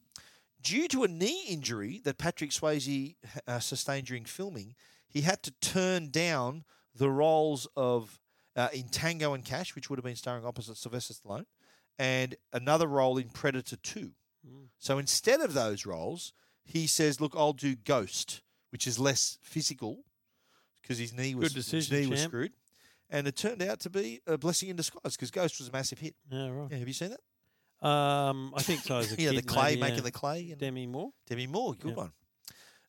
Speaker 1: Due to a knee injury that Patrick Swayze uh, sustained during filming, he had to turn down the roles of uh, in Tango and Cash, which would have been starring opposite Sylvester Stallone, and another role in Predator Two. So instead of those roles, he says, "Look, I'll do Ghost, which is less physical, because his knee was
Speaker 2: Good
Speaker 1: his
Speaker 2: decision,
Speaker 1: knee was
Speaker 2: champ.
Speaker 1: screwed." And it turned out to be a blessing in disguise because Ghost was a massive hit.
Speaker 2: Yeah, right.
Speaker 1: Yeah, have you seen that?
Speaker 2: Um, I think so. As a
Speaker 1: yeah, the
Speaker 2: kid,
Speaker 1: clay,
Speaker 2: maybe,
Speaker 1: making
Speaker 2: yeah.
Speaker 1: the clay. And
Speaker 2: Demi Moore.
Speaker 1: Demi Moore, good
Speaker 2: Yeah.
Speaker 1: one.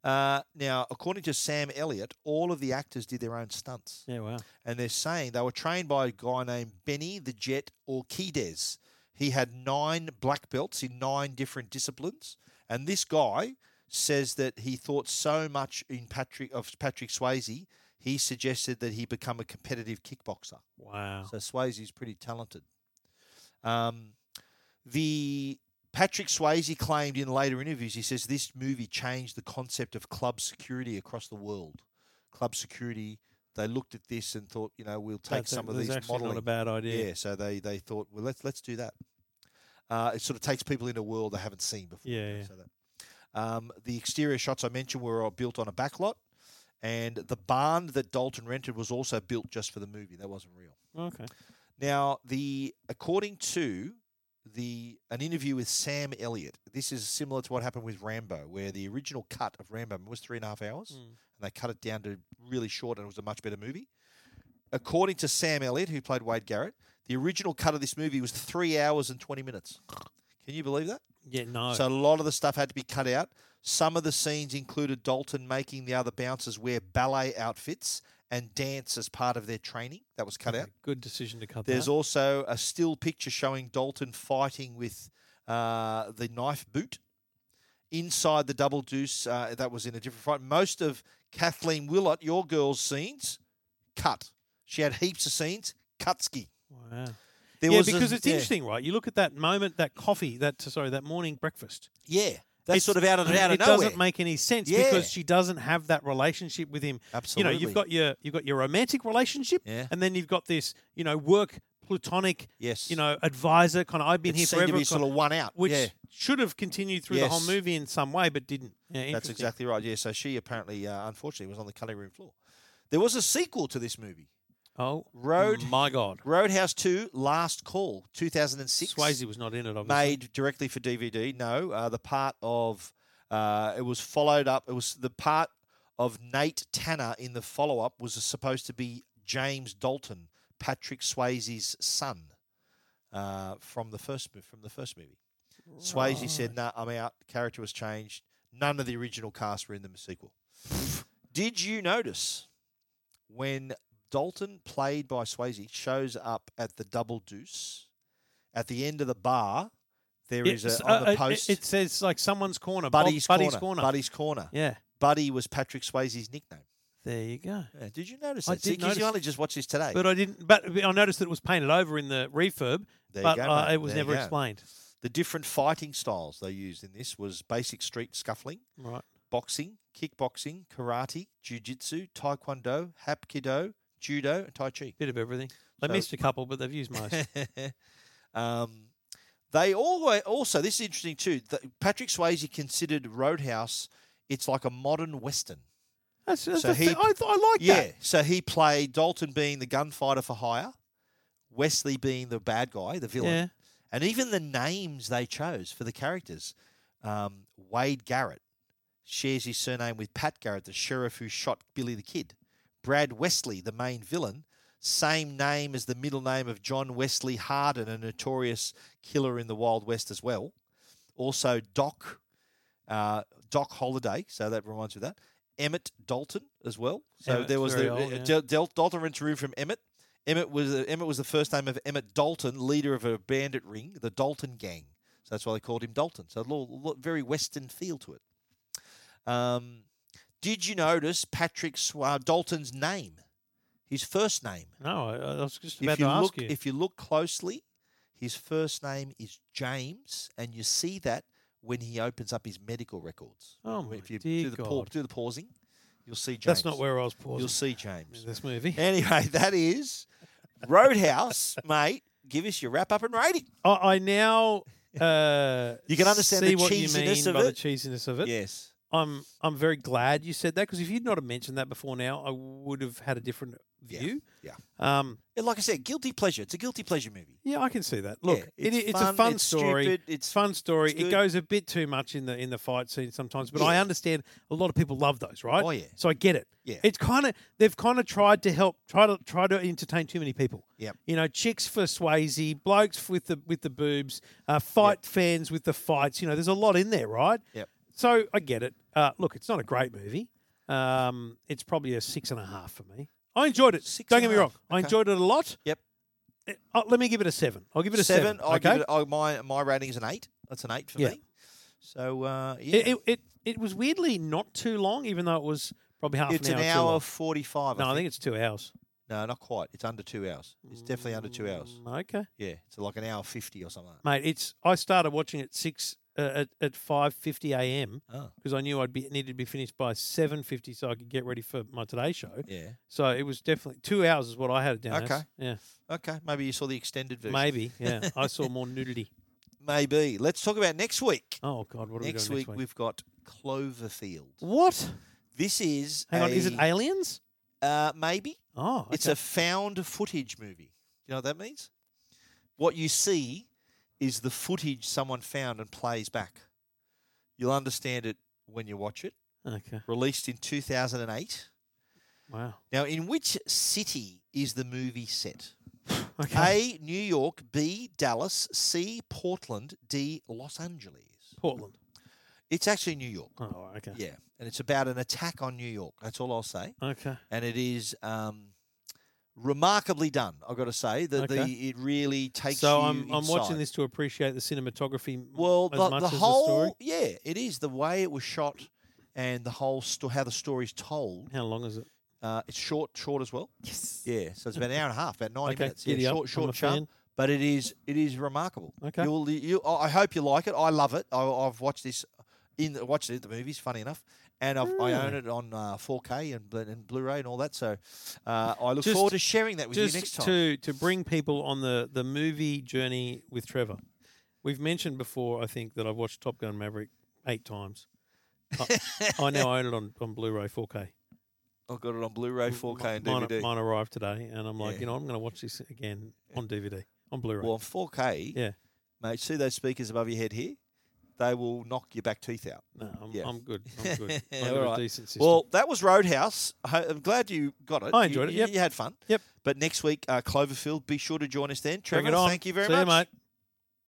Speaker 1: Uh, now, according to Sam Elliott, all of the actors did their own stunts.
Speaker 2: Yeah, wow.
Speaker 1: And they're saying they were trained by a guy named Benny the Jet Orquides. He had nine black belts in nine different disciplines. And this guy says that he thought so much in Patrick of Patrick Swayze, he suggested that he become a competitive kickboxer.
Speaker 2: Wow.
Speaker 1: So Swayze's pretty talented. Um, the Patrick Swayze claimed in later interviews, he says this movie changed the concept of club security across the world. Club security, they looked at this and thought, you know, we'll take
Speaker 2: That's a-
Speaker 1: some of
Speaker 2: that's
Speaker 1: these
Speaker 2: actually not
Speaker 1: modeling.
Speaker 2: a bad idea.
Speaker 1: Yeah, so they they thought, well, let's let's do that. Uh, it sort of takes people into a world they haven't seen before. you
Speaker 2: Yeah,
Speaker 1: know,
Speaker 2: yeah.
Speaker 1: So that, um, the exterior shots I mentioned were all built on a back lot, and the barn that Dalton rented was also built just for the movie. That wasn't real.
Speaker 2: Okay.
Speaker 1: Now, the according to the an interview with Sam Elliott, this is similar to what happened with Rambo, where the original cut of Rambo was three and a half hours, and they cut it down to really short, and it was a much better movie. According to Sam Elliott, who played Wade Garrett, the original cut of this movie was three hours and twenty minutes. Can you believe that?
Speaker 2: Yeah, no.
Speaker 1: So a lot of the stuff had to be cut out. Some of the scenes included Dalton making the other bouncers wear ballet outfits and dance as part of their training. That was cut out.
Speaker 2: Good decision to cut
Speaker 1: There's
Speaker 2: that.
Speaker 1: also a still picture showing Dalton fighting with uh, the knife boot inside the double deuce. Uh, that was in a different fight. Most of Kathleen Willott, your girl's scenes, cut. She had heaps of scenes. Cutski.
Speaker 2: wow.
Speaker 1: There
Speaker 2: yeah,
Speaker 1: was a-
Speaker 2: because it's
Speaker 1: yeah.
Speaker 2: interesting, right? You look at that moment, that coffee, that sorry, that morning breakfast.
Speaker 1: Yeah, that's
Speaker 2: It's-
Speaker 1: sort of out of out of
Speaker 2: it
Speaker 1: nowhere.
Speaker 2: doesn't make any sense
Speaker 1: Yeah.
Speaker 2: because she doesn't have that relationship with him. You know,
Speaker 1: Absolutely.
Speaker 2: you've got your you've got your romantic relationship,
Speaker 1: Yeah.
Speaker 2: and then you've got this, you know, work platonic,
Speaker 1: Yes.
Speaker 2: you know, advisor kind of. I've been
Speaker 1: It
Speaker 2: here
Speaker 1: seemed to
Speaker 2: forever,
Speaker 1: be sort
Speaker 2: kinda-
Speaker 1: of one out.
Speaker 2: which
Speaker 1: Yeah.
Speaker 2: should have continued through the whole
Speaker 1: Yes.
Speaker 2: movie in some way, but didn't. Yeah,
Speaker 1: That's
Speaker 2: interesting.
Speaker 1: exactly right. Yeah, so she apparently, uh, unfortunately, was on the cutting room floor. There was a sequel to this movie,
Speaker 2: Oh,
Speaker 1: Road-
Speaker 2: My God,
Speaker 1: Roadhouse Two: Last Call, two thousand and six.
Speaker 2: Swayze was not in it. Obviously.
Speaker 1: made directly for DVD. No, uh, the part of uh, it was followed up. It was the part of Nate Tanner in the follow up was supposed to be James Dalton, Patrick Swayze's son uh, from the first mo- from the first movie. Swayze said, "No, I'm out. Character was changed. None of the original cast were in the sequel." Did you notice when Dalton, played by Swayze, shows up at the Double Deuce at the end of the bar? There is
Speaker 2: It's-
Speaker 1: a, on
Speaker 2: uh,
Speaker 1: the
Speaker 2: it-
Speaker 1: post.
Speaker 2: It, says like someone's corner. Bob-
Speaker 1: Buddy's,
Speaker 2: Buddy's
Speaker 1: corner,
Speaker 2: corner.
Speaker 1: Buddy's corner.
Speaker 2: Yeah.
Speaker 1: Buddy was Patrick Swayze's nickname.
Speaker 2: There you go.
Speaker 1: Yeah, did you notice
Speaker 2: I
Speaker 1: that? See,
Speaker 2: did
Speaker 1: 'cause
Speaker 2: notice
Speaker 1: you only just watched this today.
Speaker 2: But I didn't. But I noticed that it was painted over in the refurb.
Speaker 1: There
Speaker 2: but
Speaker 1: you go,
Speaker 2: uh,
Speaker 1: mate.
Speaker 2: it was
Speaker 1: There you
Speaker 2: never
Speaker 1: go.
Speaker 2: explained.
Speaker 1: The different fighting styles they used in this was basic street scuffling,
Speaker 2: Right.
Speaker 1: boxing, kickboxing, karate, jiu-jitsu, taekwondo, hapkido, judo, and tai chi.
Speaker 2: Bit of everything. They
Speaker 1: So-
Speaker 2: missed a couple, but they've used most.
Speaker 1: um, they always also this is interesting too. That Patrick Swayze considered Roadhouse. It's like a modern western.
Speaker 2: That's, that's the thing. I, th- I like
Speaker 1: yeah,
Speaker 2: that.
Speaker 1: So he played Dalton being the gunfighter for hire, Wesley being the bad guy, the villain,
Speaker 2: Yeah.
Speaker 1: and even the names they chose for the characters. Um, Wade Garrett shares his surname with Pat Garrett, the sheriff who shot Billy the Kid. Brad Wesley, the main villain, same name as the middle name of John Wesley Hardin, a notorious killer in the Wild West as well. Also, Doc uh, Doc Holliday, so that reminds me of that. Emmett Dalton as well. So
Speaker 2: Emmett's
Speaker 1: there was
Speaker 2: very
Speaker 1: the
Speaker 2: old,
Speaker 1: uh,
Speaker 2: yeah.
Speaker 1: Dal- Dal- Dalton rents room from Emmett. Emmett was uh, Emmett was the first name of Emmett Dalton, leader of a bandit ring, the Dalton Gang. So that's why they called him Dalton. So a little, lo- very Western feel to it. Um, did you notice Patrick Sw- uh, Dalton's name? His first name.
Speaker 2: No, I, I was just about
Speaker 1: If
Speaker 2: to
Speaker 1: you
Speaker 2: ask
Speaker 1: look,
Speaker 2: you.
Speaker 1: if you look closely, his first name is James, and you see that when he opens up his medical records.
Speaker 2: Oh, my
Speaker 1: if you
Speaker 2: dear
Speaker 1: do the pau-
Speaker 2: God.
Speaker 1: do the pausing, you'll see James.
Speaker 2: That's not where I was pausing.
Speaker 1: You'll see James.
Speaker 2: in this movie.
Speaker 1: Anyway, that is Roadhouse, mate. Give us your wrap up and rating.
Speaker 2: I, I now uh,
Speaker 1: You can understand
Speaker 2: see
Speaker 1: the
Speaker 2: what you
Speaker 1: cheesiness
Speaker 2: mean
Speaker 1: of
Speaker 2: by the
Speaker 1: it.
Speaker 2: cheesiness of it.
Speaker 1: Yes.
Speaker 2: I'm I'm very glad you said that because if you'd not have mentioned that before now, I would have had a different view.
Speaker 1: Yeah.
Speaker 2: Um,
Speaker 1: And like I said, guilty pleasure. It's a guilty pleasure movie.
Speaker 2: Yeah, I can see that. Look,
Speaker 1: Yeah,
Speaker 2: it's,
Speaker 1: it's
Speaker 2: it, it's
Speaker 1: fun,
Speaker 2: a fun
Speaker 1: it's
Speaker 2: story.
Speaker 1: stupid,
Speaker 2: it's fun story.
Speaker 1: it's
Speaker 2: it
Speaker 1: good.
Speaker 2: goes a bit too much in the in the fight scene sometimes, but I
Speaker 1: Yeah.
Speaker 2: understand a lot of people love those, right?
Speaker 1: Oh, yeah.
Speaker 2: So I get it.
Speaker 1: Yeah.
Speaker 2: It's kind of they've kind of tried to help, try to try to entertain too many people.
Speaker 1: Yep.
Speaker 2: You know, chicks for Swayze, blokes with the with the boobs, uh, fight fans with the fights. You know, there's a lot in there, right?
Speaker 1: Yep.
Speaker 2: So I get it. Uh, look, it's not a great movie. Um, it's probably a six and a half for me. I enjoyed it. do Don't
Speaker 1: and
Speaker 2: get
Speaker 1: a
Speaker 2: me wrong.
Speaker 1: half.
Speaker 2: I
Speaker 1: Okay.
Speaker 2: enjoyed it a lot.
Speaker 1: Yep.
Speaker 2: Uh, let me give it a seven. I'll give it a seven.
Speaker 1: I'll
Speaker 2: okay.
Speaker 1: give it, oh, my my rating is an eight. That's an eight for
Speaker 2: Yeah.
Speaker 1: me. So uh, yeah.
Speaker 2: It, it, it it was weirdly not too long, even though it was probably half
Speaker 1: it's
Speaker 2: an
Speaker 1: an
Speaker 2: hour. too
Speaker 1: hour
Speaker 2: long.
Speaker 1: forty five.
Speaker 2: no, I think Mm. it's two hours.
Speaker 1: no, not quite. It's under two hours. It's definitely under two hours.
Speaker 2: Okay,
Speaker 1: Yeah, it's like an hour fifty or something. Like that.
Speaker 2: mate. It's I started watching at six uh, at at five fifty a.m.
Speaker 1: Oh.
Speaker 2: because I knew I'd be needed to be finished by seven fifty so I could get ready for my Today show.
Speaker 1: Yeah.
Speaker 2: So it was definitely two hours is what I had it down. as.
Speaker 1: Okay.
Speaker 2: Yeah.
Speaker 1: Okay, maybe you saw the extended version.
Speaker 2: Maybe. Yeah. I saw more nudity.
Speaker 1: Maybe. Let's talk about next week.
Speaker 2: Oh God, what are we
Speaker 1: next,
Speaker 2: doing
Speaker 1: week,
Speaker 2: next week?
Speaker 1: we've got Cloverfield.
Speaker 2: What?
Speaker 1: This is
Speaker 2: Hang on. Is
Speaker 1: a-
Speaker 2: it aliens?
Speaker 1: Uh, maybe.
Speaker 2: Oh,
Speaker 1: It's a found footage movie. You know what that means? What you see is the footage someone found and plays back. You'll understand it when you watch it.
Speaker 2: Okay.
Speaker 1: Released in 2008.
Speaker 2: Wow.
Speaker 1: Now, in which city is the movie set?
Speaker 2: Okay.
Speaker 1: A. New York. B. Dallas. C. Portland. D. Los Angeles.
Speaker 2: Portland.
Speaker 1: It's actually New York.
Speaker 2: Oh, okay.
Speaker 1: Yeah, and it's about an attack on New York. That's all I'll say.
Speaker 2: Okay.
Speaker 1: And it is um, remarkably done. I've got to say that
Speaker 2: Okay.
Speaker 1: the it really takes.
Speaker 2: So
Speaker 1: you
Speaker 2: I'm I'm watching
Speaker 1: inside.
Speaker 2: this to appreciate the cinematography. m-
Speaker 1: Well,
Speaker 2: as
Speaker 1: the,
Speaker 2: much
Speaker 1: the
Speaker 2: as
Speaker 1: whole
Speaker 2: story.
Speaker 1: yeah, it is the way it was shot, and the whole sto- how the story's told.
Speaker 2: How long is it?
Speaker 1: Uh, it's short, short as well. Yes. Yeah. So it's about an hour and a half, about ninety
Speaker 2: Okay,
Speaker 1: minutes. Yeah,
Speaker 2: giddy up,
Speaker 1: short,
Speaker 2: I'm
Speaker 1: short,
Speaker 2: a
Speaker 1: sharp.
Speaker 2: fan.
Speaker 1: But it is it is remarkable.
Speaker 2: Okay.
Speaker 1: You'll, you, I I hope you like it. I love it. I, I've watched this in the, watched it at the movies. Funny enough, and I've, I own
Speaker 2: Really?
Speaker 1: it on uh, 4K and, bl- and Blu-ray and all that. So uh, I look
Speaker 2: Just-
Speaker 1: forward to sharing that with you
Speaker 2: just
Speaker 1: next time.
Speaker 2: to to bring people on the the movie journey with Trevor. We've mentioned before, I think, that I've watched Top Gun Maverick eight times. I, I now own it on, on Blu-ray 4K.
Speaker 1: I've got it on Blu-ray, 4K, and
Speaker 2: mine,
Speaker 1: DVD.
Speaker 2: mine arrived today, and I'm like,
Speaker 1: Yeah.
Speaker 2: you know, I'm going to watch this again on DVD, on Blu-ray.
Speaker 1: Well, on 4K,
Speaker 2: Yeah.
Speaker 1: mate. See those speakers above your head here? they will knock your back teeth out.
Speaker 2: No, I'm, I'm good. I'm good. I've got
Speaker 1: All
Speaker 2: a
Speaker 1: right.
Speaker 2: decent system.
Speaker 1: Well, that was Roadhouse. Ho- I'm glad you got it.
Speaker 2: I
Speaker 1: You-
Speaker 2: enjoyed it,
Speaker 1: You,
Speaker 2: yep.
Speaker 1: you had fun.
Speaker 2: Yep.
Speaker 1: But next week, uh, Cloverfield. Be sure to join us then.
Speaker 2: Bring
Speaker 1: Trevor,
Speaker 2: it on.
Speaker 1: thank you very
Speaker 2: See
Speaker 1: much.
Speaker 2: mate.